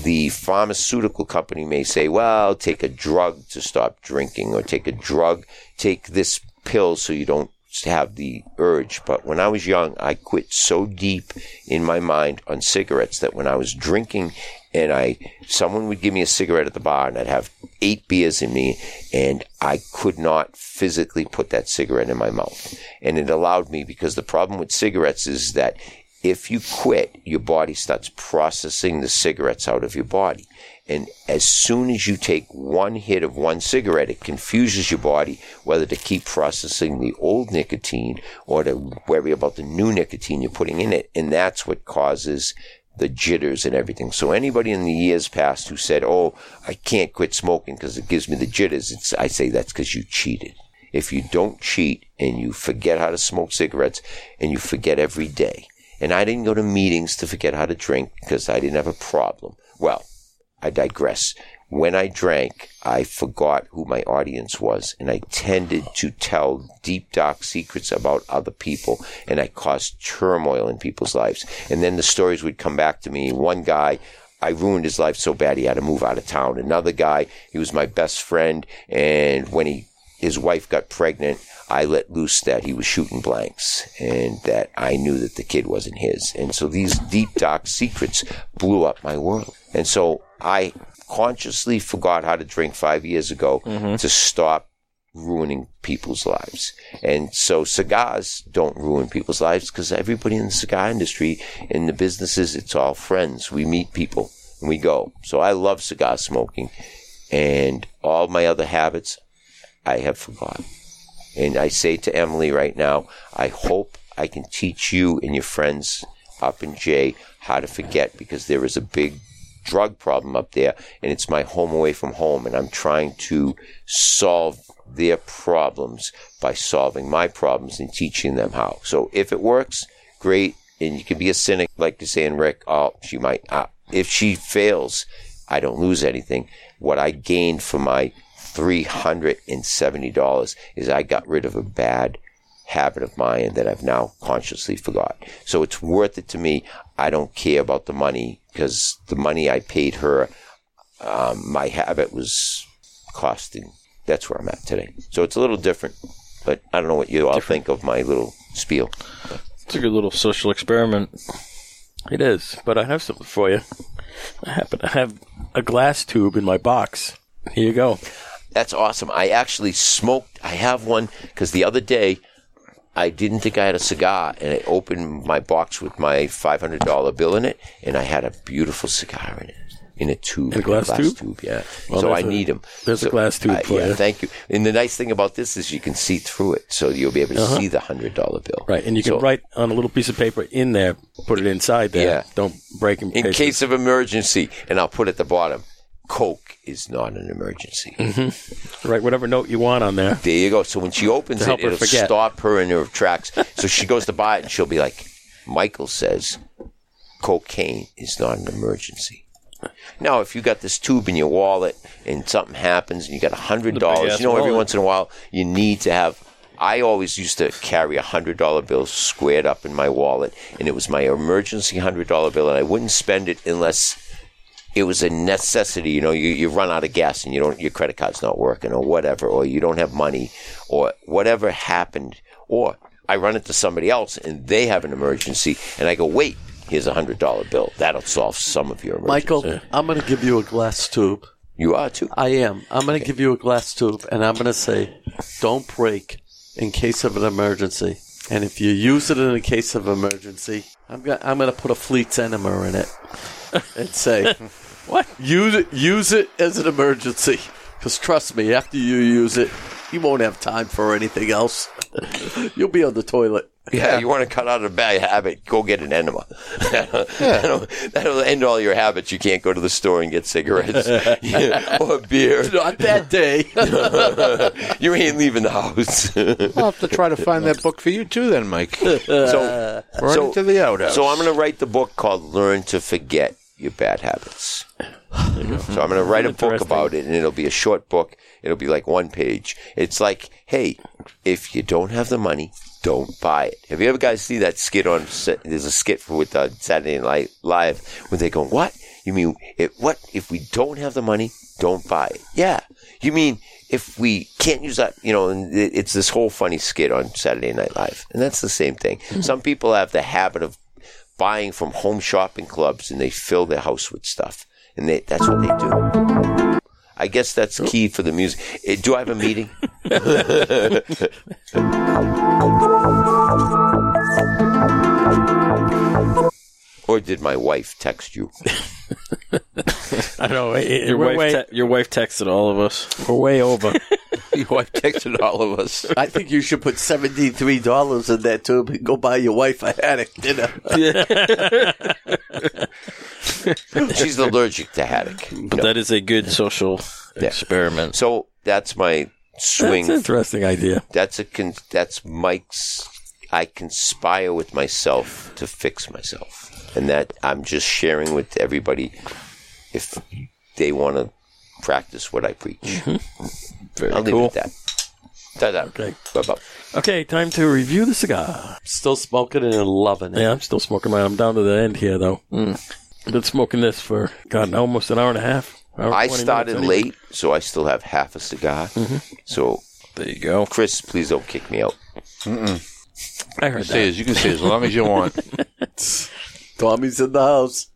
Speaker 4: The pharmaceutical company may say, well, take a drug to stop drinking, or take a drug, take this pill so you don't have the urge. But when I was young, I quit so deep in my mind on cigarettes that when I was drinking and I, someone would give me a cigarette at the bar and I'd have eight beers in me and I could not physically put that cigarette in my mouth. And it allowed me because the problem with cigarettes is that if you quit, your body starts processing the cigarettes out of your body. And as soon as you take one hit of one cigarette, it confuses your body whether to keep processing the old nicotine or to worry about the new nicotine you're putting in it. And that's what causes the jitters and everything. So anybody in the years past who said, "Oh, I can't quit smoking because it gives me the jitters," it's, I say that's because you cheated. If you don't cheat and you forget how to smoke cigarettes and you forget every day, and I didn't go to meetings to forget how to drink because I didn't have a problem. Well, I digress. When I drank, I forgot who my audience was, and I tended to tell deep, dark secrets about other people, and I caused turmoil in people's lives. And then the stories would come back to me. One guy, I ruined his life so bad he had to move out of town. Another guy, he was my best friend, and when he his wife got pregnant, I let loose that he was shooting blanks and that I knew that the kid wasn't his. And so these deep, dark secrets blew up my world. And so I consciously forgot how to drink five years ago to stop ruining people's lives. And so cigars don't ruin people's lives because everybody in the cigar industry, in the businesses, it's all friends. We meet people and we go. So I love cigar smoking and all my other habits I have forgotten. And I say to Emily right now, I hope I can teach you and your friends up in Jay how to forget because there is a big drug problem up there and it's my home away from home and I'm trying to solve their problems by solving my problems and teaching them how. So if it works, great. And you can be a cynic, like you're saying, Rick, oh, she might, uh, if she fails, I don't lose anything. What I gained for my $370 is I got rid of a bad habit of mine that I've now consciously forgot. So it's worth it to me. I don't care about the money because the money I paid her, um, my habit was costing. That's where I'm at today. So it's a little different, but I don't know what you all think of my little spiel.
Speaker 5: It's a good little social experiment.
Speaker 1: It is, but I have something for you. I happen to have a glass tube in my box. Here you go.
Speaker 4: That's awesome. I actually smoked. I have one because the other day I didn't think I had a cigar, and I opened my box with my five hundred dollar bill in it, and I had a beautiful cigar in it, in a tube,
Speaker 1: In a glass tube?
Speaker 4: Yeah.
Speaker 1: Well,
Speaker 4: so I
Speaker 1: there's a-
Speaker 4: need them.
Speaker 1: there's a glass tube for
Speaker 4: yeah,
Speaker 1: you.
Speaker 4: Thank you. And the nice thing about this is you can see through it, so you'll be able to see the hundred dollar bill.
Speaker 1: Uh-huh. Right, and you can
Speaker 4: So,
Speaker 1: write on a little piece of paper in there, put it inside there.
Speaker 4: Yeah.
Speaker 1: Don't break and
Speaker 4: in case of emergency, and I'll put at the bottom, Coke is not an emergency.
Speaker 1: write whatever note you want on
Speaker 4: <laughs>
Speaker 1: there.
Speaker 4: There you go. So when she opens
Speaker 1: help
Speaker 4: it,
Speaker 1: her
Speaker 4: it'll
Speaker 1: forget.
Speaker 4: stop her in her tracks. so she goes to buy it, and she'll be like, "Michael says, cocaine is not an emergency." Now, if you got this tube in your wallet and something happens and you got a hundred dollars,
Speaker 5: big-ass
Speaker 4: you know, every
Speaker 5: wallet.
Speaker 4: once in a while you need to have. I always used to carry a hundred dollar bill squared up in my wallet, and it was my emergency hundred dollar bill, and I wouldn't spend it unless it was a necessity. You know, you, you run out of gas and you don't, your credit card's not working or whatever, or you don't have money or whatever happened, or I run into somebody else and they have an emergency and I go, wait, here's a hundred dollar bill. That'll solve some of your emergency.
Speaker 2: Michael, I'm going to give you a glass tube.
Speaker 4: you are too.
Speaker 2: I am. I'm going to give you a glass tube, and I'm going to say, don't break in case of an emergency. And if you use it in a case of emergency, I'm going I'm going to put a Fleet's enema in it and say, what? Use it, use it as an emergency. Because trust me, after you use it, you won't have time for anything else. <laughs> You'll be on the toilet.
Speaker 4: Yeah, you want to cut out a bad habit, go get an enema. <laughs> That'll- That'll end all your habits. You can't go to the store and get cigarettes <laughs> or beer. <laughs>
Speaker 10: <laughs>
Speaker 2: Not that day.
Speaker 4: You ain't leaving the house. <laughs>
Speaker 10: I'll have to try to find that book for you too, then, Mike.
Speaker 4: so,
Speaker 10: Run
Speaker 4: so-
Speaker 10: into Uh, the outhouse.
Speaker 4: So I'm going to write the book called Learn to Forget. your bad habits. So I'm going to write a book about it, and it'll be a short book. It'll be like one page. It's like, hey, if you don't have the money, don't buy it. Have you ever guys see that skit on? Sa- There's a skit with uh, Saturday Night Live when they go, "What you mean? It, what if we don't have the money? Don't buy it." Yeah, you mean if we can't use that? You know, and it, it's this whole funny skit on Saturday Night Live, and that's the same thing. Some people have the habit of buying from home shopping clubs and they fill their house with stuff. And they, that's what they do. I guess that's key for the music. Eh, Do I have
Speaker 5: <laughs>
Speaker 4: a meeting? or did my wife text
Speaker 5: <laughs>
Speaker 4: you?
Speaker 1: I know. It, it,
Speaker 5: Your
Speaker 1: we're
Speaker 5: wife,
Speaker 1: way,
Speaker 5: te- your wife texted all of us.
Speaker 1: we're way
Speaker 4: <laughs>
Speaker 1: over.
Speaker 3: <laughs> Your wife texted all of us.
Speaker 2: I think you should put seventy three dollars in that tube and go buy your wife a haddock dinner.
Speaker 4: She's allergic to haddock.
Speaker 5: But that is a good social experiment.
Speaker 4: So that's my swing.
Speaker 1: That's an interesting idea.
Speaker 4: That's a con- that's Mike's. I conspire with myself to fix myself, and that I'm just sharing with everybody if they want to practice what I preach. I'll leave
Speaker 1: cool.
Speaker 4: it at that. Ta-da.
Speaker 1: Okay.
Speaker 4: Bye-bye.
Speaker 1: Okay, time to review the cigar.
Speaker 2: Still smoking it and loving it.
Speaker 1: Yeah, I'm still smoking mine. I'm down to the end here, though.
Speaker 4: Hmm.
Speaker 1: Been smoking this for God, almost an hour and a half. Hour and
Speaker 4: I
Speaker 1: 20
Speaker 4: started
Speaker 1: minutes, anyway.
Speaker 4: late, so I still have half a cigar. So
Speaker 5: There you go.
Speaker 4: Chris, please don't kick me out.
Speaker 1: I heard
Speaker 3: Say
Speaker 1: that.
Speaker 3: as you can say as long as you want.
Speaker 2: Tommy's in the house.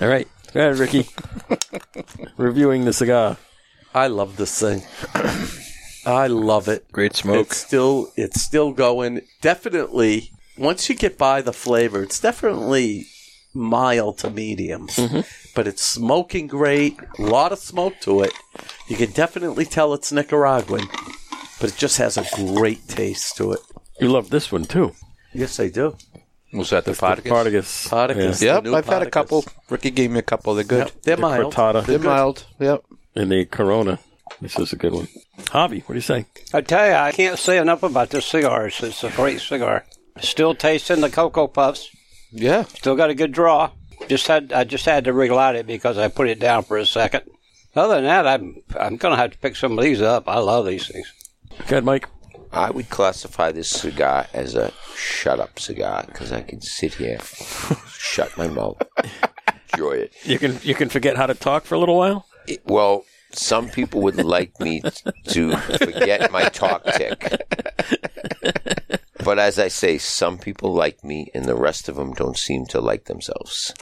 Speaker 1: All right, go ahead,
Speaker 3: <laughs>
Speaker 1: Ricky. Reviewing the cigar.
Speaker 2: I love this thing. I love it.
Speaker 5: Great smoke.
Speaker 2: It's still it's still going. Definitely once you get by the flavor, it's definitely mild to medium.
Speaker 5: Mm-hmm.
Speaker 2: But it's smoking great. A lot of smoke to it. You can definitely tell it's Nicaraguan. But it just has a great taste to it.
Speaker 1: You love this one too,
Speaker 2: Yes, I do.
Speaker 3: Was that the
Speaker 1: The
Speaker 3: podcast?
Speaker 1: Partagas.
Speaker 2: Partagas.
Speaker 1: Yeah.
Speaker 2: The new Partagas.
Speaker 3: Ricky gave me a couple. They're good.
Speaker 2: Yep, they're mild.
Speaker 1: Cortada.
Speaker 2: They're mild.
Speaker 10: Yep.
Speaker 1: and the Corona. This is a good one. Hobby, what do you say?
Speaker 8: I tell you, I can't say enough about this cigar. It's, it's a great cigar. Still tasting the cocoa puffs.
Speaker 10: Yeah.
Speaker 8: Still got a good draw. Just had I just had to relight it because I put it down for a second. Other than that, I'm I'm gonna have to pick some of these up. I love these things.
Speaker 1: Go ahead, Mike.
Speaker 4: I would classify this cigar as a shut up cigar because I can sit here, shut my mouth, enjoy it.
Speaker 1: You can you can forget how to talk for a little while.
Speaker 4: It- well, some people would like me t- to forget my talk tick. But as I say, some people like me, and the rest of them don't seem to like themselves.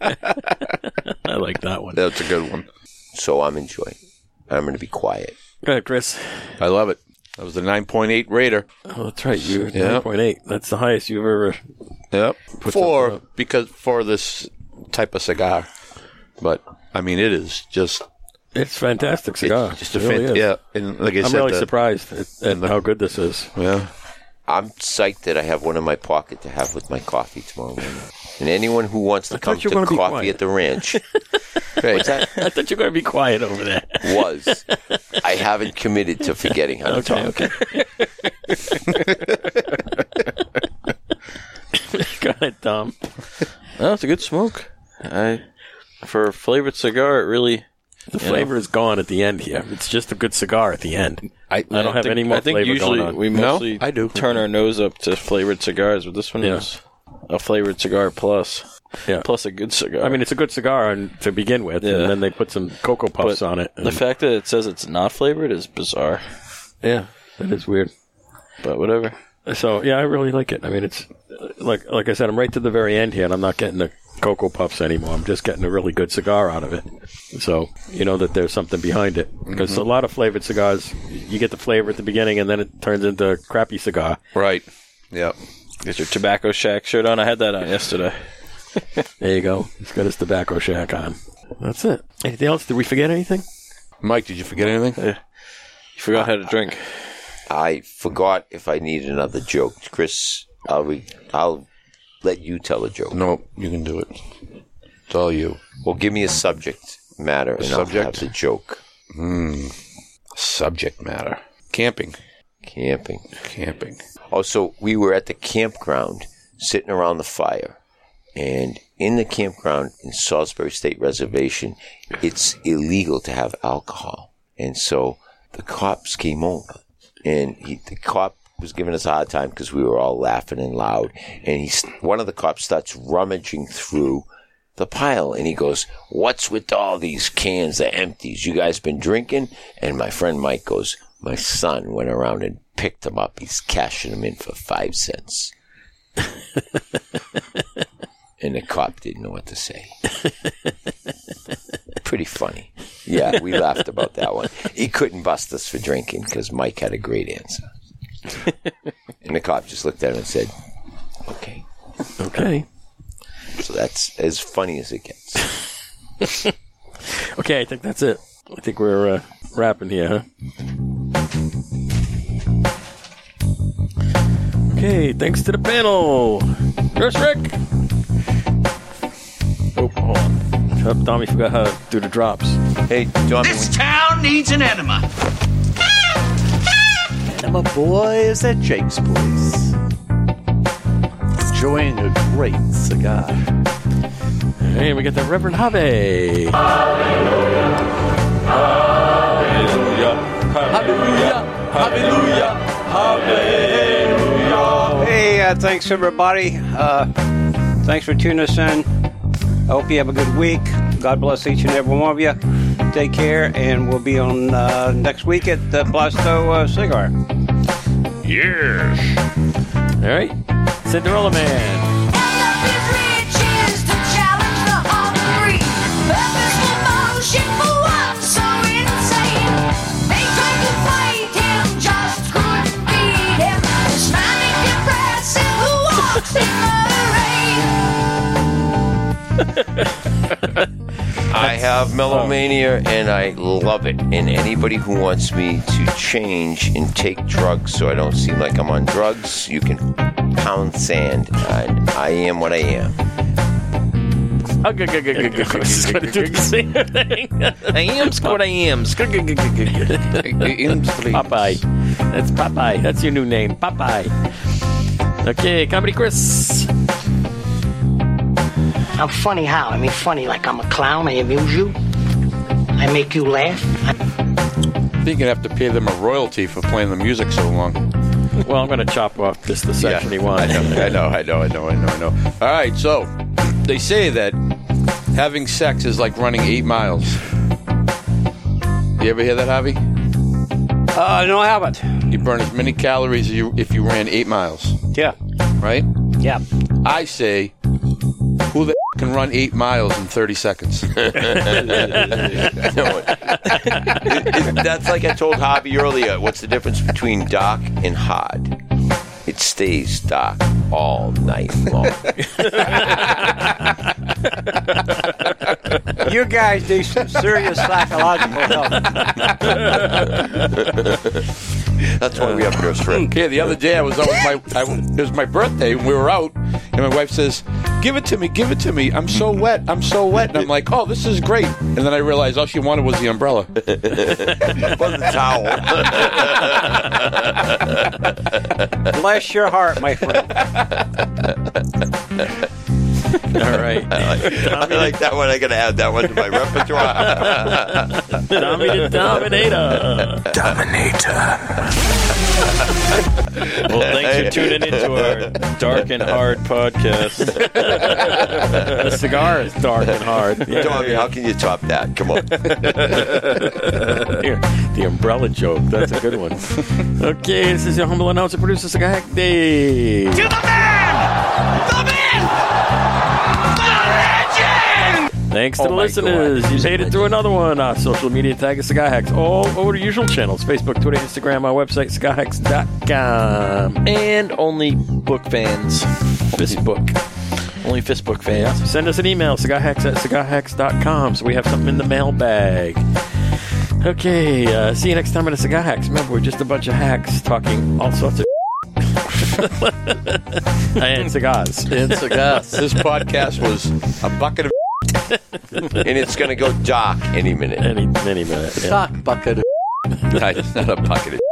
Speaker 1: I like that one.
Speaker 3: That's a good one.
Speaker 4: So I'm enjoying. it. I'm going to be quiet.
Speaker 1: Go ahead, Chris.
Speaker 3: I love it. That was the 9.8 Raider.
Speaker 1: Oh, that's right. You
Speaker 3: Yeah.
Speaker 1: nine point eight. That's the highest you've ever.
Speaker 3: Yep. For because for this type of cigar, but I mean it is just
Speaker 1: It's fantastic cigar.
Speaker 3: it's just a
Speaker 1: It really
Speaker 3: fan-
Speaker 1: is.
Speaker 3: yeah. And like I
Speaker 1: I'm
Speaker 3: said,
Speaker 1: really
Speaker 3: the-
Speaker 1: surprised at, at how good this is.
Speaker 3: Yeah.
Speaker 4: I'm psyched that I have one in my pocket to have with my coffee tomorrow morning. And anyone who wants to come
Speaker 1: thought you
Speaker 4: to
Speaker 1: were gonna
Speaker 4: coffee
Speaker 1: be quiet.
Speaker 4: at the
Speaker 1: <laughs>
Speaker 4: ranch
Speaker 3: Hey,
Speaker 1: <laughs> I thought you were going to be quiet over there.
Speaker 4: was. I haven't committed to forgetting how to talk.
Speaker 1: <laughs> okay. Got it, Tom.
Speaker 5: No, it's a good smoke. I for a flavored cigar, it really.
Speaker 1: The flavor is gone at the end here. It's just a good cigar at the end.
Speaker 3: I,
Speaker 1: I don't have
Speaker 5: think-
Speaker 1: any more
Speaker 5: I think
Speaker 1: flavor
Speaker 5: usually
Speaker 1: going on.
Speaker 5: we mostly
Speaker 3: I do.
Speaker 5: turn our nose up to flavored cigars, but this one
Speaker 1: Yeah.
Speaker 5: is a flavored cigar plus
Speaker 1: Yeah.
Speaker 5: plus a good cigar.
Speaker 1: I mean, it's a good cigar and, to begin with,
Speaker 5: Yeah.
Speaker 1: and then they put some cocoa puffs on it.
Speaker 5: the
Speaker 1: and-
Speaker 5: fact that it says it's not flavored is bizarre.
Speaker 1: yeah, that is weird.
Speaker 5: But whatever.
Speaker 1: So yeah, I really like it. I mean, it's uh, like like I said, I'm right to the very end here, and I'm not getting the cocoa puffs anymore. I'm just getting a really good cigar out of it. So you know that there's something behind it because
Speaker 5: Mm-hmm.
Speaker 1: a lot of flavored cigars, you get the flavor at the beginning, and then it turns into a crappy cigar.
Speaker 3: right. Yep.
Speaker 5: Get your Tobacco Shack shirt on. I had that on yesterday. <laughs>
Speaker 1: There you go. He's got his tobacco shack on. That's it. Anything else? Did we forget anything?
Speaker 3: Mike, did you forget anything?
Speaker 5: You forgot how to drink.
Speaker 4: I forgot if I need another joke. Chris, I'll re- I'll let you tell a joke.
Speaker 3: No, you can do it. It's all you.
Speaker 4: Well, give me a subject matter and I'll have
Speaker 3: subject?
Speaker 4: the joke.
Speaker 3: Subject matter. Camping.
Speaker 4: Camping.
Speaker 3: Camping.
Speaker 4: Also, we were at the campground sitting around the fire And in the campground in Salisbury State Reservation, it's illegal to have alcohol. And so the cops came over, and he, the cop was giving us a hard time because we were all laughing and loud. And he's one of the cops starts rummaging through the pile and he goes, What's with all these cans of empties? You guys been drinking? And my friend Mike goes, My son went around and picked them up. He's cashing them in for five cents. <laughs> and the cop didn't know what to say. <laughs> Pretty funny. Yeah, we laughed about that one. He couldn't bust us for drinking because Mike had a great answer. and the cop just looked at him and said, Okay.
Speaker 1: Okay.
Speaker 4: So that's as funny as it gets.
Speaker 1: Okay, I think that's it. I think we're uh, wrapping here, huh? Okay, thanks to the panel. Chris Rick. Oh, hold on. Up, Tommy forgot how to do the drops.
Speaker 4: Hey, Tommy.
Speaker 7: This town needs an enema.
Speaker 2: And my boys at Jake's place. Enjoying a great cigar.
Speaker 1: Hey, we got the Reverend Habe.
Speaker 8: Hey, uh, thanks everybody. Uh, thanks for tuning us in. I hope you have a good week. God bless each and every one of you. Take care, and we'll be on uh, next week at the Blasto uh, Cigar.
Speaker 3: Yes.
Speaker 1: All right, Cinderella Man.
Speaker 4: I have melomania and I love it. And anybody who wants me to change and take drugs so I don't seem like I'm on drugs, you can pound sand. I, I am what I am.
Speaker 1: I was going to do the same thing.
Speaker 11: <laughs> I am what I am.
Speaker 1: Popeye. That's Popeye. That's your new name, Popeye. Okay, Comedy Chris.
Speaker 6: I'm funny how? I mean, funny like I'm a clown. I amuse you. I make you laugh.
Speaker 3: I think you'd have to pay them a royalty for playing the music so long.
Speaker 1: Well, I'm going to chop off just the section he wants.
Speaker 3: I know, I know, I know, I know, I know. All right, so they say that having sex is like running eight miles. You ever hear that, Javi?
Speaker 8: Uh, <laughs> no, I haven't.
Speaker 3: You burn as many calories as you, if you ran eight miles,
Speaker 8: Yeah,
Speaker 3: right?
Speaker 8: yeah.
Speaker 3: I say, who the <laughs> can run eight miles in 30 seconds?
Speaker 4: No, it- it- that's like I told Hobby earlier. What's the difference between dark and hard? It stays dark all night long.
Speaker 8: You guys need some serious psychological help.
Speaker 4: That's why we have Nurse
Speaker 3: <laughs>
Speaker 4: Rick.
Speaker 3: Yeah, the other day I was out with my, I, it was my birthday, and we were out, and my wife says, "Give it to me, give it to me. I'm so wet, I'm so wet." And I'm like, "Oh, this is great." And then I realized all she wanted was the umbrella.
Speaker 4: Or the towel.
Speaker 8: Bless your heart, my friend.
Speaker 1: All
Speaker 8: <laughs>
Speaker 1: right.
Speaker 8: Oh.
Speaker 4: I like that one. I gotta add that one to my repertoire.
Speaker 1: Tommy the Dominator. <laughs>
Speaker 5: Well, thanks for tuning into our dark and hard
Speaker 8: <laughs>
Speaker 5: podcast.
Speaker 1: The cigar is dark and hard. Yeah.
Speaker 4: Tommy, how can you top that? Come on.
Speaker 1: Here, the umbrella joke. That's a good one.
Speaker 8: <laughs>
Speaker 1: okay, this is your humble announcer, producer, Cigar Hack Day.
Speaker 7: To the man! The man! The legend!
Speaker 1: Thanks to
Speaker 3: Oh
Speaker 1: the
Speaker 3: my
Speaker 1: listeners.
Speaker 3: God.
Speaker 1: You made it through another one. Our social media tag is Cigar Hacks. All over the usual channels Facebook, Twitter, Instagram, our website, cigarhacks.com.
Speaker 11: And only book fans.
Speaker 1: Facebook.
Speaker 11: Only Fistbook fans.
Speaker 1: Send us an email, cigarhacks at cigarhacks.com, so we have something in the mailbag. Okay, uh, see you next time at a Cigar Hacks. Remember, we're just a bunch of hacks talking all
Speaker 3: <laughs>
Speaker 1: sorts of <laughs> and cigars.
Speaker 2: And cigars.
Speaker 3: This podcast was a bucket of. <laughs>
Speaker 4: and it's going to go dark any minute.
Speaker 1: Any, any minute. yeah.
Speaker 2: Sock bucket.
Speaker 3: Not a bucket of.